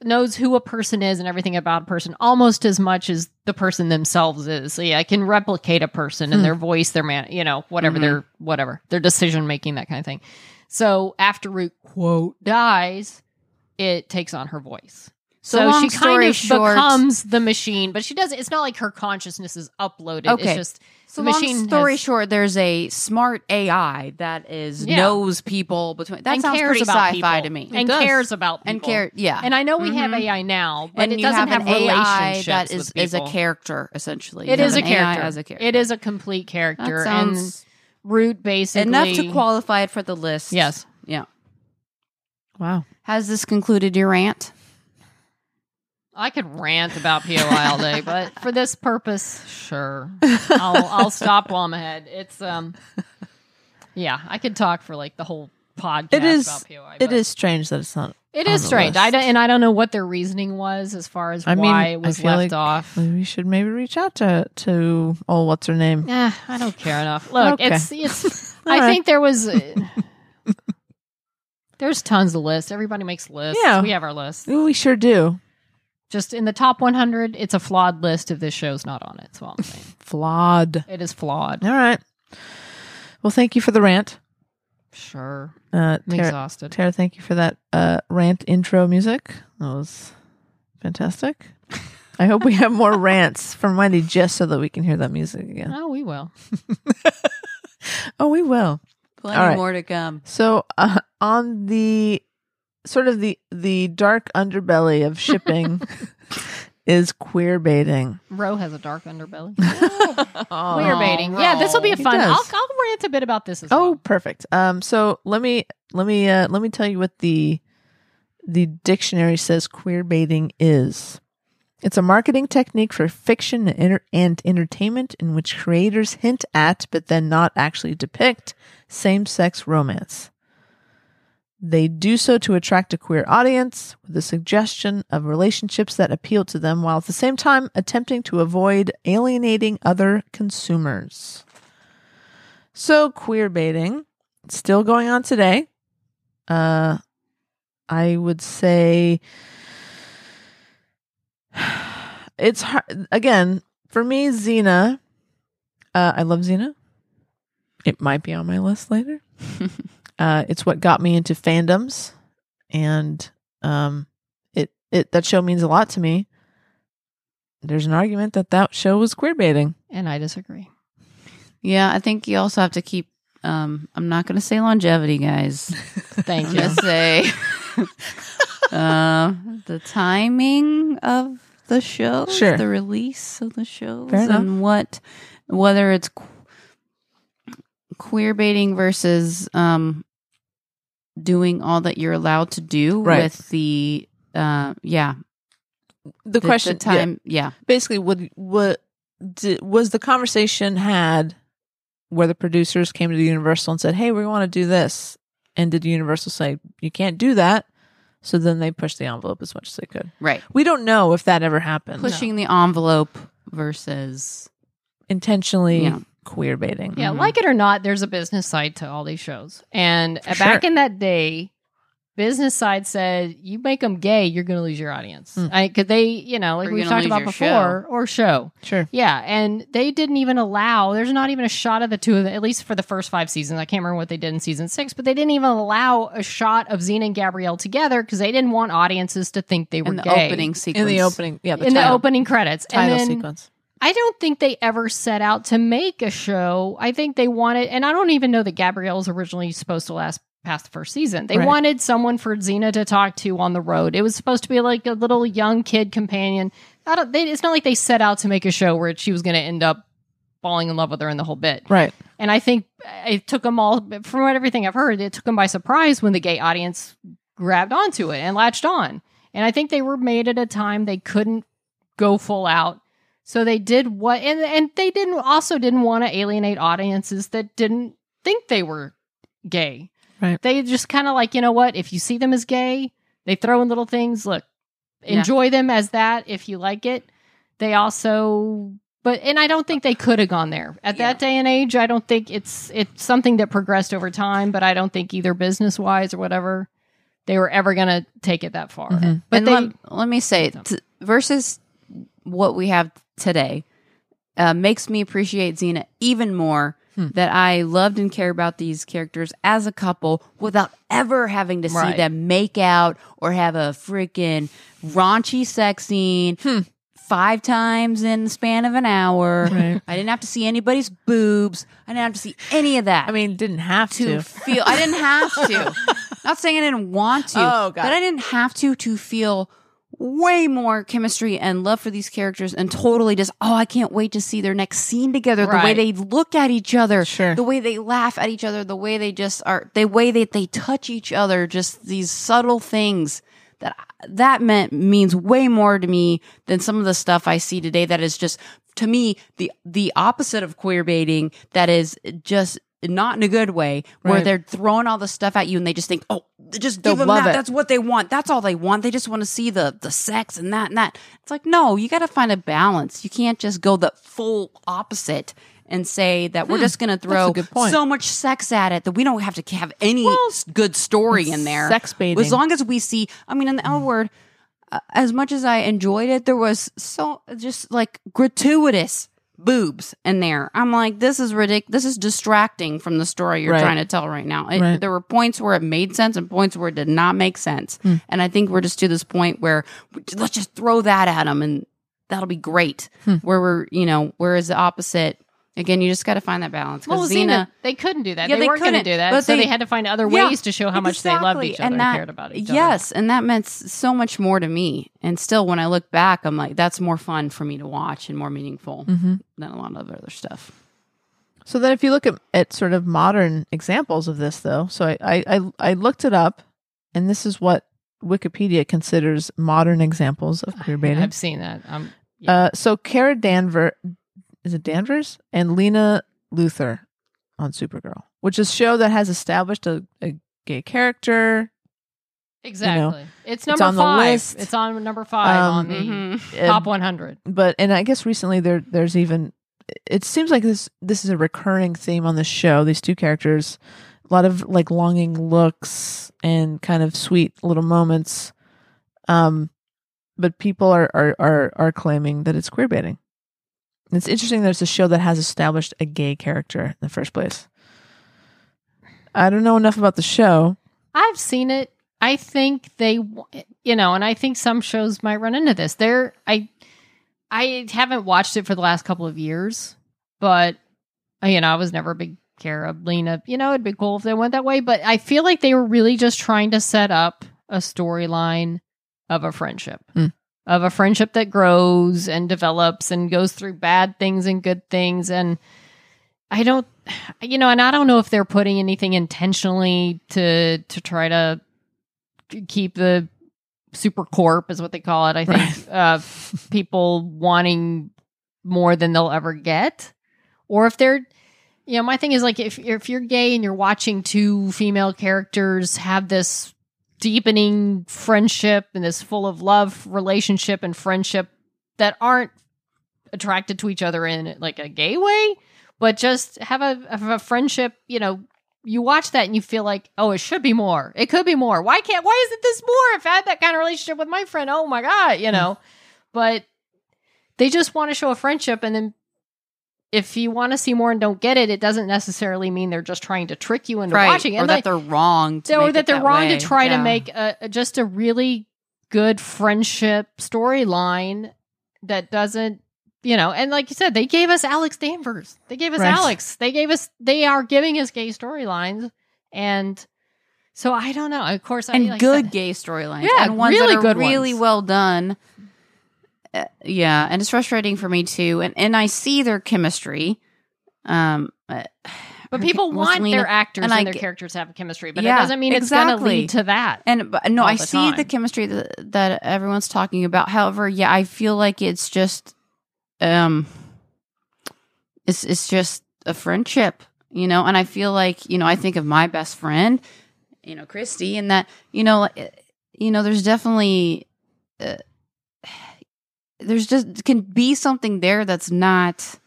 Speaker 3: knows who a person is and everything about a person almost as much as the person themselves is so yeah i can replicate a person
Speaker 1: Hmm.
Speaker 3: and their voice their man you know whatever
Speaker 1: Mhm.
Speaker 3: their whatever their decision making that kind of thing so after root quote dies it takes on her voice
Speaker 1: So
Speaker 3: so,
Speaker 1: long
Speaker 3: she kind
Speaker 1: story
Speaker 3: of
Speaker 1: short-
Speaker 3: becomes the machine but she does it's not like her consciousness is uploaded
Speaker 1: Okay.
Speaker 3: it's just
Speaker 1: So
Speaker 3: the
Speaker 1: long
Speaker 3: machine
Speaker 1: story
Speaker 3: has-
Speaker 1: short, there's a smart AI that is
Speaker 3: Yeah.
Speaker 1: knows people between that
Speaker 3: and
Speaker 1: sounds
Speaker 3: cares
Speaker 1: pretty
Speaker 3: about
Speaker 1: sci-fi
Speaker 3: people,
Speaker 1: to me.
Speaker 3: and
Speaker 2: It does.
Speaker 3: cares about people.
Speaker 1: and care yeah.
Speaker 3: And I know we have
Speaker 1: Mhm.
Speaker 3: AI now, but
Speaker 1: And
Speaker 3: it
Speaker 1: you
Speaker 3: doesn't have,
Speaker 1: an AI
Speaker 3: relationships
Speaker 1: that
Speaker 3: with
Speaker 1: is is a
Speaker 3: people.
Speaker 1: character essentially.
Speaker 3: It
Speaker 1: You
Speaker 3: is a
Speaker 1: have an AI
Speaker 3: character.
Speaker 1: as a character.
Speaker 3: It is a complete
Speaker 1: That
Speaker 3: character and
Speaker 1: sounds
Speaker 3: root basically
Speaker 1: enough to qualify it for the list.
Speaker 3: Yes.
Speaker 1: Yeah.
Speaker 2: Wow.
Speaker 1: Has this concluded your rant?
Speaker 3: I could rant about POI all day, but for this purpose, sure, I'll, I'll stop while I'm ahead. It's um, yeah, I could talk for like the whole podcast
Speaker 2: It is-
Speaker 3: about POI.
Speaker 2: It
Speaker 3: but
Speaker 2: is strange that it's not.
Speaker 3: It
Speaker 2: on
Speaker 3: is
Speaker 2: the
Speaker 3: strange. I
Speaker 2: list.
Speaker 3: don't, and I don't know what their reasoning was as far as
Speaker 2: I mean,
Speaker 3: why it was
Speaker 2: I feel
Speaker 3: left
Speaker 2: like
Speaker 3: off.
Speaker 2: we should maybe reach out to to oh, what's her name?
Speaker 3: Eh, I don't care enough. Look,
Speaker 2: Okay.
Speaker 3: it's it's.
Speaker 2: *laughs* All
Speaker 3: I
Speaker 2: right.
Speaker 3: think there was. uh, there's tons of lists. Everybody makes lists.
Speaker 2: Yeah.
Speaker 3: we have our lists.
Speaker 2: Ooh, we sure do.
Speaker 3: Just in the top 100, it's a flawed list. If this show's not on it, that's what I'm saying.
Speaker 2: Flawed.
Speaker 3: it is flawed.
Speaker 2: All right. Well, thank you for the rant.
Speaker 3: Sure,
Speaker 2: Uh,
Speaker 3: I'm
Speaker 2: Tara,
Speaker 3: exhausted.
Speaker 2: Tara, thank you for that uh, rant intro music. That was fantastic. I hope we have more rants from Wendy just so that we can hear that music again.
Speaker 3: oh, we will.
Speaker 2: Oh, we will.
Speaker 1: Plenty
Speaker 2: All right.
Speaker 1: more to come.
Speaker 2: So uh, on the sort of the the dark underbelly of shipping is queer baiting.
Speaker 3: Roe has a dark underbelly.
Speaker 2: Oh.
Speaker 3: Queer baiting. Yeah, this will be a
Speaker 2: He
Speaker 3: fun.
Speaker 2: does.
Speaker 3: I'll, I'll rant a bit about this as
Speaker 2: Oh,
Speaker 3: well.
Speaker 2: perfect. Um, so let me let me uh, let me tell you what the the dictionary says queer baiting is. It's a marketing technique for fiction and, enter- and entertainment in which creators hint at, but then not actually depict, same sex romance. They do so to attract a queer audience with a suggestion of relationships that appeal to them while at the same time attempting to avoid alienating other consumers. So, queer baiting it's still going on today. Uh, I would say *sighs* it's hard again for me. Xena, uh, I love Xena. It might be on my list later. *laughs* uh, it's what got me into fandoms, and um, it it that show means a lot to me. There's an argument that that show was queer baiting.
Speaker 3: And I disagree.
Speaker 1: Yeah, I think you also have to keep. Um, I'm not going to say longevity, guys.
Speaker 3: Thank
Speaker 2: *laughs*
Speaker 1: I'm
Speaker 3: you.
Speaker 1: going to say *laughs* uh, the timing of the show,
Speaker 2: Sure.
Speaker 1: the release of the shows,
Speaker 2: Fair enough.
Speaker 1: and what whether it's qu- queer baiting versus um, doing all that you're allowed to do
Speaker 2: Right.
Speaker 1: with the uh, yeah
Speaker 2: The, question yeah.
Speaker 1: time yeah
Speaker 2: basically would what did, was the conversation had where the producers came to universal and said hey we want to do this and did universal say you can't do that so then they pushed the envelope as much as they could
Speaker 1: right
Speaker 2: we don't know if that ever happened
Speaker 1: pushing the envelope versus
Speaker 2: intentionally
Speaker 1: Yeah.
Speaker 2: queer baiting
Speaker 3: Yeah,
Speaker 1: Mhm.
Speaker 3: like it or not, there's a business side to all these shows. And
Speaker 2: For
Speaker 3: back
Speaker 2: sure.
Speaker 3: in that day, business side said, "You make them gay, you're going to lose your audience."
Speaker 2: Mm.
Speaker 3: I could they, you know, like
Speaker 1: Or you're
Speaker 3: we've
Speaker 1: gonna
Speaker 3: talked
Speaker 1: lose
Speaker 3: about
Speaker 1: your
Speaker 3: before,
Speaker 1: show.
Speaker 3: or show.
Speaker 2: sure
Speaker 3: Yeah, and they didn't even allow. There's not even a shot of the two of them, at least for the first five seasons. I can't remember what they did in season six, but they didn't even allow a shot of Xena and Gabrielle together because they didn't want audiences to think they were
Speaker 1: in the
Speaker 3: gay.
Speaker 1: opening sequence
Speaker 2: in the opening yeah the
Speaker 3: in
Speaker 2: title,
Speaker 3: the opening credits,
Speaker 2: title
Speaker 3: and then,
Speaker 2: sequence
Speaker 3: I don't think they ever set out to make a show. I think they wanted, and I don't even know that Gabrielle was originally supposed to last past the first season. They
Speaker 2: Right.
Speaker 3: wanted someone for Xena to talk to on the road. It was supposed to be like a little young kid companion. I don't, they, it's not like they set out to make a show where she was going to end up falling in love with her in the whole bit.
Speaker 2: right
Speaker 3: And I think it took them all, from what everything I've heard, it took them by surprise when the gay audience grabbed onto it and latched on. And I think they were made at a time they couldn't go full out. So they did what, and, and they didn't also didn't want to alienate audiences that didn't think they were gay.
Speaker 2: Right.
Speaker 3: They just kind of like, you know what, if you see them as gay, they throw in little things. Look,
Speaker 1: Yeah.
Speaker 3: enjoy them as that if you like it. They also but and I don't think they could have gone there at that day and age. I don't think it's it's something that progressed over time, but I don't think either business wise or whatever they were ever going to take it that far.
Speaker 2: Mhm.
Speaker 3: But
Speaker 1: Mm-hmm. and
Speaker 3: they,
Speaker 1: let, let me say t- versus what we have today uh, makes me appreciate Xena even more
Speaker 2: Hmm.
Speaker 1: that I loved and care about these characters as a couple without ever having to see
Speaker 3: Right.
Speaker 1: them make out or have a freaking raunchy sex scene
Speaker 2: Hmm.
Speaker 1: five times in the span of an hour.
Speaker 2: Right.
Speaker 1: I didn't have to see anybody's boobs. I didn't have to see any of that
Speaker 2: i mean didn't have
Speaker 1: to
Speaker 2: to
Speaker 1: feel. I didn't have
Speaker 2: *laughs*
Speaker 1: to. Not saying I didn't want to,
Speaker 2: Oh, got
Speaker 1: but I didn't have to to feel way more chemistry and love for these characters and totally just oh I can't wait to see their next scene together the way
Speaker 3: Right.
Speaker 1: they look at each other
Speaker 2: Sure.
Speaker 1: the way they laugh at each other the way they just are the way that they touch each other just these subtle things that that meant means way more to me than some of the stuff I see today that is just to me the the opposite of queer baiting that is just not in a good way where
Speaker 2: Right.
Speaker 1: they're throwing all the stuff at you and they just think oh just
Speaker 2: They'll
Speaker 1: give them
Speaker 2: love
Speaker 1: that
Speaker 2: it.
Speaker 1: that's what they want that's all they want they just want to see the the sex and that and that it's like no you got to find a balance you can't just go the full opposite and say that we're just going to
Speaker 2: Hmm. a
Speaker 1: throw
Speaker 2: good point.
Speaker 1: so much sex at it that we don't have to have any s- good story in there
Speaker 2: sex baiting.
Speaker 1: as long as we see i mean in the l word uh, as much as i enjoyed it there was so just like gratuitous boobs in there i'm like this is ridiculous this is distracting from the story you're
Speaker 2: Right.
Speaker 1: trying to tell right now It-
Speaker 2: Right.
Speaker 1: there were points where it made sense and points where it did not make sense
Speaker 2: Hmm.
Speaker 1: and i think we're just to this point where we- let's
Speaker 2: Hmm.
Speaker 1: just throw that at them and that'll be great where we're you know whereas the opposite Again, you just got to find that balance. 'cause
Speaker 3: Well, Xena, they couldn't do that.
Speaker 1: Yeah,
Speaker 3: they,
Speaker 1: they
Speaker 3: weren't going to
Speaker 1: couldn't,
Speaker 3: do that.
Speaker 1: but
Speaker 3: So they,
Speaker 1: they-
Speaker 3: had to find other
Speaker 1: Yeah,
Speaker 3: ways to show how much they loved each
Speaker 1: exactly.
Speaker 3: other and,
Speaker 1: that-
Speaker 3: cared about each other.
Speaker 1: Yes, and that meant s- so much more to me. And still, when I look back, I'm like, that's more fun for me to watch and more meaningful
Speaker 3: Mm-hmm.
Speaker 1: than a lot of other stuff.
Speaker 2: So then, if you look at, at sort of modern examples of this, though, so I, I I I looked it up, and this is what Wikipedia considers modern examples of queer baiting.
Speaker 3: I've seen that. Um, yeah.
Speaker 2: Uh, so Kara Danvers, is it Danvers and Lena Luthor on Supergirl, which is a show that has established a, a gay character.
Speaker 3: exactly. it's number
Speaker 2: on the
Speaker 3: five.
Speaker 2: list.
Speaker 3: It's on number five
Speaker 2: Um,
Speaker 3: on the
Speaker 1: Mhm.
Speaker 3: top
Speaker 2: Uh,
Speaker 3: 100.
Speaker 2: but and I guess recently there there's even it seems like this this is a recurring theme on the show. These two characters, a lot of like longing looks and kind of sweet little moments. Um, but people are are are, are claiming that it's queer baiting. It's interesting that it's a show that has established a gay character in the first place. I don't know enough about the show.
Speaker 3: I've seen it. I think they, w- you know, and I think some shows might run into this. There, I, I haven't watched it for the last couple of years, but uh, you know, I was never a big care of Lena. You know, it'd be cool if they went that way, but I feel like they were really just trying to set up a storyline of a friendship,
Speaker 2: Hmm.
Speaker 3: of a friendship that grows and develops and goes through bad things and good things, and I don't, you know, and I don't know if they're putting anything intentionally to to try to keep the super corp is what they call it. I think uh, people wanting more than they'll ever get, or if they're, you know, my thing is like if if you're gay and you're watching two female characters have this deepening friendship and this full of love relationship and friendship that aren't attracted to each other in like a gay way but just have a have a friendship. You know, you watch that and you feel like, oh, it should be more. It could be more. Why can't? Why isn't this more? If I had that kind of relationship with my friend, oh my god, you know. But they just want to show a friendship, and then if you want to see more and don't get it, it doesn't necessarily mean they're just trying to trick you into watching it.
Speaker 1: or
Speaker 3: And
Speaker 1: that they're wrong. To
Speaker 3: so
Speaker 1: make
Speaker 3: that
Speaker 1: it
Speaker 3: they're wrong
Speaker 1: way.
Speaker 3: to try
Speaker 1: Yeah.
Speaker 3: to make a, a- just a really good friendship storyline that doesn't you know and like you said they gave us alex danvers they gave us
Speaker 2: Right.
Speaker 3: alex they gave us they are giving us gay storylines and so i don't know of course
Speaker 1: and
Speaker 3: I, like
Speaker 1: good
Speaker 3: said-
Speaker 1: gay storylines.
Speaker 3: Yeah,
Speaker 1: and ones
Speaker 3: really
Speaker 1: that are
Speaker 3: good
Speaker 1: really
Speaker 3: ones.
Speaker 1: well done. Uh, yeah, and it's frustrating for me too. And and I see their chemistry. Um, uh,
Speaker 3: but
Speaker 1: I
Speaker 3: people
Speaker 1: get-
Speaker 3: want
Speaker 1: Lena-
Speaker 3: their actors and,
Speaker 1: and I
Speaker 3: their
Speaker 1: get-
Speaker 3: characters to have chemistry but
Speaker 1: Yeah,
Speaker 3: it doesn't mean it's going to
Speaker 1: exactly.
Speaker 3: lead to that
Speaker 1: And but, no,
Speaker 3: all
Speaker 1: I
Speaker 3: the
Speaker 1: see
Speaker 3: time.
Speaker 1: the chemistry that, that everyone's talking about. However, yeah, I feel like it's just, um, it's it's just a friendship, you know. And I feel like you know, I think of my best friend, you know, Christy, and that you know, like, eh, you know, there's definitely, uh, *sighs* there's just can be something there that's not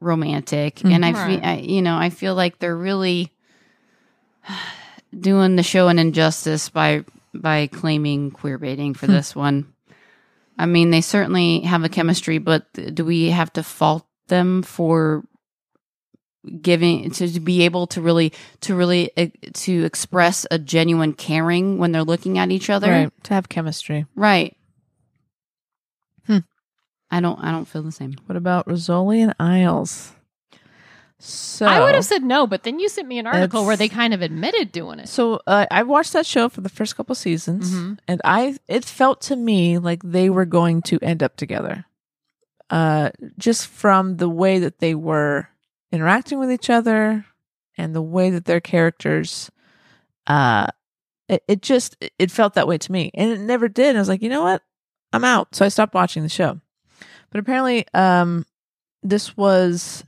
Speaker 1: romantic, and I, fe-
Speaker 3: Right.
Speaker 1: I, you know, I feel like they're really *sighs* doing the show an injustice by by claiming queer baiting for this one. I mean, they certainly have a chemistry, but th- do we have to fault them for giving to, to be able to really to really uh, to express a genuine caring when they're looking at each other?
Speaker 2: Right, to have chemistry.
Speaker 1: Right.
Speaker 2: Hmm.
Speaker 1: I don't. I don't feel the same.
Speaker 2: What about Rizzoli and Isles? So
Speaker 3: i would have said no but then you sent me an article where
Speaker 2: It's-
Speaker 3: they kind of admitted doing it
Speaker 2: So uh, I watched that show for the first couple seasons,
Speaker 3: Mhm.
Speaker 2: and I it felt to me like they were going to end up together, uh, just from the way that they were interacting with each other and the way that their characters, uh, it, it just it felt that way to me, and it never did. I was like, you know what, I'm out, so I stopped watching the show. But apparently, um, this was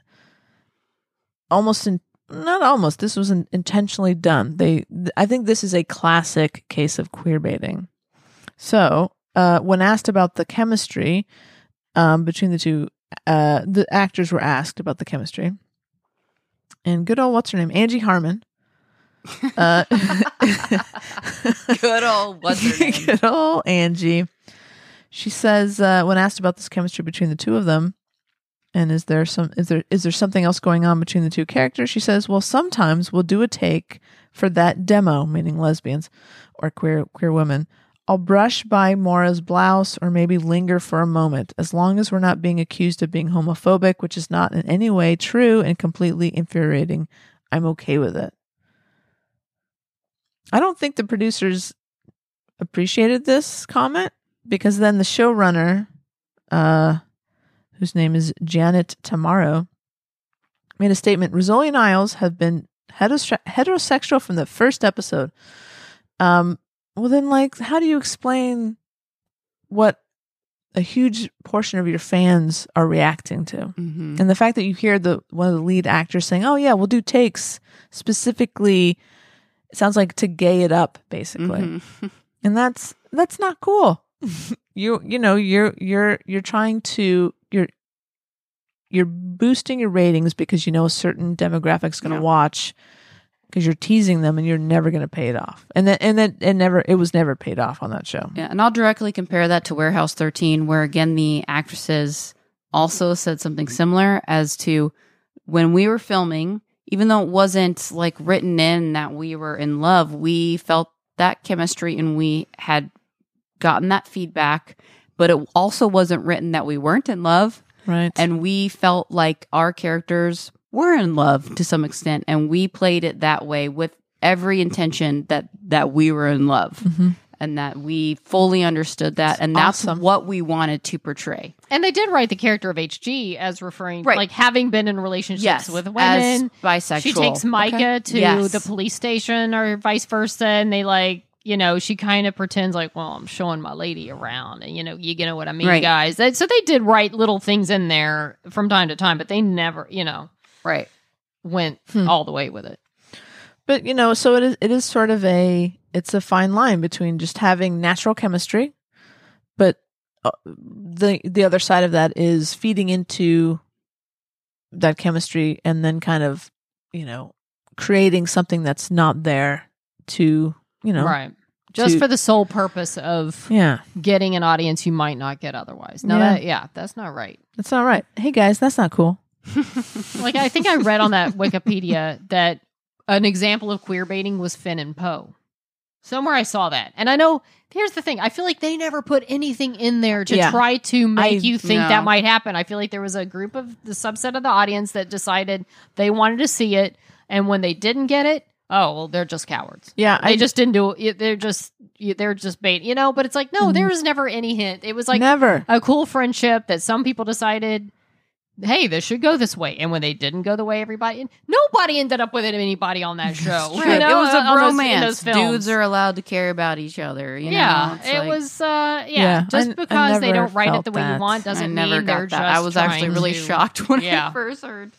Speaker 2: almost in not almost this was in, intentionally done they th- i think this is a classic case of queer baiting so uh, when asked about the chemistry um, between the two uh, the actors were asked about the chemistry and good old what's her name angie harmon uh,
Speaker 1: *laughs*
Speaker 2: *laughs*
Speaker 1: Good old
Speaker 2: Good old Angie. She says uh, when asked about this chemistry between the two of them, and is there some is there is there something else going on between the two characters? She says, "Well, sometimes we'll do a take for that demo, meaning lesbians or queer queer women. I'll brush by Mora's blouse or maybe linger for a moment, as long as we're not being accused of being homophobic, which is not in any way true and completely infuriating. I'm okay with it. I don't think the producers appreciated this comment because then the showrunner, uh, whose name is Janet Tamaro, made a statement. Rosalie Niles have been heterose- heterosexual from the first episode. Um, well, then, like, how do you explain what a huge portion of your fans are reacting to?
Speaker 1: Mm-hmm.
Speaker 2: and the fact that you hear the one of the lead actors saying, "Oh yeah, we'll do takes specifically," it sounds like to gay it up, basically,
Speaker 1: Mm-hmm. *laughs*
Speaker 2: and that's that's not cool. you you know you're you're you're trying to you're you're boosting your ratings because you know a certain demographic's going to
Speaker 1: Yeah.
Speaker 2: watch because you're teasing them and you're never going to pay it off, and then and then it never it was never paid off on that show.
Speaker 1: Yeah, and I'll directly compare that to Warehouse 13, where again the actresses also said something similar as to when we were filming, even though it wasn't like written in that we were in love, we felt that chemistry and we had gotten that feedback, but it also wasn't written that we weren't in love
Speaker 2: Right.
Speaker 1: and we felt like our characters were in love to some extent and we played it that way with every intention that that we were in love
Speaker 3: Mm-hmm.
Speaker 2: Mhm.
Speaker 1: and that we fully understood that and that's
Speaker 2: awesome.
Speaker 1: what we wanted to portray
Speaker 3: And they did write the character of HG as referring
Speaker 1: Right.
Speaker 3: like having been in relationships
Speaker 1: yes
Speaker 3: with
Speaker 1: as
Speaker 3: women.
Speaker 1: bisexual
Speaker 3: She takes Micah to
Speaker 1: Yes.
Speaker 3: the police station or vice versa, and they like, you know, she kind of pretends like, well, I'm showing my lady around, and you know, you know what I mean,
Speaker 1: Right.
Speaker 3: guys. That- So they did write little things in there from time to time, but they never, you know,
Speaker 1: right
Speaker 3: went
Speaker 2: Hmm.
Speaker 3: all the way with it.
Speaker 2: But you know, so it is. It is sort of a. It's a fine line between just having natural chemistry, but uh, the the other side of that is feeding into that chemistry and then kind of you know creating something that's not there to you know
Speaker 3: Right. Just
Speaker 2: to-
Speaker 3: for the sole purpose of
Speaker 2: yeah
Speaker 3: getting an audience you might not get otherwise. No,
Speaker 2: Yeah.
Speaker 3: that yeah, that's not right.
Speaker 2: that's not right. Hey guys, that's not cool.
Speaker 3: Like I think I read on that Wikipedia that an example of queer baiting was Finn and Poe. Somewhere I saw that. And I know here's the thing. I feel like they never put anything in there to
Speaker 2: Yeah.
Speaker 3: try to make
Speaker 2: I-
Speaker 3: you think
Speaker 1: no.
Speaker 3: that might happen. I feel like there was a group of the subset of the audience that decided they wanted to see it and when they didn't get it, oh, well they're just cowards.
Speaker 2: Yeah,
Speaker 3: They just didn't do it. They're just they're just bait, you know, but it's like
Speaker 2: Mm-hmm.
Speaker 3: no, there was never any hint. It was like
Speaker 2: never.
Speaker 3: a cool friendship that some people decided hey this should go this way and when they didn't go the way everybody nobody ended up with anybody on
Speaker 1: *laughs*
Speaker 3: that show you
Speaker 1: Right.
Speaker 3: know, uh,
Speaker 1: it was a
Speaker 3: on those- in
Speaker 1: romance
Speaker 3: those films.
Speaker 1: dudes are allowed to care about each other you know?
Speaker 3: yeah
Speaker 1: It's
Speaker 3: it
Speaker 1: like-
Speaker 3: was uh yeah,
Speaker 2: Yeah, I-
Speaker 3: just
Speaker 2: I
Speaker 3: because they
Speaker 2: never
Speaker 3: don't write it
Speaker 2: felt
Speaker 3: the way
Speaker 2: that.
Speaker 3: you want
Speaker 1: I
Speaker 3: doesn't
Speaker 1: never
Speaker 3: mean
Speaker 1: got
Speaker 3: they're
Speaker 1: that.
Speaker 3: just
Speaker 1: I was actually
Speaker 3: trying
Speaker 1: really
Speaker 3: to-
Speaker 1: shocked when
Speaker 3: Yeah.
Speaker 1: I first heard.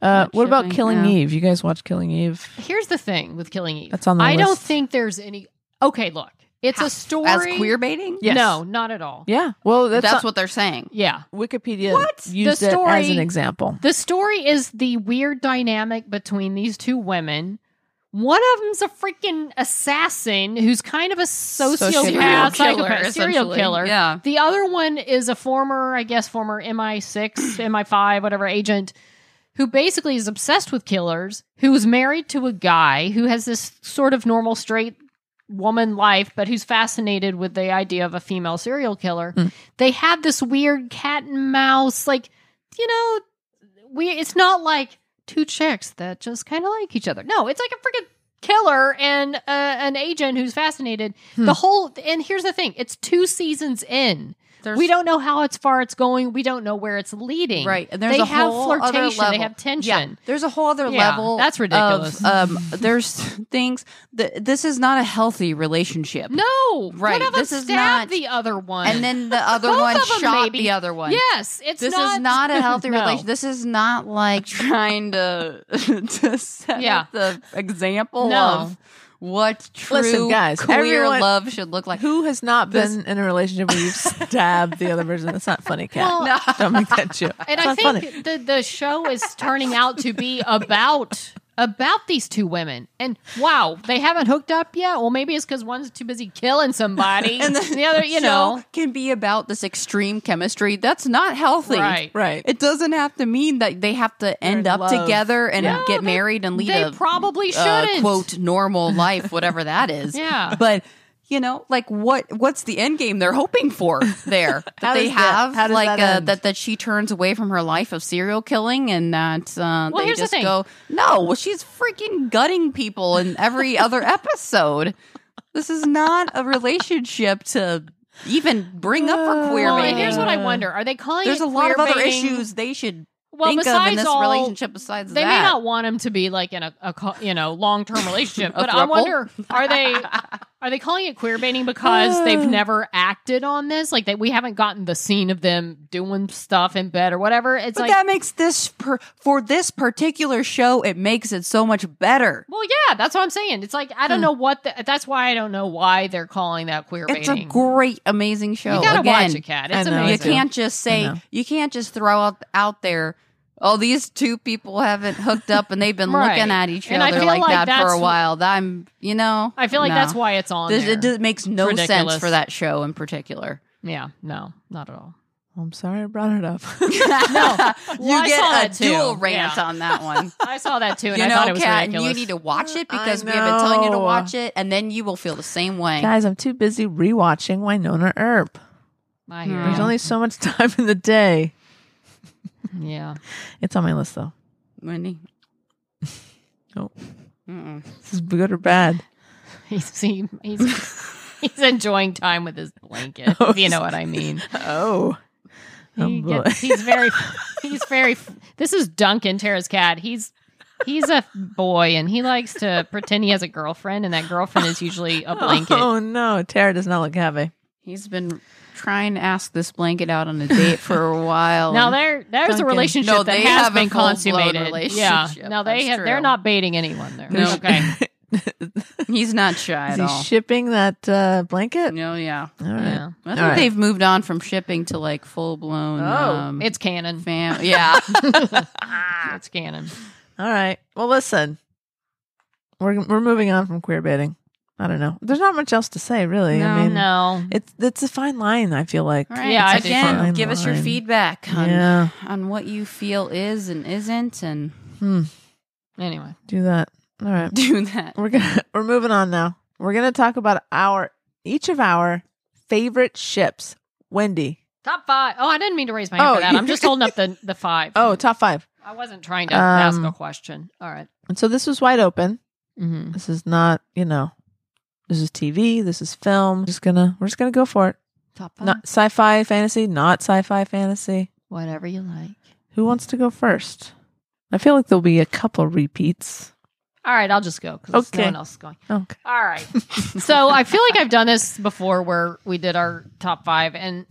Speaker 2: Uh, what about
Speaker 1: shipping,
Speaker 2: Killing
Speaker 1: yeah.
Speaker 2: Eve? You guys watch Killing Eve?
Speaker 3: here's the thing with killing eve
Speaker 2: That's on the
Speaker 3: i don't
Speaker 2: list.
Speaker 3: think there's any okay look it's a story
Speaker 1: As queer baiting?
Speaker 2: Yes.
Speaker 3: no not at all
Speaker 2: Yeah. Well, that's,
Speaker 1: That's,
Speaker 2: that's
Speaker 1: what they're saying.
Speaker 3: yeah
Speaker 2: what Wikipedia
Speaker 3: What?
Speaker 2: used
Speaker 3: The
Speaker 2: it as an
Speaker 3: story-
Speaker 2: example.
Speaker 3: The story is the weird dynamic between these two women. One of them's a freaking assassin who's kind of a sociopath,
Speaker 1: Sociopath.
Speaker 3: serial
Speaker 1: Killer,
Speaker 3: killer, serial
Speaker 1: essentially.
Speaker 3: killer.
Speaker 1: Yeah.
Speaker 3: The other one is a former, I guess, former MI6,
Speaker 1: *clears throat*
Speaker 3: MI5, whatever agent, who basically is obsessed with killers, who is married to a guy who has this sort of normal, straight woman life, but who's fascinated with the idea of a female serial killer.
Speaker 1: Hmm.
Speaker 3: They have this weird cat and mouse, like, you know, we it's not like two chicks that just kind of like each other. No, it's like a freaking killer and uh, an agent who's fascinated.
Speaker 1: Hmm.
Speaker 3: The whole and here's the thing, it's two seasons in.
Speaker 1: There's-
Speaker 3: we don't know how it's far it's going. We don't know where it's leading.
Speaker 1: Right. And there's
Speaker 3: they
Speaker 1: a
Speaker 3: have
Speaker 1: whole other
Speaker 3: flirtation. They
Speaker 1: level.
Speaker 3: have
Speaker 1: Yeah,
Speaker 3: tension.
Speaker 1: there's a whole other
Speaker 3: Yeah,
Speaker 1: level.
Speaker 3: that's
Speaker 1: of,
Speaker 3: ridiculous.
Speaker 1: um, there's things that this is not a healthy relationship.
Speaker 3: No,
Speaker 1: Right,
Speaker 3: One of
Speaker 1: this
Speaker 3: them
Speaker 1: is
Speaker 3: stabbed
Speaker 1: not-
Speaker 3: the other one,
Speaker 1: And
Speaker 3: *laughs*
Speaker 1: then the other
Speaker 3: Both
Speaker 1: one
Speaker 3: of 'em,
Speaker 1: shot
Speaker 3: maybe.
Speaker 1: the other one.
Speaker 3: Yes, it's
Speaker 1: This
Speaker 3: not,
Speaker 1: is not a
Speaker 3: *laughs*
Speaker 1: healthy
Speaker 3: No.
Speaker 1: relationship. This is not like trying to, *laughs* to set
Speaker 3: Yeah.
Speaker 1: up the example
Speaker 3: No.
Speaker 1: of what true
Speaker 2: Listen, guys,
Speaker 1: queer
Speaker 2: everyone-
Speaker 1: love should look like.
Speaker 2: Who has not
Speaker 1: This-
Speaker 2: been in a relationship where you've stabbed the other person? That's not funny, Kat.
Speaker 3: Well- No.
Speaker 2: Don't make that joke.
Speaker 3: *laughs* and
Speaker 2: it's
Speaker 3: I
Speaker 2: not funny.
Speaker 3: think the the show is turning out to be about about these two women. And wow, they haven't hooked up yet. Well, maybe it's because one's too busy killing
Speaker 1: *laughs*
Speaker 3: somebody, *laughs* and the, other, you
Speaker 1: show
Speaker 3: know,
Speaker 1: can be about this extreme chemistry that's not healthy.
Speaker 3: Right.
Speaker 2: Right.
Speaker 1: It doesn't have to mean that they have to end
Speaker 2: in
Speaker 1: up
Speaker 2: love.
Speaker 1: together and
Speaker 3: Yeah. No,
Speaker 1: get
Speaker 3: they-
Speaker 1: married and lead
Speaker 3: they
Speaker 1: a
Speaker 3: probably
Speaker 1: uh,
Speaker 3: shouldn't.
Speaker 1: quote normal life, whatever that
Speaker 3: *laughs*
Speaker 1: is.
Speaker 3: Yeah.
Speaker 1: But you know, like what what's the end game they're hoping for
Speaker 3: *laughs*
Speaker 1: there
Speaker 2: How
Speaker 1: that they
Speaker 2: does that-
Speaker 1: have
Speaker 2: how does
Speaker 1: like
Speaker 2: that
Speaker 1: uh,
Speaker 2: end?
Speaker 1: that that she turns away from her life of serial killing and that uh,
Speaker 3: Well,
Speaker 1: they
Speaker 3: here's the
Speaker 1: just
Speaker 3: thing.
Speaker 1: go no, well she's freaking gutting people
Speaker 3: *laughs*
Speaker 1: in every other episode. This is not a relationship to even bring up for queer
Speaker 3: Well,
Speaker 1: baiting.
Speaker 3: here's what I wonder: Are they calling?
Speaker 1: There's
Speaker 3: it
Speaker 1: a lot of
Speaker 3: queer
Speaker 1: other
Speaker 3: baiting?
Speaker 1: issues they should
Speaker 3: Well,
Speaker 1: think of
Speaker 3: besides
Speaker 1: in this
Speaker 3: all,
Speaker 1: relationship besides
Speaker 3: They
Speaker 1: that.
Speaker 3: may not want him to be like in a, a co- you know long term relationship,
Speaker 1: *laughs* A
Speaker 3: but I
Speaker 1: throuple?
Speaker 3: wonder are
Speaker 1: *laughs*
Speaker 3: they are they calling it queer baiting because
Speaker 1: *sighs*
Speaker 3: they've never acted on this? Like that we haven't gotten the scene of them doing stuff in bed or whatever. It's
Speaker 1: But
Speaker 3: like
Speaker 1: that makes this per, for this particular show, it makes it so much better.
Speaker 3: well, yeah, that's what I'm saying. It's like I don't know what the, that's why I don't know why they're calling that queer
Speaker 1: It's a
Speaker 3: baiting.
Speaker 1: great, amazing show.
Speaker 3: you gotta
Speaker 1: Again,
Speaker 3: watch it, cat. It's
Speaker 2: I know, I
Speaker 1: You
Speaker 3: amazing.
Speaker 2: do.
Speaker 1: can't just say
Speaker 2: know.
Speaker 1: you can't just throw out, out there. Oh, these two people haven't hooked up and they've
Speaker 3: *laughs*
Speaker 1: been
Speaker 3: Right.
Speaker 1: looking at each
Speaker 3: And I
Speaker 1: other
Speaker 3: feel
Speaker 1: like,
Speaker 3: like
Speaker 1: that for a
Speaker 3: that's-
Speaker 1: while. I'm, you know,
Speaker 3: I feel like
Speaker 1: no.
Speaker 3: that's why it's on
Speaker 1: This-
Speaker 3: there.
Speaker 1: it, it makes no sense
Speaker 3: Ridiculous.
Speaker 1: for that show
Speaker 3: *laughs*
Speaker 1: in particular.
Speaker 3: yeah, no, not at all.
Speaker 2: I'm sorry I brought it
Speaker 3: *laughs*
Speaker 2: up. *laughs*
Speaker 1: *laughs* no,
Speaker 3: Well, I
Speaker 1: you
Speaker 3: saw
Speaker 1: get
Speaker 3: that
Speaker 1: a
Speaker 3: too.
Speaker 1: dual rant
Speaker 3: Yeah.
Speaker 1: on
Speaker 3: *laughs*
Speaker 1: that one.
Speaker 3: I saw that too, and
Speaker 1: you
Speaker 3: I
Speaker 1: know,
Speaker 3: thought it was
Speaker 1: Kat,
Speaker 3: ridiculous.
Speaker 1: you need to watch it
Speaker 2: *gasps* I
Speaker 1: because we have been telling you to
Speaker 2: know.
Speaker 1: watch it, and then you will feel the same way.
Speaker 2: Guys, I'm too busy rewatching Winona Earp.
Speaker 3: I hear
Speaker 2: There's
Speaker 3: ya.
Speaker 2: only so much time in the day.
Speaker 3: yeah. *laughs*
Speaker 2: It's on my list though.
Speaker 1: Wendy.
Speaker 2: Oh.
Speaker 1: Mm-mm.
Speaker 2: This is good or bad.
Speaker 3: He's he, he's *laughs* he's enjoying time with his blanket.
Speaker 2: Oh,
Speaker 3: if you know what I mean.
Speaker 2: Oh.
Speaker 3: He
Speaker 2: boy.
Speaker 3: gets- he's very he's very. This is Duncan Tara's cat. He's he's a boy and he likes to pretend he has a girlfriend, and that girlfriend is usually a blanket.
Speaker 2: *laughs* Oh no, Tara does not look happy.
Speaker 1: He's been trying to ask this blanket out on a date for *laughs* a while.
Speaker 3: Now
Speaker 1: and-
Speaker 3: there there's
Speaker 2: Duncan.
Speaker 3: a relationship
Speaker 1: No,
Speaker 3: that
Speaker 1: they
Speaker 3: has
Speaker 1: have a
Speaker 3: been
Speaker 1: full-blown
Speaker 3: consummated. Yeah.
Speaker 1: relationship.
Speaker 3: Now they
Speaker 1: That's
Speaker 3: have,
Speaker 1: true.
Speaker 3: they're not baiting anyone there.
Speaker 1: No.
Speaker 2: *laughs*
Speaker 3: Okay.
Speaker 1: he's not shy
Speaker 2: Is
Speaker 1: at
Speaker 2: he
Speaker 1: all.
Speaker 2: shipping that uh, blanket?
Speaker 1: no, yeah.
Speaker 2: All right.
Speaker 3: Yeah.
Speaker 1: I think
Speaker 2: All right.
Speaker 1: they've moved on from shipping to like full blown. um,
Speaker 3: It's canon.
Speaker 1: fam- *laughs* yeah.
Speaker 2: Ah.
Speaker 3: It's canon.
Speaker 2: All right. Well, listen, we're we're moving on from queer baiting. I don't know. There's not much else to say, really. I
Speaker 1: No,
Speaker 2: mean,
Speaker 3: No.
Speaker 2: it's it's a fine line. I feel like.
Speaker 1: All right.
Speaker 3: Yeah, I do
Speaker 1: Again,
Speaker 2: find
Speaker 1: give us your
Speaker 2: mine.
Speaker 1: feedback on
Speaker 2: Yeah.
Speaker 1: on what you feel is and isn't, and *laughs*
Speaker 2: Hmm.
Speaker 3: Anyway.
Speaker 2: Do that. All right.
Speaker 1: do that.
Speaker 2: We're gonna *laughs* we're moving on now. We're gonna talk about our each of our favorite ships. Wendy.
Speaker 3: Top five. Oh, I didn't mean to raise my hand
Speaker 2: Oh,
Speaker 3: for that. I'm
Speaker 2: you-
Speaker 3: just holding up the the five.
Speaker 2: Oh, top five.
Speaker 3: I wasn't trying to ask a
Speaker 2: Um,
Speaker 3: question. All right.
Speaker 2: And so this was wide open.
Speaker 3: Mm-hmm.
Speaker 2: This is not, you know, this is TV. This is film. Just gonna we're just gonna go for it.
Speaker 1: Top five.
Speaker 2: Not sci-fi fantasy. Not sci-fi fantasy.
Speaker 3: Whatever you like.
Speaker 2: Who wants to go first? I feel like there'll be a couple repeats.
Speaker 3: All right, I'll just go because
Speaker 2: Okay.
Speaker 3: no one else is going.
Speaker 2: Okay.
Speaker 3: All
Speaker 2: *laughs*
Speaker 3: right. so I feel like I've done this before where we did our top five, and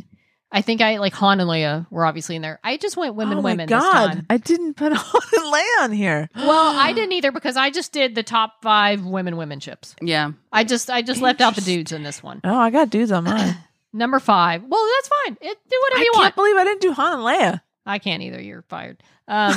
Speaker 3: I think I like Han and Leia were obviously in there. I just went women,
Speaker 2: oh
Speaker 3: women.
Speaker 2: my god!
Speaker 3: This time.
Speaker 2: I didn't put *laughs* on and lay on here.
Speaker 3: Well, I didn't either because I just did the top five women, women chips.
Speaker 1: yeah.
Speaker 3: I just, I just left out the dudes in this one.
Speaker 2: Oh, I got
Speaker 3: *laughs*
Speaker 2: dudes on mine.
Speaker 3: Number five. Well, that's fine. It, do
Speaker 2: I
Speaker 3: whatever you
Speaker 2: can't
Speaker 3: want.
Speaker 2: believe I didn't do Han and Leia.
Speaker 3: I can't either. You're fired.
Speaker 1: *laughs*
Speaker 3: Um,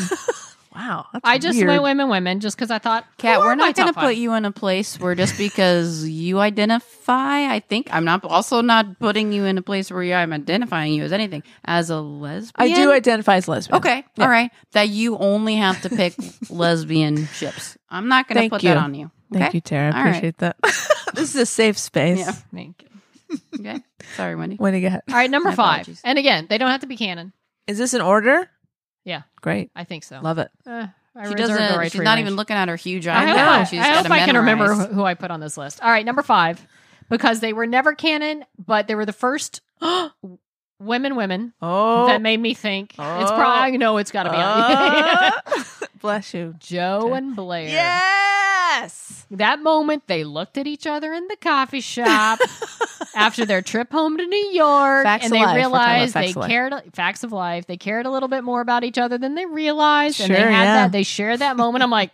Speaker 2: Wow. that's
Speaker 3: I just
Speaker 2: weird.
Speaker 3: went women, women, just because I thought,
Speaker 1: Kat,
Speaker 3: who
Speaker 1: we're
Speaker 3: are my
Speaker 1: not going to
Speaker 3: top five?
Speaker 1: put you in a place where just because you identify, I think I'm not also not putting you in a place where I'm identifying you as anything as a lesbian.
Speaker 2: I do identify as lesbian.
Speaker 1: Okay,
Speaker 2: Yeah.
Speaker 1: all right. That you only have to
Speaker 3: *laughs*
Speaker 1: pick lesbian ships. I'm not going to
Speaker 2: Thank
Speaker 1: put
Speaker 2: you.
Speaker 1: that on you.
Speaker 2: Thank
Speaker 1: okay?
Speaker 2: you, Tara. I
Speaker 1: All right.
Speaker 2: appreciate that. *laughs* this is a safe space.
Speaker 1: Yeah.
Speaker 3: Thank you.
Speaker 1: Okay. Sorry, Wendy.
Speaker 2: When you get
Speaker 3: All right, number
Speaker 1: My
Speaker 3: five.
Speaker 1: apologies.
Speaker 3: And again, they don't have to be canon.
Speaker 2: Is this an order?
Speaker 3: Yeah.
Speaker 2: Great.
Speaker 3: I think so.
Speaker 2: Love it.
Speaker 3: Uh, *laughs* I
Speaker 1: She
Speaker 3: reserve the
Speaker 1: doesn't.
Speaker 3: right to
Speaker 1: she's not
Speaker 3: rearrange.
Speaker 1: even looking at her huge
Speaker 3: I
Speaker 1: eyes.
Speaker 3: hope,
Speaker 1: now.
Speaker 3: I,
Speaker 1: She's
Speaker 3: I
Speaker 1: got
Speaker 3: hope
Speaker 1: them
Speaker 3: I can remember
Speaker 1: memorized.
Speaker 3: who who I put on this list. All right, number five, because they were never canon, but they were the
Speaker 1: *gasps*
Speaker 3: first women, women
Speaker 2: Oh.
Speaker 3: that made me think it's
Speaker 2: Oh.
Speaker 3: probably. I know it's got to be on.
Speaker 2: *laughs* Oh. Bless you.
Speaker 3: *laughs* Joe and Blair.
Speaker 2: Yes.
Speaker 3: That moment they looked at each other in the coffee
Speaker 2: *laughs*
Speaker 3: shop after their trip home to New York,
Speaker 2: Facts
Speaker 3: and
Speaker 2: of
Speaker 3: they
Speaker 2: life. We're talking about
Speaker 3: realized
Speaker 2: facts
Speaker 3: they
Speaker 2: of life.
Speaker 3: cared facts of life. They cared a little bit more about each other than they realized, and they
Speaker 2: Sure,
Speaker 3: had
Speaker 2: yeah.
Speaker 3: that. They shared that moment. I'm like,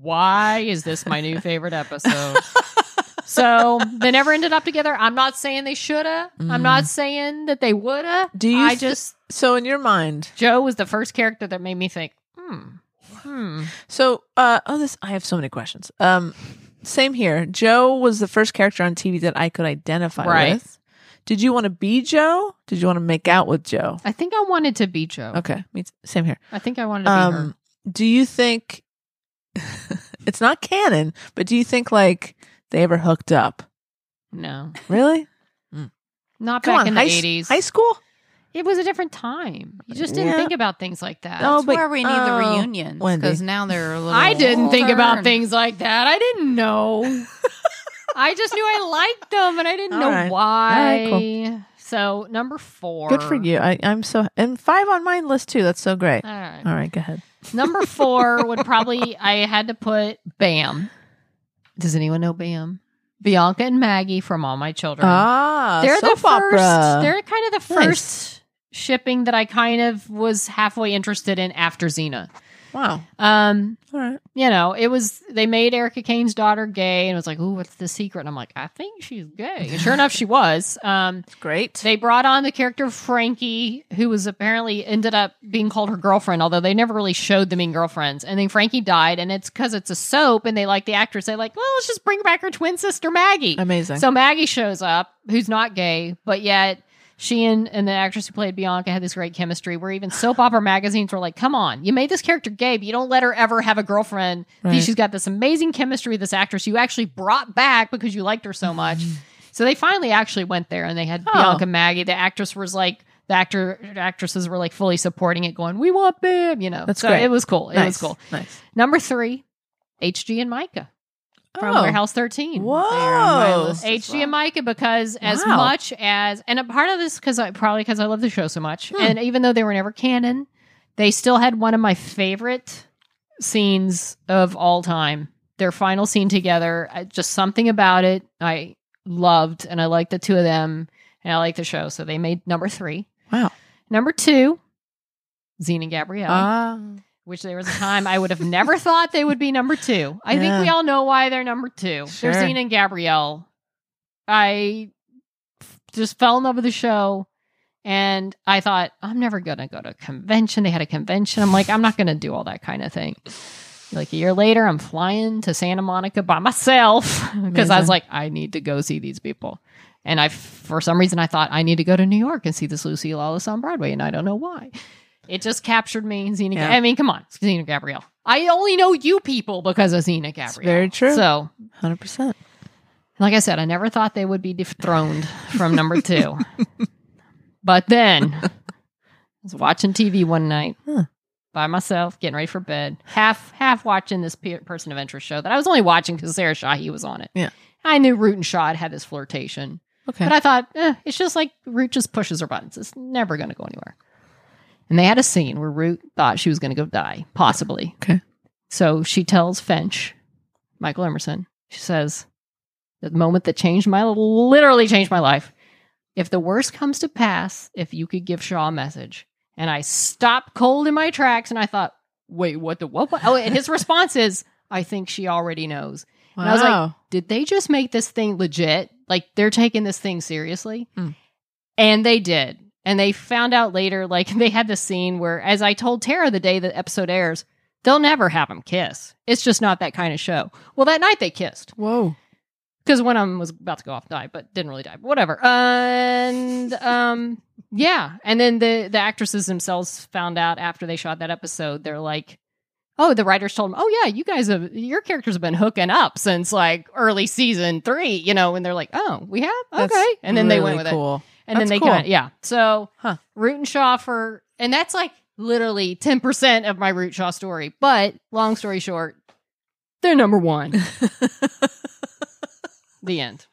Speaker 3: why is this my new favorite
Speaker 2: *laughs*
Speaker 3: episode? so they never ended up together. I'm not saying they shoulda. I'm not saying that they woulda.
Speaker 2: Mm. Do you
Speaker 3: I
Speaker 2: th-
Speaker 3: just
Speaker 2: So in your mind,
Speaker 3: Joe was the first character that made me think, hmm, hmm.
Speaker 2: so uh oh this I have so many questions. Um same here. Joe was the first character on TV that I could identify
Speaker 3: Right.
Speaker 2: with. Did you want to be Joe? Did you want to make out with Joe?
Speaker 3: I think I wanted to be Joe.
Speaker 2: Okay. Me t- same here.
Speaker 3: I think I wanted to be her.
Speaker 2: Um, do you think *laughs* it's not canon, but do you think like they ever hooked up?
Speaker 3: No, *laughs*
Speaker 2: Really?
Speaker 3: not
Speaker 2: Come
Speaker 3: back
Speaker 2: on,
Speaker 3: in the
Speaker 2: high, s-
Speaker 3: eighties.
Speaker 2: high school.
Speaker 3: It was a different time. You just didn't
Speaker 2: Yeah.
Speaker 3: think about things like that.
Speaker 2: No,
Speaker 1: That's
Speaker 2: but-
Speaker 1: where we need
Speaker 2: oh,
Speaker 1: the reunions
Speaker 2: Wendy.
Speaker 1: because now they're a little.
Speaker 3: I didn't think
Speaker 1: older
Speaker 3: about
Speaker 1: and-
Speaker 3: things like that. I didn't
Speaker 2: *laughs*
Speaker 3: know. I just knew I liked them, and I didn't
Speaker 2: All
Speaker 3: know
Speaker 2: right.
Speaker 3: why.
Speaker 2: All
Speaker 3: So number four.
Speaker 2: Good for you. I, I'm so and five on my list too. That's so great.
Speaker 3: All right.
Speaker 2: All right, go ahead. *laughs*
Speaker 3: Number four would probably I had to put Bam. Does anyone know Bam? Bianca and Maggie from All My Children.
Speaker 2: Ah,
Speaker 3: they're the
Speaker 2: soap
Speaker 3: first.
Speaker 2: opera.
Speaker 3: They're kind of the
Speaker 2: Nice.
Speaker 3: first shipping that I kind of was halfway interested in after Xena.
Speaker 2: wow.
Speaker 3: Um,
Speaker 2: All right.
Speaker 3: you know, it was they made Erica Kane's daughter gay, and it was like, "Ooh, what's the secret?" And I'm like, "I think she's gay." And sure enough, she was. Um,
Speaker 2: It's great.
Speaker 3: they brought on the character of Frankie, who was apparently ended up being called her girlfriend, although they never really showed them being girlfriends. And then Frankie died, and it's because it's a soap, and they like the actress. They like, well, let's just bring back her twin sister Maggie.
Speaker 2: Amazing.
Speaker 3: So Maggie shows up, who's not gay, but yet she and, and the actress who played Bianca had this great chemistry where even
Speaker 2: *gasps*
Speaker 3: soap opera magazines were like, come on, you made this character gay, but you don't let her ever have a girlfriend.
Speaker 2: Right.
Speaker 3: She's got this amazing chemistry with this actress you actually brought back because you liked her so much.
Speaker 2: *sighs*
Speaker 3: *laughs* so they finally actually went there and they had Bianca Maggie. The actress was like, the actor actresses were like fully supporting it, going, "We want Bam," you know.
Speaker 2: That's
Speaker 3: so
Speaker 2: great.
Speaker 3: it was cool. It
Speaker 2: nice.
Speaker 3: was cool.
Speaker 2: Nice.
Speaker 3: Number three, HG and Micah from
Speaker 2: Oh.
Speaker 3: Warehouse 13.
Speaker 2: Whoa.
Speaker 1: They're on my list as
Speaker 3: HG
Speaker 1: well.
Speaker 3: and Micah because as
Speaker 2: Wow.
Speaker 3: much as and a part of this because I probably because I love the show so much
Speaker 2: Hmm.
Speaker 3: and even though they were never canon, they still had one of my favorite scenes of all time. Their final scene together, I- just something about it I loved and I liked the two of them and I liked the show, so they made number three.
Speaker 2: Wow.
Speaker 3: Number two, Zine and Gabrielle
Speaker 2: Ah.
Speaker 3: which there was a time I would have never thought they would be number two. I
Speaker 2: Yeah.
Speaker 3: think we all know why they're number two.
Speaker 2: Sure.
Speaker 3: They're Zine and Gabrielle. I f- just fell in love with the show. And I thought, I'm never going to go to a convention. They had a convention. I'm like, I'm not going to do all that kind of thing. Like a year later, I'm flying to Santa Monica by myself *laughs* because I
Speaker 2: Amazing.
Speaker 3: was like, I need to go see these people. And I, for some reason, I thought I need to go to New York and see this Lucy Lawless on Broadway, and I don't know why. It just captured me. Zena,
Speaker 2: Yeah.
Speaker 3: I mean, come on, it's Zena Gabrielle. I only know you people because of Zena Gabrielle.
Speaker 2: very true.
Speaker 3: So,
Speaker 2: Ah, Hundred percent.
Speaker 3: like I said, I never thought they would be dethroned from number
Speaker 2: *laughs*
Speaker 3: two. but then I was watching TV one night
Speaker 2: Huh.
Speaker 3: by myself, getting ready for bed, half half watching this pe- person of interest show that I was only watching because Sarah Shahi was on it.
Speaker 2: Yeah.
Speaker 3: I knew Root and Shaw had had this flirtation.
Speaker 2: Okay.
Speaker 3: But I thought, eh, it's just like Root just pushes her buttons. It's never going to go anywhere. And they had a scene where Root thought she was going to go die, possibly.
Speaker 2: Okay.
Speaker 3: So she tells Finch, Michael Emerson, she says, the moment that changed my, literally changed my life. If the worst comes to pass, if you could give Shaw a message. And I stopped cold in my tracks and I thought, wait, what the, what? what? Oh, and his response is, I think she already knows
Speaker 2: wow.
Speaker 3: and I was like, did they just make this thing legit? Like they're taking this thing seriously?
Speaker 2: Mm.
Speaker 3: And they did. And they found out later, like *laughs* they had the scene where, as I told Tara the day the episode airs, they'll never have them kiss. It's just not that kind of show. Well, that night they kissed
Speaker 2: whoa.
Speaker 3: because one of them was about to go off and die, but didn't really die, but whatever. And um, yeah. And then the the actresses themselves found out after they shot that episode. They're like, oh, the writers told them, oh yeah, you guys have your characters have been hooking up since like early season three, you know. And they're like, oh, we have okay.
Speaker 2: That's
Speaker 3: and then they
Speaker 2: really
Speaker 3: went with it.
Speaker 2: cool.
Speaker 3: And then they
Speaker 2: That's cool.
Speaker 3: got yeah. So
Speaker 2: Huh.
Speaker 3: Root and Shaw for and that's like literally ten percent of my Root Shaw story. But long story short, they're number
Speaker 2: *laughs*
Speaker 3: one. the end.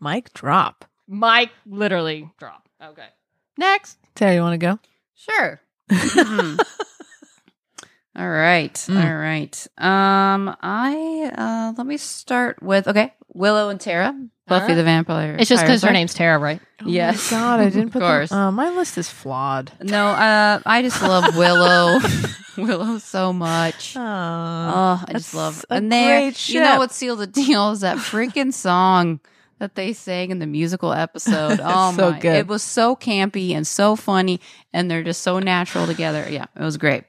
Speaker 2: Mic drop.
Speaker 3: Mike literally drop. Okay. Next.
Speaker 2: Tara, you want to go?
Speaker 1: Sure. Mhm. *laughs* All right.
Speaker 2: Mm.
Speaker 1: All right. Um I uh let me start with okay, Willow and Tara, Buffy
Speaker 3: right.
Speaker 1: the Vampire.
Speaker 3: It's just because her
Speaker 1: Slayer.
Speaker 3: name's Tara, right?
Speaker 2: Oh my
Speaker 1: Yes.
Speaker 2: God,
Speaker 3: *laughs*
Speaker 2: I didn't
Speaker 1: Of
Speaker 2: put.
Speaker 1: course.
Speaker 2: Them, oh, my list is flawed.
Speaker 1: No, uh I just love Willow. *laughs* Willow so much.
Speaker 2: Oh,
Speaker 1: Oh, I
Speaker 2: that's
Speaker 1: just love
Speaker 2: a
Speaker 1: and they
Speaker 2: great
Speaker 1: you know
Speaker 2: ship.
Speaker 1: what sealed the deal is that freaking song that they sang in the musical
Speaker 2: *laughs*
Speaker 1: episode. Oh
Speaker 2: So
Speaker 1: my
Speaker 2: good.
Speaker 1: it was so campy and so funny and they're just so natural together. Yeah, it was great.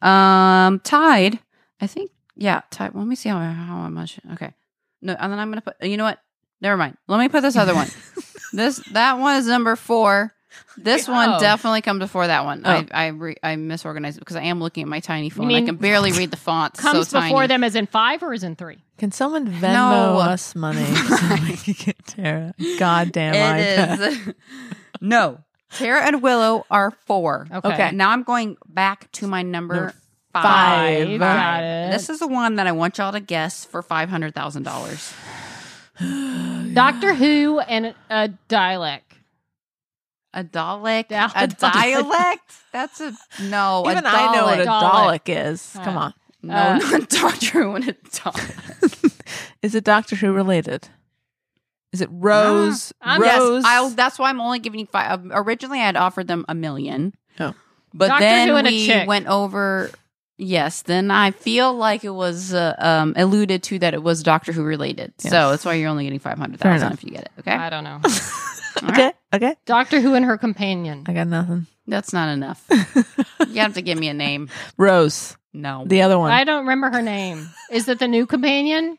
Speaker 1: Um tied, I think yeah, tied. Let me see how how much okay. No, and then
Speaker 2: *laughs*
Speaker 1: I'm gonna put you know what? Never mind. Let me put this other one. this that one is number four. This one
Speaker 3: Oh.
Speaker 1: definitely comes before that one.
Speaker 2: Oh.
Speaker 1: I I, re- I misorganized it because I am looking at my tiny phone. I
Speaker 3: mean-
Speaker 1: can barely *laughs* read the fonts.
Speaker 3: Comes
Speaker 1: so
Speaker 3: before
Speaker 1: tiny.
Speaker 3: them as in five or as in three?
Speaker 2: Can someone Venmo
Speaker 1: No.
Speaker 3: *laughs*
Speaker 2: us money so we can get Tara? Goddamn iPad.
Speaker 3: *laughs*
Speaker 1: It
Speaker 2: *laughs*
Speaker 1: is. *laughs* no. Tara and Willow are four.
Speaker 3: Okay.
Speaker 2: Okay.
Speaker 1: Now I'm going back to my number,
Speaker 2: Number
Speaker 1: five.
Speaker 2: five.
Speaker 3: Five. Got it.
Speaker 1: This is the one that I want y'all to guess for five hundred thousand dollars.
Speaker 3: Doctor Who and a Dalek.
Speaker 1: A
Speaker 2: *laughs*
Speaker 1: Dalek.
Speaker 3: Dal-
Speaker 1: a
Speaker 3: Dalek.
Speaker 1: dialect. That's a no.
Speaker 2: Even
Speaker 1: a Dalek.
Speaker 2: I know what a
Speaker 3: Dalek.
Speaker 2: Dalek, is. Come on.
Speaker 1: no,
Speaker 3: Uh,
Speaker 1: not *laughs* Doctor Who and a Dalek.
Speaker 2: *laughs* Is it Doctor Who related? Is it Rose?
Speaker 3: Um, I'm-
Speaker 2: Rose.
Speaker 3: Yes,
Speaker 1: Um, Yes, I'll, that's why I'm only giving you five. Um, Originally, I had offered them a million.
Speaker 2: Oh.
Speaker 1: But
Speaker 3: Doctor Who
Speaker 1: then
Speaker 3: and a
Speaker 1: we
Speaker 3: chick.
Speaker 1: went over. Yes, then I feel like it was uh, um, alluded to that it was Doctor Who related.
Speaker 2: Yes.
Speaker 1: So that's why you're only getting five hundred
Speaker 2: Fair
Speaker 1: thousand
Speaker 2: enough.
Speaker 1: if you get it. Okay,
Speaker 3: I don't know.
Speaker 2: okay. Okay.
Speaker 3: Doctor Who and her companion.
Speaker 2: *laughs* I got nothing.
Speaker 1: that's not
Speaker 2: *laughs*
Speaker 1: enough. you have to give me a name.
Speaker 2: Rose.
Speaker 1: No,
Speaker 2: The other one.
Speaker 3: I don't remember her name. Is it the new companion?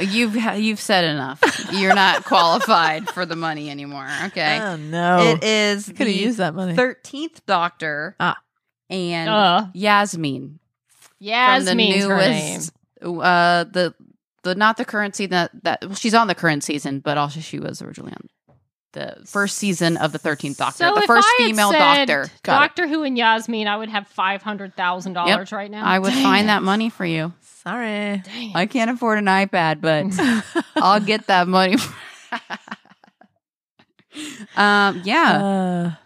Speaker 1: you've ha- you've said enough. You're
Speaker 2: *laughs*
Speaker 1: not qualified for the money anymore. Okay,
Speaker 2: oh no.
Speaker 1: it is
Speaker 2: Could have used
Speaker 1: the
Speaker 2: that money.
Speaker 1: thirteenth Doctor.
Speaker 2: Ah.
Speaker 1: And
Speaker 3: Uh,
Speaker 1: Yasmin from the
Speaker 3: Yasmin's her name.
Speaker 1: newest, uh, the the not the current season that that well, she's on the current season, but also she was originally on the first season of the Thirteenth Doctor,
Speaker 3: So
Speaker 1: the
Speaker 3: if
Speaker 1: first
Speaker 3: I had
Speaker 1: female
Speaker 3: said
Speaker 1: Doctor.
Speaker 2: Got it.
Speaker 3: Doctor Who and Yasmin, I would have five hundred thousand dollars right now.
Speaker 1: I would
Speaker 2: Dang
Speaker 1: find
Speaker 2: it.
Speaker 1: that money for you.
Speaker 2: *laughs* Sorry.
Speaker 3: Dang it.
Speaker 1: I can't afford an
Speaker 3: *laughs*
Speaker 1: iPad, but I'll get that money. *laughs* um, yeah,
Speaker 2: Uh,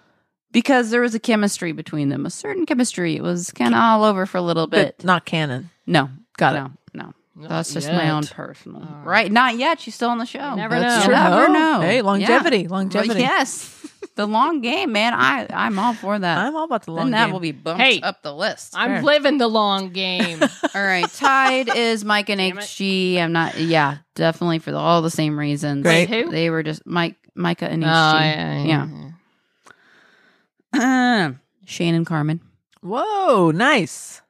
Speaker 1: because there was a chemistry between them, a certain chemistry. It was kind of all over for a little bit.
Speaker 2: but not canon.
Speaker 1: no,
Speaker 2: Got it.
Speaker 1: no, no. That's just my
Speaker 3: yet.
Speaker 1: own personal.
Speaker 3: All
Speaker 1: Right. Not yet. She's still on the show.
Speaker 3: You never
Speaker 2: That's
Speaker 3: know.
Speaker 2: true.
Speaker 1: Never
Speaker 2: Oh,
Speaker 1: know.
Speaker 2: Hey, longevity. Longevity.
Speaker 1: Yes. *laughs* the long game, man. I, I'm all for that.
Speaker 2: I'm all about the long
Speaker 1: then that
Speaker 2: game.
Speaker 1: will be bumped
Speaker 3: Hey.
Speaker 1: up the list.
Speaker 3: I'm
Speaker 2: Fair.
Speaker 3: living the long
Speaker 1: *laughs*
Speaker 3: game.
Speaker 1: all right.
Speaker 3: *laughs*
Speaker 1: Tide is Mike and
Speaker 3: Damn it.
Speaker 1: HG. I'm not, yeah, definitely for all the same reasons.
Speaker 2: Great.
Speaker 3: Wait, who?
Speaker 1: They were just Mike, Micah and
Speaker 3: Oh,
Speaker 2: Uh,
Speaker 1: HG.
Speaker 3: yeah,
Speaker 1: *clears throat* Shane and Carmen.
Speaker 2: Whoa, nice.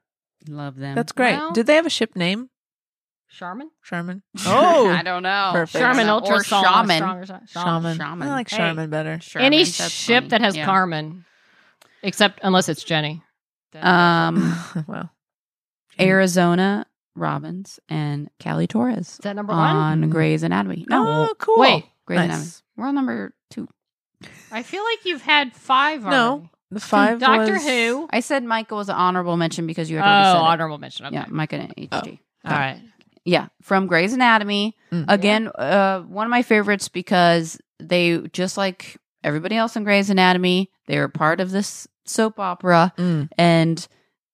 Speaker 1: Love them.
Speaker 3: *laughs*
Speaker 2: That's great.
Speaker 3: Well-
Speaker 2: Did they have a ship name?
Speaker 3: Sharman.
Speaker 2: Charmin.
Speaker 1: I
Speaker 2: Oh,
Speaker 1: don't know.
Speaker 2: Perfect.
Speaker 1: I don't
Speaker 3: Sharman
Speaker 1: know.
Speaker 3: Ultra
Speaker 1: or
Speaker 3: Sol-
Speaker 1: Shaman.
Speaker 3: Stronger, Sol-
Speaker 2: Shaman.
Speaker 1: Shaman.
Speaker 2: I like
Speaker 3: Hey.
Speaker 2: Shaman better.
Speaker 1: Shaman,
Speaker 3: Any
Speaker 1: that's
Speaker 3: ship
Speaker 1: funny.
Speaker 3: that has
Speaker 1: Yeah.
Speaker 3: Carmen, except unless it's Jenny.
Speaker 1: Um,
Speaker 2: *laughs*
Speaker 3: *laughs*
Speaker 2: well,
Speaker 3: Mm-hmm.
Speaker 1: Arizona Robbins and Callie Torres
Speaker 3: Is that number one?
Speaker 1: on Grey's Anatomy. No,
Speaker 2: oh, cool.
Speaker 3: Wait,
Speaker 1: Grey's
Speaker 2: nice.
Speaker 1: Anatomy. We're on number two.
Speaker 3: I feel like you've had five.
Speaker 2: No,
Speaker 3: Already.
Speaker 2: the five.
Speaker 3: Doctor
Speaker 2: was-
Speaker 3: Who.
Speaker 1: I said Micah was an honorable mention because you
Speaker 3: Oh,
Speaker 1: had already said it.
Speaker 3: honorable mention. Okay. Oh.
Speaker 1: Yeah, Micah and HG.
Speaker 3: All right.
Speaker 1: Yeah, from Grey's Anatomy.
Speaker 2: Mm.
Speaker 1: Again, uh, one of my favorites because they just like everybody else in Grey's Anatomy, they were part of this soap opera.
Speaker 2: Mm.
Speaker 1: and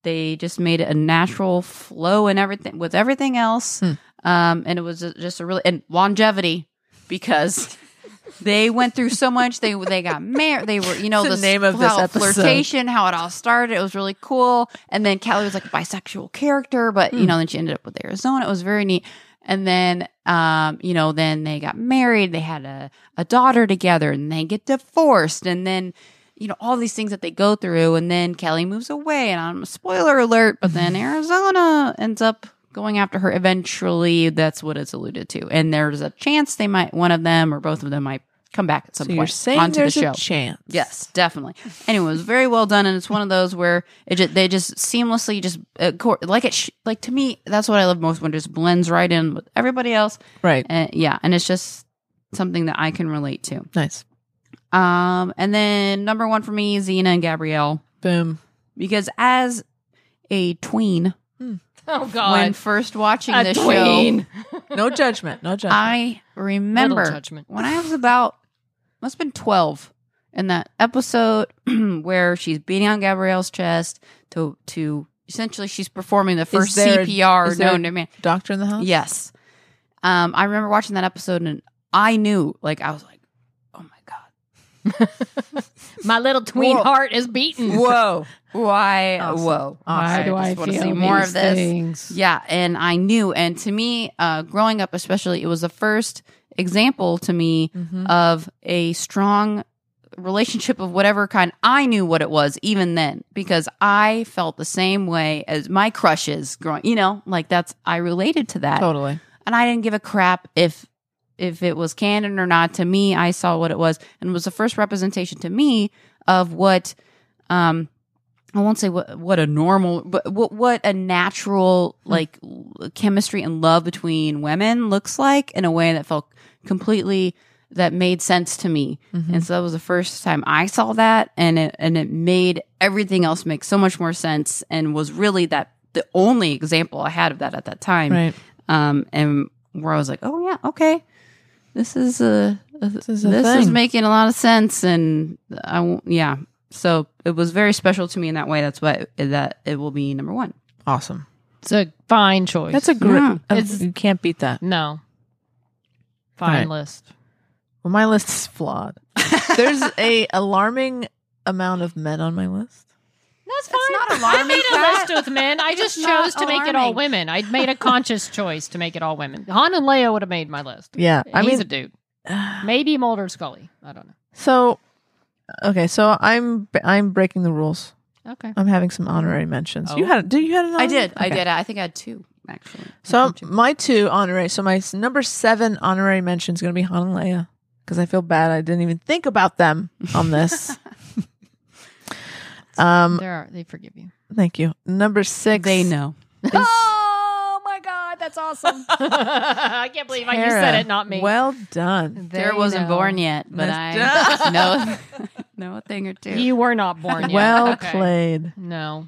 Speaker 1: they just made it a natural flow and everything with everything else.
Speaker 2: Hmm.
Speaker 1: Um, and it was a- just a really and longevity because they went through so much. They they got married. They were you know
Speaker 2: The
Speaker 1: this-
Speaker 2: name of this
Speaker 1: how
Speaker 2: episode.
Speaker 1: flirtation, how it all started. It was really cool. And then Callie was like a bisexual character, but you
Speaker 2: Hmm.
Speaker 1: know then she ended up with Arizona. It was very neat. And then, um, you know, then they got married. They had a a daughter together, and they get divorced, and then you know all these things that they go through and then kelly moves away and i'm spoiler alert but
Speaker 2: *laughs*
Speaker 1: then arizona ends up going after her eventually that's what it's alluded to and there's a chance they might one of them or both of them might come back at some
Speaker 2: So
Speaker 1: point
Speaker 2: you're saying
Speaker 1: onto
Speaker 2: there's
Speaker 1: the show
Speaker 2: a chance?
Speaker 1: yes definitely anyway it was very well done and it's one of those where it just, they just seamlessly just uh, cor- like it sh- like to me that's what i love most when it just blends right in with everybody else
Speaker 2: Right.
Speaker 1: and yeah and it's just something that i can relate to
Speaker 2: Nice.
Speaker 1: um, and then number one for me, Xena and Gabrielle,
Speaker 2: Boom.
Speaker 1: because as a tween,
Speaker 3: Oh
Speaker 1: when
Speaker 3: God.
Speaker 1: first watching
Speaker 3: a
Speaker 1: this show,
Speaker 3: tween.
Speaker 2: No judgment. No judgment. *laughs*
Speaker 1: I
Speaker 3: Little
Speaker 1: remember
Speaker 3: judgment.
Speaker 1: when I was about must have been twelve in that episode *clears throat* where she's beating on Gabrielle's chest to to essentially she's performing the first
Speaker 2: there a-
Speaker 1: CPR
Speaker 2: is there a-
Speaker 1: known to man.
Speaker 2: Doctor in the house.
Speaker 1: Yes. Um, I remember watching that episode and I knew, like, I was like, oh my God.
Speaker 3: My little tween
Speaker 1: Whoa.
Speaker 3: heart is beaten.
Speaker 1: Whoa. Why?
Speaker 2: Awesome.
Speaker 1: Whoa.
Speaker 2: Awesome.
Speaker 3: Why do I
Speaker 1: just wanna
Speaker 3: feel
Speaker 1: see more
Speaker 3: these
Speaker 1: of this.
Speaker 3: Things?
Speaker 1: Yeah, and I knew. And to me, uh, growing up, especially, it was the first example to me
Speaker 2: Mhm.
Speaker 1: of a strong relationship of whatever kind. I knew what it was even then because I felt the same way as my crushes growing. You know, like that's I related to that,
Speaker 2: Totally.
Speaker 1: and I didn't give a crap if if it was canon or not. To me, I saw what it was and it was the first representation to me of what um I won't say what what a normal but what what a natural like l- chemistry and love between women looks like in a way that felt completely that made sense to me.
Speaker 2: Hmm.
Speaker 1: And so that was the first time I saw that and it and it made everything else make so much more sense and was really that the only example I had of that at that time.
Speaker 2: Right.
Speaker 1: Um and where I was like, "Oh yeah, okay. This is a, a
Speaker 2: This is a
Speaker 1: this is
Speaker 2: thing.
Speaker 1: making a lot of sense and I won't, yeah. So it was very special to me in that way. That's why that it will be number 1.
Speaker 2: Awesome.
Speaker 3: It's a fine choice.
Speaker 2: That's a
Speaker 1: Yeah.
Speaker 2: great. uh,
Speaker 3: It's-
Speaker 2: you can't beat that.
Speaker 3: no. Fine
Speaker 2: Right.
Speaker 3: list.
Speaker 2: Well, my list
Speaker 1: *laughs*
Speaker 2: is flawed. There's a alarming amount of men on my list.
Speaker 3: That's fine. *laughs*
Speaker 1: That's not alarming,
Speaker 3: I
Speaker 1: Kat.
Speaker 3: made a list with men. I just
Speaker 1: It's not
Speaker 3: chose to make it all
Speaker 1: alarming.
Speaker 3: women. I made a *laughs* conscious choice to make it all women. Han and Leia would have made my list.
Speaker 2: Yeah, I
Speaker 3: He's
Speaker 2: mean,
Speaker 3: a dude. *sighs* Maybe Mulder Scully. I don't know.
Speaker 2: so okay, so I'm I'm breaking the rules.
Speaker 3: Okay.
Speaker 2: I'm having some honorary mentions. You
Speaker 3: Oh.
Speaker 2: had did you had an
Speaker 1: I
Speaker 2: honorary?
Speaker 1: did. I
Speaker 2: Okay.
Speaker 1: did. I think I had two actually.
Speaker 2: So my two honorary. So my s- number seven honorary mention is going to be Han and Leia because I feel bad I didn't even think about them
Speaker 3: *laughs*
Speaker 2: on this. um,
Speaker 3: There are, they forgive you.
Speaker 2: thank you. Number six.
Speaker 1: they know.
Speaker 3: Oh my God, that's awesome. *laughs* I can't believe I you said
Speaker 2: Tara.
Speaker 3: it, not me.
Speaker 2: Well done.
Speaker 3: There
Speaker 1: Tara
Speaker 3: you
Speaker 1: wasn't
Speaker 3: know.
Speaker 1: born yet, but
Speaker 2: That's-
Speaker 1: I *laughs* know know a thing or two.
Speaker 3: You were not born yet.
Speaker 2: Well
Speaker 3: Okay.
Speaker 2: played.
Speaker 3: No.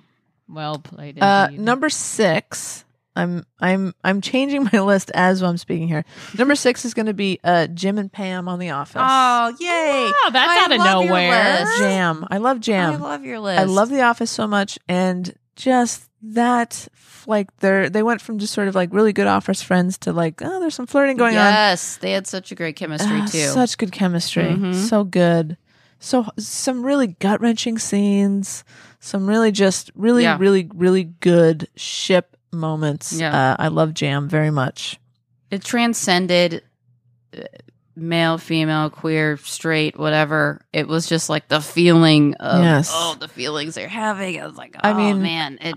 Speaker 3: Well played.
Speaker 2: Uh,
Speaker 3: indeed.
Speaker 2: number six. I'm I'm I'm changing my list as I'm speaking here. Number six is going to be uh, Jim and Pam on The Office.
Speaker 1: *laughs* oh, yay.
Speaker 3: Wow, that's
Speaker 1: I
Speaker 3: out of
Speaker 1: love your
Speaker 3: nowhere.
Speaker 1: list.
Speaker 2: jam! I love jam.
Speaker 1: I love your list.
Speaker 2: I love The Office so much, and just that, f- like, they're they went from just sort of like really good office friends to like, oh, there's some flirting going on.
Speaker 1: Yes, they had such a great chemistry
Speaker 2: Ah,
Speaker 1: too.
Speaker 2: Such good chemistry,
Speaker 1: Mhm.
Speaker 2: so good. So some really gut wrenching scenes, some really just really
Speaker 1: Yeah.
Speaker 2: really really good ship moments.
Speaker 1: Yeah.
Speaker 2: Uh, I love Jam very much.
Speaker 1: it transcended uh, male, female, queer, straight, whatever. It was just like the feeling of
Speaker 2: Yes.
Speaker 1: oh, the feelings they're having. I was like, oh
Speaker 2: I mean-
Speaker 1: man,
Speaker 2: *laughs*
Speaker 1: it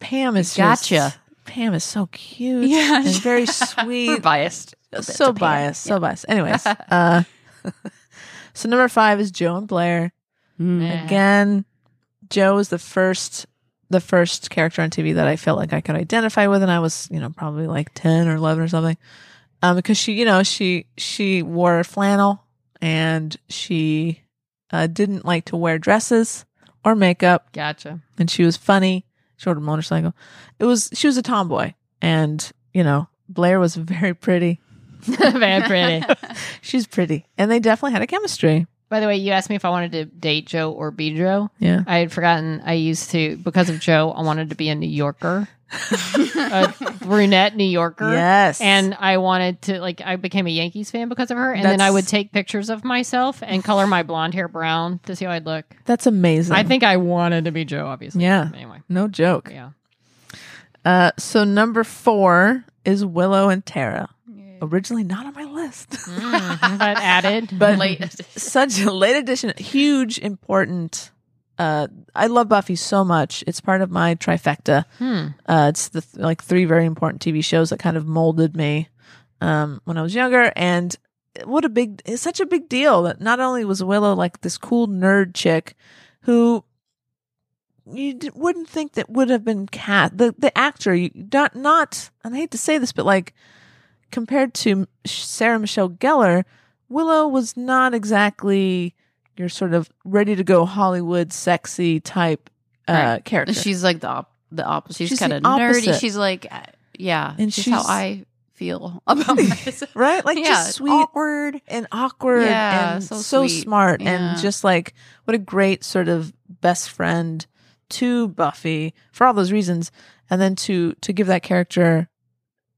Speaker 2: Pam is
Speaker 1: Gotcha.
Speaker 2: Just, Pam is so cute.
Speaker 1: Yeah.
Speaker 2: and
Speaker 1: *laughs*
Speaker 2: very
Speaker 1: we're
Speaker 2: sweet.
Speaker 1: biased. a bit
Speaker 2: so
Speaker 1: to Pam.
Speaker 2: biased, so biased.
Speaker 1: *laughs*
Speaker 2: Anyways, uh, so number five is Joe and Blair.
Speaker 1: Mm.
Speaker 3: Yeah.
Speaker 2: Again, Joe was the first, the first character on TV that I felt like I could identify with, and I was, you know, probably like ten or eleven or something, um, because she, you know, she she wore flannel and she uh, didn't like to wear dresses or makeup
Speaker 3: Gotcha.
Speaker 2: and she was funny. She rode a motorcycle. It was she was a tomboy, and you know Blair was very pretty. *laughs*
Speaker 3: Very pretty.
Speaker 1: *laughs*
Speaker 2: She's pretty, and they definitely had a chemistry.
Speaker 3: By the way, you asked me if I wanted to date Joe or be Joe.
Speaker 2: Yeah,
Speaker 3: I had forgotten I used to, because of Joe, I wanted to be a New
Speaker 2: *laughs*
Speaker 3: Yorker, a brunette New Yorker.
Speaker 2: yes,
Speaker 3: And I wanted to, like, I became a Yankees fan because of her. And then I
Speaker 2: That's-
Speaker 3: would take pictures of myself and color my blonde hair brown to see how I'd look.
Speaker 2: that's amazing.
Speaker 3: I think I wanted to be Joe, obviously.
Speaker 2: Yeah.
Speaker 3: Anyway.
Speaker 2: no joke.
Speaker 3: Yeah.
Speaker 2: Uh, so number four is Willow and Tara. Originally not on my list, *laughs*
Speaker 3: Mm, but added.
Speaker 2: but *laughs*
Speaker 1: Late.
Speaker 2: such a late addition, huge, important. Uh, I love Buffy so much. It's part of my trifecta.
Speaker 3: Hmm.
Speaker 2: Uh, it's the th- like three very important TV shows that kind of molded me um, when I was younger, and what a big it's such a big deal that not only was Willow like this cool nerd chick who you d- wouldn't think that would have been cat the the actor you not not and I hate to say this but like compared to Sarah Michelle Gellar, Willow was not exactly your sort of ready to go Hollywood sexy type uh,
Speaker 1: Right.
Speaker 2: character.
Speaker 1: She's like the op- the opposite. She's,
Speaker 2: She's the
Speaker 1: kind of nerdy.
Speaker 2: opposite.
Speaker 1: She's like, uh, yeah,
Speaker 2: And
Speaker 1: she's, how
Speaker 2: she's-
Speaker 1: I feel *laughs*
Speaker 2: *laughs*
Speaker 1: about myself.
Speaker 2: right? Like
Speaker 1: yeah,
Speaker 2: just sweet
Speaker 1: awkward.
Speaker 2: and awkward
Speaker 1: Yeah,
Speaker 2: and
Speaker 1: so
Speaker 2: so,
Speaker 1: sweet.
Speaker 2: smart
Speaker 1: Yeah.
Speaker 2: and just like what a great sort of best friend to Buffy for all those reasons and then to to give that character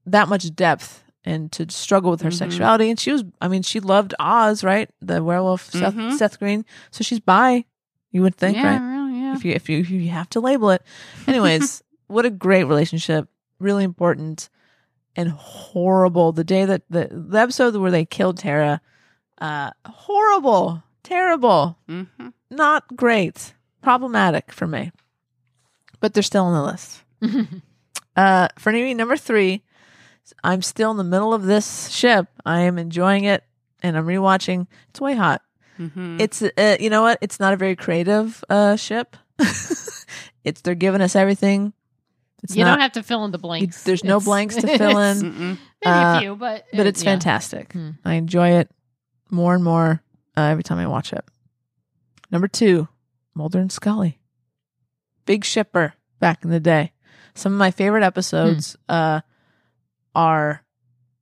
Speaker 2: that much depth and to struggle with her
Speaker 1: Mhm.
Speaker 2: sexuality and she was I mean she loved Oz, right? The werewolf
Speaker 1: Mhm.
Speaker 2: Seth, Seth Green. So she's bi, you would think,
Speaker 1: yeah,
Speaker 2: right?
Speaker 1: really, yeah.
Speaker 2: if you if you if you have to label it. Anyways, what a great relationship, really important and horrible. The day that the, the episode where they killed Tara, uh, horrible, terrible,
Speaker 1: Mm-hmm.
Speaker 2: not great, problematic for me. But they're still on the list. Uh, for me, number three I'm still in the middle of this ship. I am enjoying it, and I'm rewatching. It's way hot.
Speaker 1: Mm-hmm.
Speaker 2: It's uh, you know what? It's not a very creative
Speaker 3: *laughs*
Speaker 2: uh, ship. it's they're giving us everything. It's
Speaker 3: you
Speaker 2: not.
Speaker 3: don't have to fill in the blanks.
Speaker 2: there's no
Speaker 3: It's-
Speaker 2: blanks to fill
Speaker 3: it's-
Speaker 2: in,
Speaker 3: *laughs* Maybe
Speaker 2: uh,
Speaker 3: a few, but
Speaker 2: but it's
Speaker 3: yeah.
Speaker 2: fantastic.
Speaker 3: Hmm.
Speaker 2: I enjoy it more and more uh, every time I watch it. Number two, Mulder and Scully, Big Shipper. Back in the day, some of my favorite episodes
Speaker 3: Hmm.
Speaker 2: uh, are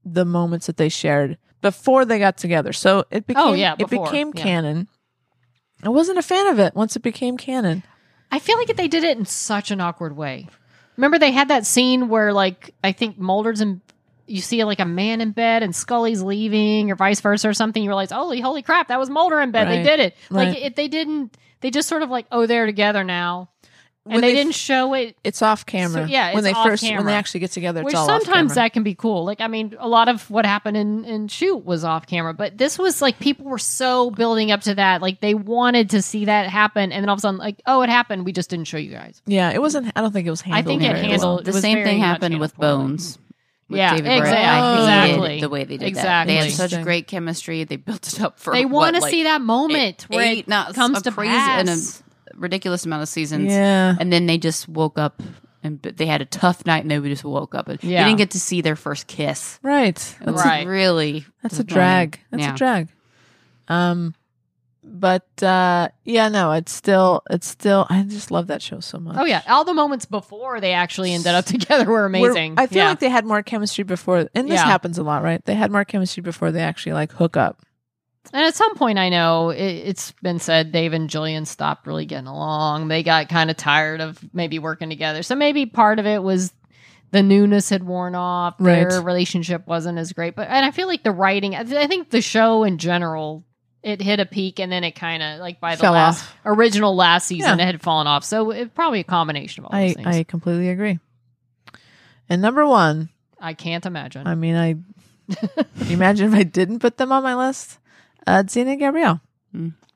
Speaker 2: the moments that they shared before they got together. So it became
Speaker 3: Oh, yeah,
Speaker 2: it
Speaker 3: before,
Speaker 2: became
Speaker 3: yeah.
Speaker 2: canon. I wasn't a fan of it once it became canon.
Speaker 3: I feel like they did it in such an awkward way. Remember they had that scene where like I think Mulder's in you see like a man in bed and Scully's leaving or vice versa or something. You realize, holy holy crap, that was Mulder in bed.
Speaker 2: Right.
Speaker 3: They did it. Like
Speaker 2: Right.
Speaker 3: it, they didn't. They just sort of like oh they're together now, and
Speaker 2: When
Speaker 3: they,
Speaker 2: they
Speaker 3: didn't show it.
Speaker 2: It's off camera.
Speaker 3: So, yeah,
Speaker 2: when
Speaker 3: it's
Speaker 2: they
Speaker 3: off
Speaker 2: first when they
Speaker 3: camera.
Speaker 2: actually get together, it's
Speaker 3: Which
Speaker 2: all off
Speaker 3: sometimes
Speaker 2: camera.
Speaker 3: that can be cool. Like I mean, a lot of what happened in in shoot was off camera, but this was like people were so building up to that. Like they wanted to see that happen, and then all of a sudden, like oh it happened. We just didn't show you guys.
Speaker 2: Yeah, it wasn't. I don't think it was handled.
Speaker 3: I think it
Speaker 2: very well.
Speaker 3: handled
Speaker 1: the
Speaker 3: it was
Speaker 1: same
Speaker 3: very
Speaker 1: thing
Speaker 3: much
Speaker 1: happened
Speaker 3: handled
Speaker 1: with
Speaker 3: poorly.
Speaker 1: Bones. with
Speaker 3: yeah,
Speaker 1: David Bryan.
Speaker 3: exactly.
Speaker 1: I hated
Speaker 3: exactly.
Speaker 1: the way they did
Speaker 3: exactly.
Speaker 1: that. They had
Speaker 2: Interesting.
Speaker 1: such great chemistry. They built it up for.
Speaker 3: They
Speaker 1: want to
Speaker 3: see that moment where
Speaker 1: eight,
Speaker 3: it
Speaker 1: no, it's
Speaker 3: comes
Speaker 1: a
Speaker 3: to
Speaker 1: crazy
Speaker 3: pass.
Speaker 1: and a ridiculous amount of seasons.
Speaker 2: Yeah.
Speaker 1: and then they just woke up and b- they had a tough night. and Nobody just woke up and
Speaker 3: Yeah.
Speaker 1: they didn't get to see their first kiss.
Speaker 2: Right. That's,
Speaker 1: That's
Speaker 3: Right.
Speaker 1: really
Speaker 2: that's a
Speaker 1: disappointing.
Speaker 2: drag. That's
Speaker 1: yeah.
Speaker 2: a drag. Um, but uh, yeah, no, it's still, it's still. I just love that show so much.
Speaker 3: oh yeah, all the moments before they actually ended up *laughs* together were
Speaker 2: We're-
Speaker 3: amazing.
Speaker 2: I feel
Speaker 3: Yeah.
Speaker 2: like they had more chemistry before, and this
Speaker 3: Yeah.
Speaker 2: happens a lot, right? They had more chemistry before they actually like hook up.
Speaker 3: and at some point, I know it, it's been said Dave and Jillian stopped really getting along. They got kind of tired of maybe working together, so maybe part of it was the newness had worn off. Their
Speaker 2: Right.
Speaker 3: relationship wasn't as great, but and I feel like the writing. I, th- I think the show in general. It hit a peak and then it kind of like by the
Speaker 2: Fell
Speaker 3: last
Speaker 2: off.
Speaker 3: original last season
Speaker 2: Yeah.
Speaker 3: it had fallen off. So it probably a combination of all
Speaker 2: I
Speaker 3: those things.
Speaker 2: I completely agree. And number one,
Speaker 3: I can't imagine.
Speaker 2: I mean, I can you imagine if I didn't put them on my list. Uh, Zena and Gabrielle.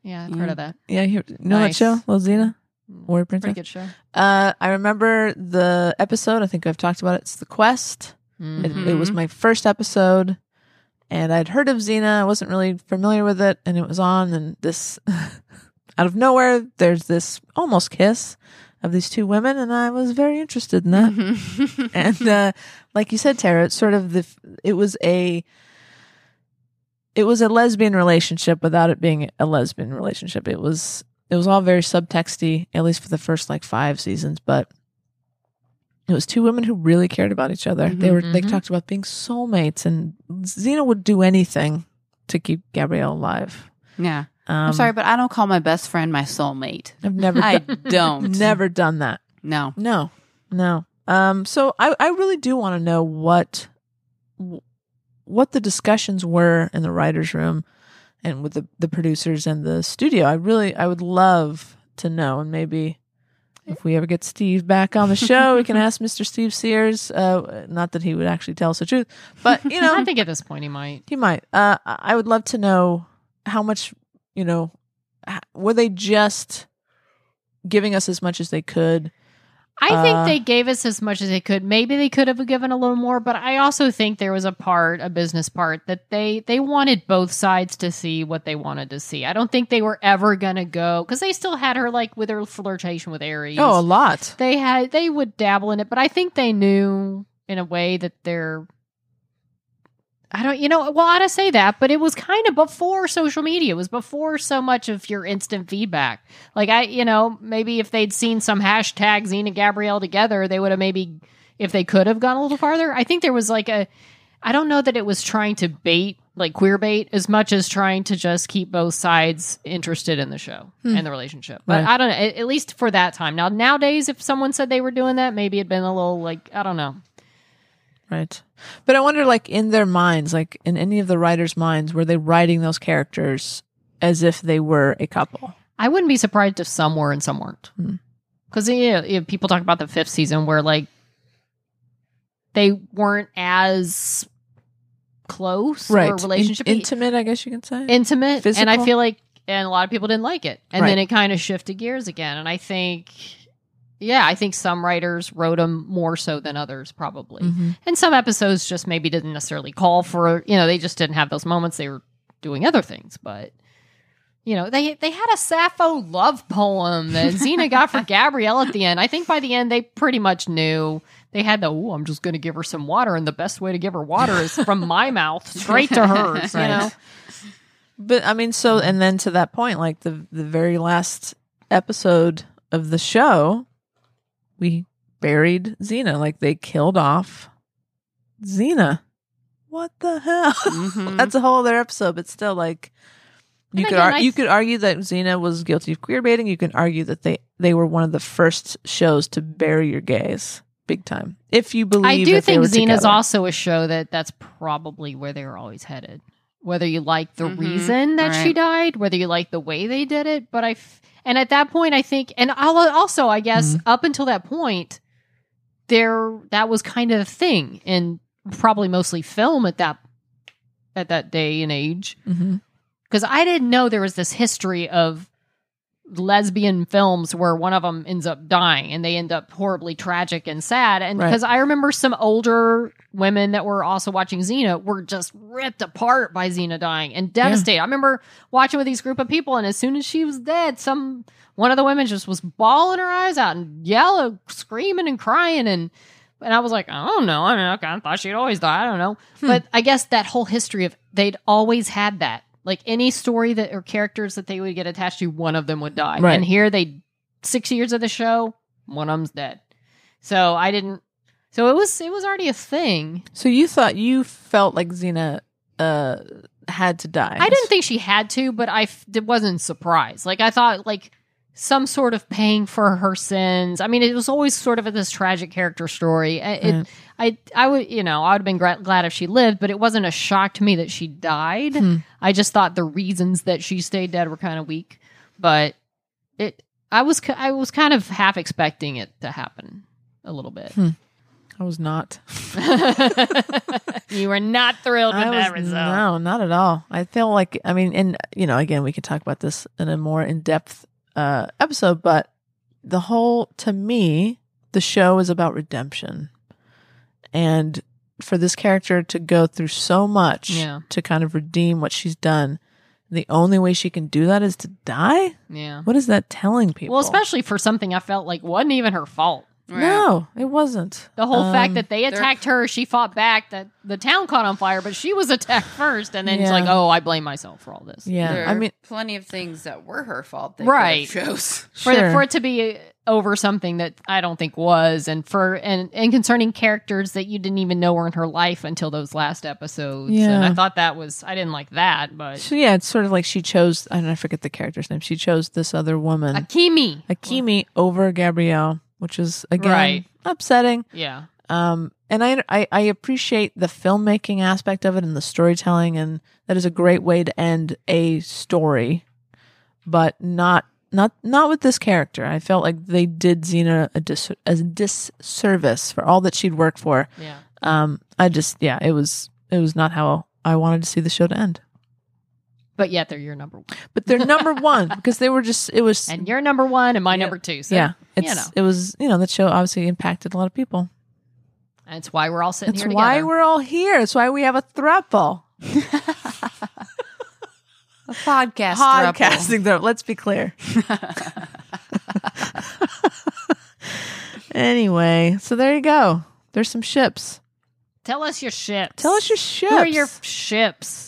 Speaker 3: yeah, I've
Speaker 2: Mm.
Speaker 3: heard of that.
Speaker 2: Yeah, you know
Speaker 3: Nice. Mm,
Speaker 2: that show, Little Zena, Warrior Princess.
Speaker 3: Pretty good show.
Speaker 2: Uh, I remember the episode. I think I've talked about it. It's the quest.
Speaker 3: Mm-hmm.
Speaker 2: It, it was my first episode, and I'd heard of Xena. I wasn't really familiar with it, and it was on. And this, *laughs* out of nowhere, there's this almost kiss of these two women, and I was very interested in that *laughs* and uh, like you said, Tara, it's sort of the it was a it was a lesbian relationship without it being a lesbian relationship. It was it was all very subtexty, at least for the first like five seasons, but it was two women who really cared about each other.
Speaker 1: Mm-hmm,
Speaker 2: They were they
Speaker 3: Mhm.
Speaker 2: talked about being soulmates, and Xena would do anything to keep Gabrielle alive.
Speaker 1: *laughs* yeah.
Speaker 2: Um,
Speaker 1: I'm sorry, but I don't call my best friend my soulmate.
Speaker 2: I've never *laughs*
Speaker 1: I
Speaker 2: done,
Speaker 1: don't.
Speaker 2: never done that.
Speaker 1: No.
Speaker 2: No, no. Um, so I, I really do want to know what what the discussions were in the writers' room and with the, the producers and the studio. I really I would love to know, and maybe if we ever get Steve back on the show, we can ask Mr. Steve Sears. Uh, not that he would actually tell us the truth, but you know,
Speaker 3: I *laughs* think at this point he might.
Speaker 2: he might. Uh, I I would love to know how much, you know, h- were they just giving us as much as they could?
Speaker 3: I
Speaker 2: Uh,
Speaker 3: think they gave us as much as they could. Maybe they could have given a little more, but I also think there was a part, a business part, that they they wanted both sides to see what they wanted to see. I don't think they were ever gonna go because they still had her like with her flirtation with Aries.
Speaker 2: Oh, a lot.
Speaker 3: they had they would dabble in it, but I think they knew in a way that they're I don't you know, well I don't say that, but it was kind of before social media. It was before so much of your instant feedback. Like I you know, maybe if they'd seen some hashtag Zena Gabrielle together, they would have maybe if they could have gone a little farther. I think there was like a I don't know that it was trying to bait like queer bait as much as trying to just keep both sides interested in the show and the relationship. But
Speaker 2: Hmm. Right.
Speaker 3: I don't know, at, at least for that time. Now nowadays if someone said they were doing that, maybe it'd been a little like I don't know.
Speaker 2: Right. But I wonder, like, in their minds, like, in any of the writers' minds, were they writing those characters as if they were a couple?
Speaker 3: I wouldn't be surprised if some were and some weren't.
Speaker 2: Hmm.
Speaker 3: Because you know, you know, people talk about the fifth season where like they weren't as close or
Speaker 2: In-
Speaker 3: relationship
Speaker 2: intimate, I guess you can say.
Speaker 3: intimate and
Speaker 2: Physical?
Speaker 3: i feel like and a lot of people didn't like it and
Speaker 2: Right.
Speaker 3: then it kind of shifted gears again and i think yeah, I think some writers wrote them more so than others, probably.
Speaker 2: Mm-hmm.
Speaker 3: And some episodes just maybe didn't necessarily call for, you know, they just didn't have those moments. They were doing other things, but you know, they they had a Sappho love poem that
Speaker 2: *laughs*
Speaker 3: Xena got for Gabrielle at the end. I think by the end they pretty much knew they had the. Oh, I'm just going to give her some water, and the best way to give her water is from my mouth straight
Speaker 2: *laughs*
Speaker 3: to hers. You
Speaker 2: Right.
Speaker 3: know,
Speaker 2: But I mean, so and then to that point, like the the very last episode of the show, we buried Xena. Like they killed off Xena. What the hell? *laughs*
Speaker 1: Mhm.
Speaker 2: That's a whole other episode, but still, like
Speaker 3: Mm-hmm.
Speaker 2: you
Speaker 3: And
Speaker 2: could
Speaker 3: again,
Speaker 2: ar-
Speaker 3: I
Speaker 2: you
Speaker 3: th-
Speaker 2: could argue that Xena was guilty of queer baiting. You can argue that they they were one of the first shows to bury your gays big time. If you believe,
Speaker 3: I do
Speaker 2: that they
Speaker 3: think
Speaker 2: were
Speaker 3: Xena's
Speaker 2: together.
Speaker 3: also a show that that's probably where they were always headed. Whether you like the
Speaker 1: Mhm.
Speaker 3: reason that she
Speaker 1: Right.
Speaker 3: died, whether you like the way they did it, but I f- and at that point I think and I'll also I guess
Speaker 2: Mm-hmm.
Speaker 3: up until that point there that was kind of a thing and probably mostly film at that at that day and age
Speaker 2: Mhm.
Speaker 3: because I didn't know there was this history of lesbian films where one of them ends up dying and they end up horribly tragic and sad. And
Speaker 2: Right.
Speaker 3: because I remember some older women that were also watching Xena were just ripped apart by Xena dying and devastated. I remember watching with these group of people, and as soon as she was dead, some one of the women just was bawling her eyes out and yelling, screaming, and crying and. And I was like, I don't know. I mean, I kind of thought she'd always die. I don't know. But I guess that whole history of they'd always had that. Like any story that or characters that they would get attached to, one of them would die.
Speaker 2: Right.
Speaker 3: And here they six years of the show, one of them's dead. So I didn't. So it was it was already a thing.
Speaker 2: So you thought you felt like Xena uh, had to die.
Speaker 3: I didn't think she had to, but I f- it wasn't surprised. Like I thought, like some sort of paying for her sins. I mean, it was always sort of this tragic character story. I- It,
Speaker 2: Right.
Speaker 3: I, I would, you know, I would have been gra- glad if she lived, but it wasn't a shock to me that she died.
Speaker 2: Hmm.
Speaker 3: I just thought the reasons that she stayed dead were kind of weak, but it, I was, ki- I was kind of half expecting it to happen a little bit. *laughs*
Speaker 2: I was not.
Speaker 3: you were not thrilled with
Speaker 2: I
Speaker 3: that
Speaker 2: was-
Speaker 3: result.
Speaker 2: No, not at all. I feel like I mean, and you know, again, we could talk about this in a more in depth uh, episode, but the whole to me, the show is about redemption, and for this character to go through so much
Speaker 3: Yeah.
Speaker 2: to kind of redeem what she's done, the only way she can do that is to die.
Speaker 3: Yeah.
Speaker 2: What is that telling people?
Speaker 3: Well, especially for something I felt like wasn't even her fault.
Speaker 1: Right.
Speaker 2: no, it wasn't
Speaker 3: The whole
Speaker 2: Um,
Speaker 3: fact that they attacked her, she fought back, that the town caught on fire, but she was attacked *laughs* first, and then she's
Speaker 2: Yeah.
Speaker 3: like, "Oh, I blame myself for all this."
Speaker 2: Yeah,
Speaker 1: There
Speaker 2: I
Speaker 1: are
Speaker 2: mean,
Speaker 1: plenty of things that were her fault. That
Speaker 3: Right.
Speaker 1: right. Shows.
Speaker 3: For,
Speaker 2: sure.
Speaker 3: for it to be over something that I don't think was, and for and and concerning characters that you didn't even know were in her life until those last episodes, and
Speaker 2: Yeah.
Speaker 3: I thought that was I didn't like that, but
Speaker 2: So yeah, it's sort of like she chose. I don't. I forget the character's name. She chose this other woman,
Speaker 3: Akimi,
Speaker 2: Akimi, over Gabrielle, which is again
Speaker 3: Right.
Speaker 2: upsetting.
Speaker 3: yeah,
Speaker 2: Um, and I, I I appreciate the filmmaking aspect of it and the storytelling, and that is a great way to end a story, but not not not with this character. I felt like they did Xena a dis a disservice for all that she'd worked for. *laughs*
Speaker 3: yeah.
Speaker 2: Um, I just yeah, it was it was not how I wanted to see the show to end.
Speaker 3: But yet they're your number one,
Speaker 2: But
Speaker 3: *laughs*
Speaker 2: they're number one because they were just it was
Speaker 3: and you're number one, and my number two. So
Speaker 2: yeah. It's,
Speaker 3: know.
Speaker 2: It was, you know, that show obviously impacted a lot of people.
Speaker 3: that's why we're all sitting
Speaker 2: That's
Speaker 3: here
Speaker 2: why
Speaker 3: together.
Speaker 2: we're all here. That's why we have a thruple.
Speaker 1: A podcast.
Speaker 2: Podcasting thruple. Let's be clear.
Speaker 3: *laughs*
Speaker 2: anyway, so there you go. There's some ships.
Speaker 3: Tell us your ships.
Speaker 2: Tell us your ships.
Speaker 3: Who are your ships?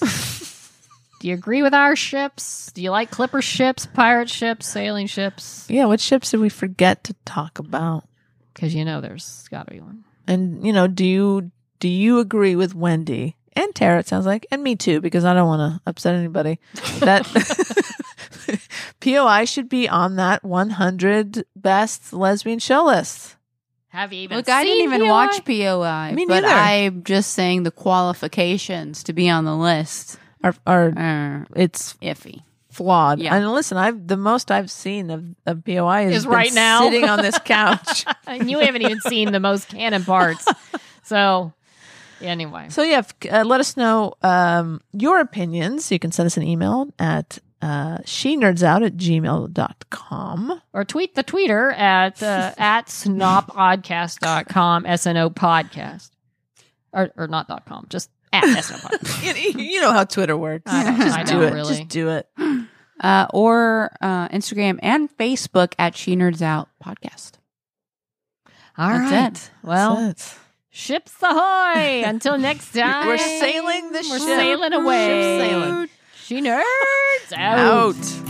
Speaker 3: Do you agree with our ships? Do you like clipper ships, pirate ships, sailing ships?
Speaker 2: yeah, what ships did we forget to talk about?
Speaker 3: Because you know there's got to be one.
Speaker 2: And you know, do you do you agree with Wendy and Tara? It sounds like, and me too, because I don't want to upset anybody. That *laughs* POI should be on that 100 best lesbian show list.
Speaker 3: Have you even?
Speaker 1: Look, I didn't
Speaker 3: seen
Speaker 1: even
Speaker 3: POI?
Speaker 1: watch POI,
Speaker 2: Me
Speaker 1: but
Speaker 2: neither.
Speaker 1: I'm just saying the qualifications to be on the list
Speaker 2: Are are
Speaker 3: Uh,
Speaker 1: are
Speaker 2: it's
Speaker 1: iffy.
Speaker 2: flawed.
Speaker 1: Yeah.
Speaker 2: And listen, I've the most I've seen of, of POI is,
Speaker 3: Is right now.
Speaker 2: sitting
Speaker 3: *laughs*
Speaker 2: on this couch.
Speaker 3: and you haven't even seen the most canon parts. So anyway,
Speaker 2: So yeah, f- uh, let us know um, your opinions. You can send us an email at uh, she nerds out at gmail.com.
Speaker 3: or tweet the tweeter at uh, at snopodcast.com, SNO podcast. Or, or not dot com, just at SNO podcast.
Speaker 2: You, you know how Twitter works.
Speaker 3: I know,
Speaker 2: Just
Speaker 3: I
Speaker 2: do
Speaker 3: know,
Speaker 2: it.
Speaker 3: really.
Speaker 2: Just do it.
Speaker 1: uh, or uh, Instagram and Facebook at She Nerds Out Podcast.
Speaker 3: All
Speaker 1: That's
Speaker 3: right.
Speaker 1: it. Well,
Speaker 2: That's
Speaker 3: Ships ahoy! Until next time.
Speaker 2: We're sailing the
Speaker 3: We're
Speaker 2: ship.
Speaker 3: sailing away.
Speaker 2: Ship's sailing.
Speaker 3: She nerds
Speaker 2: it. out.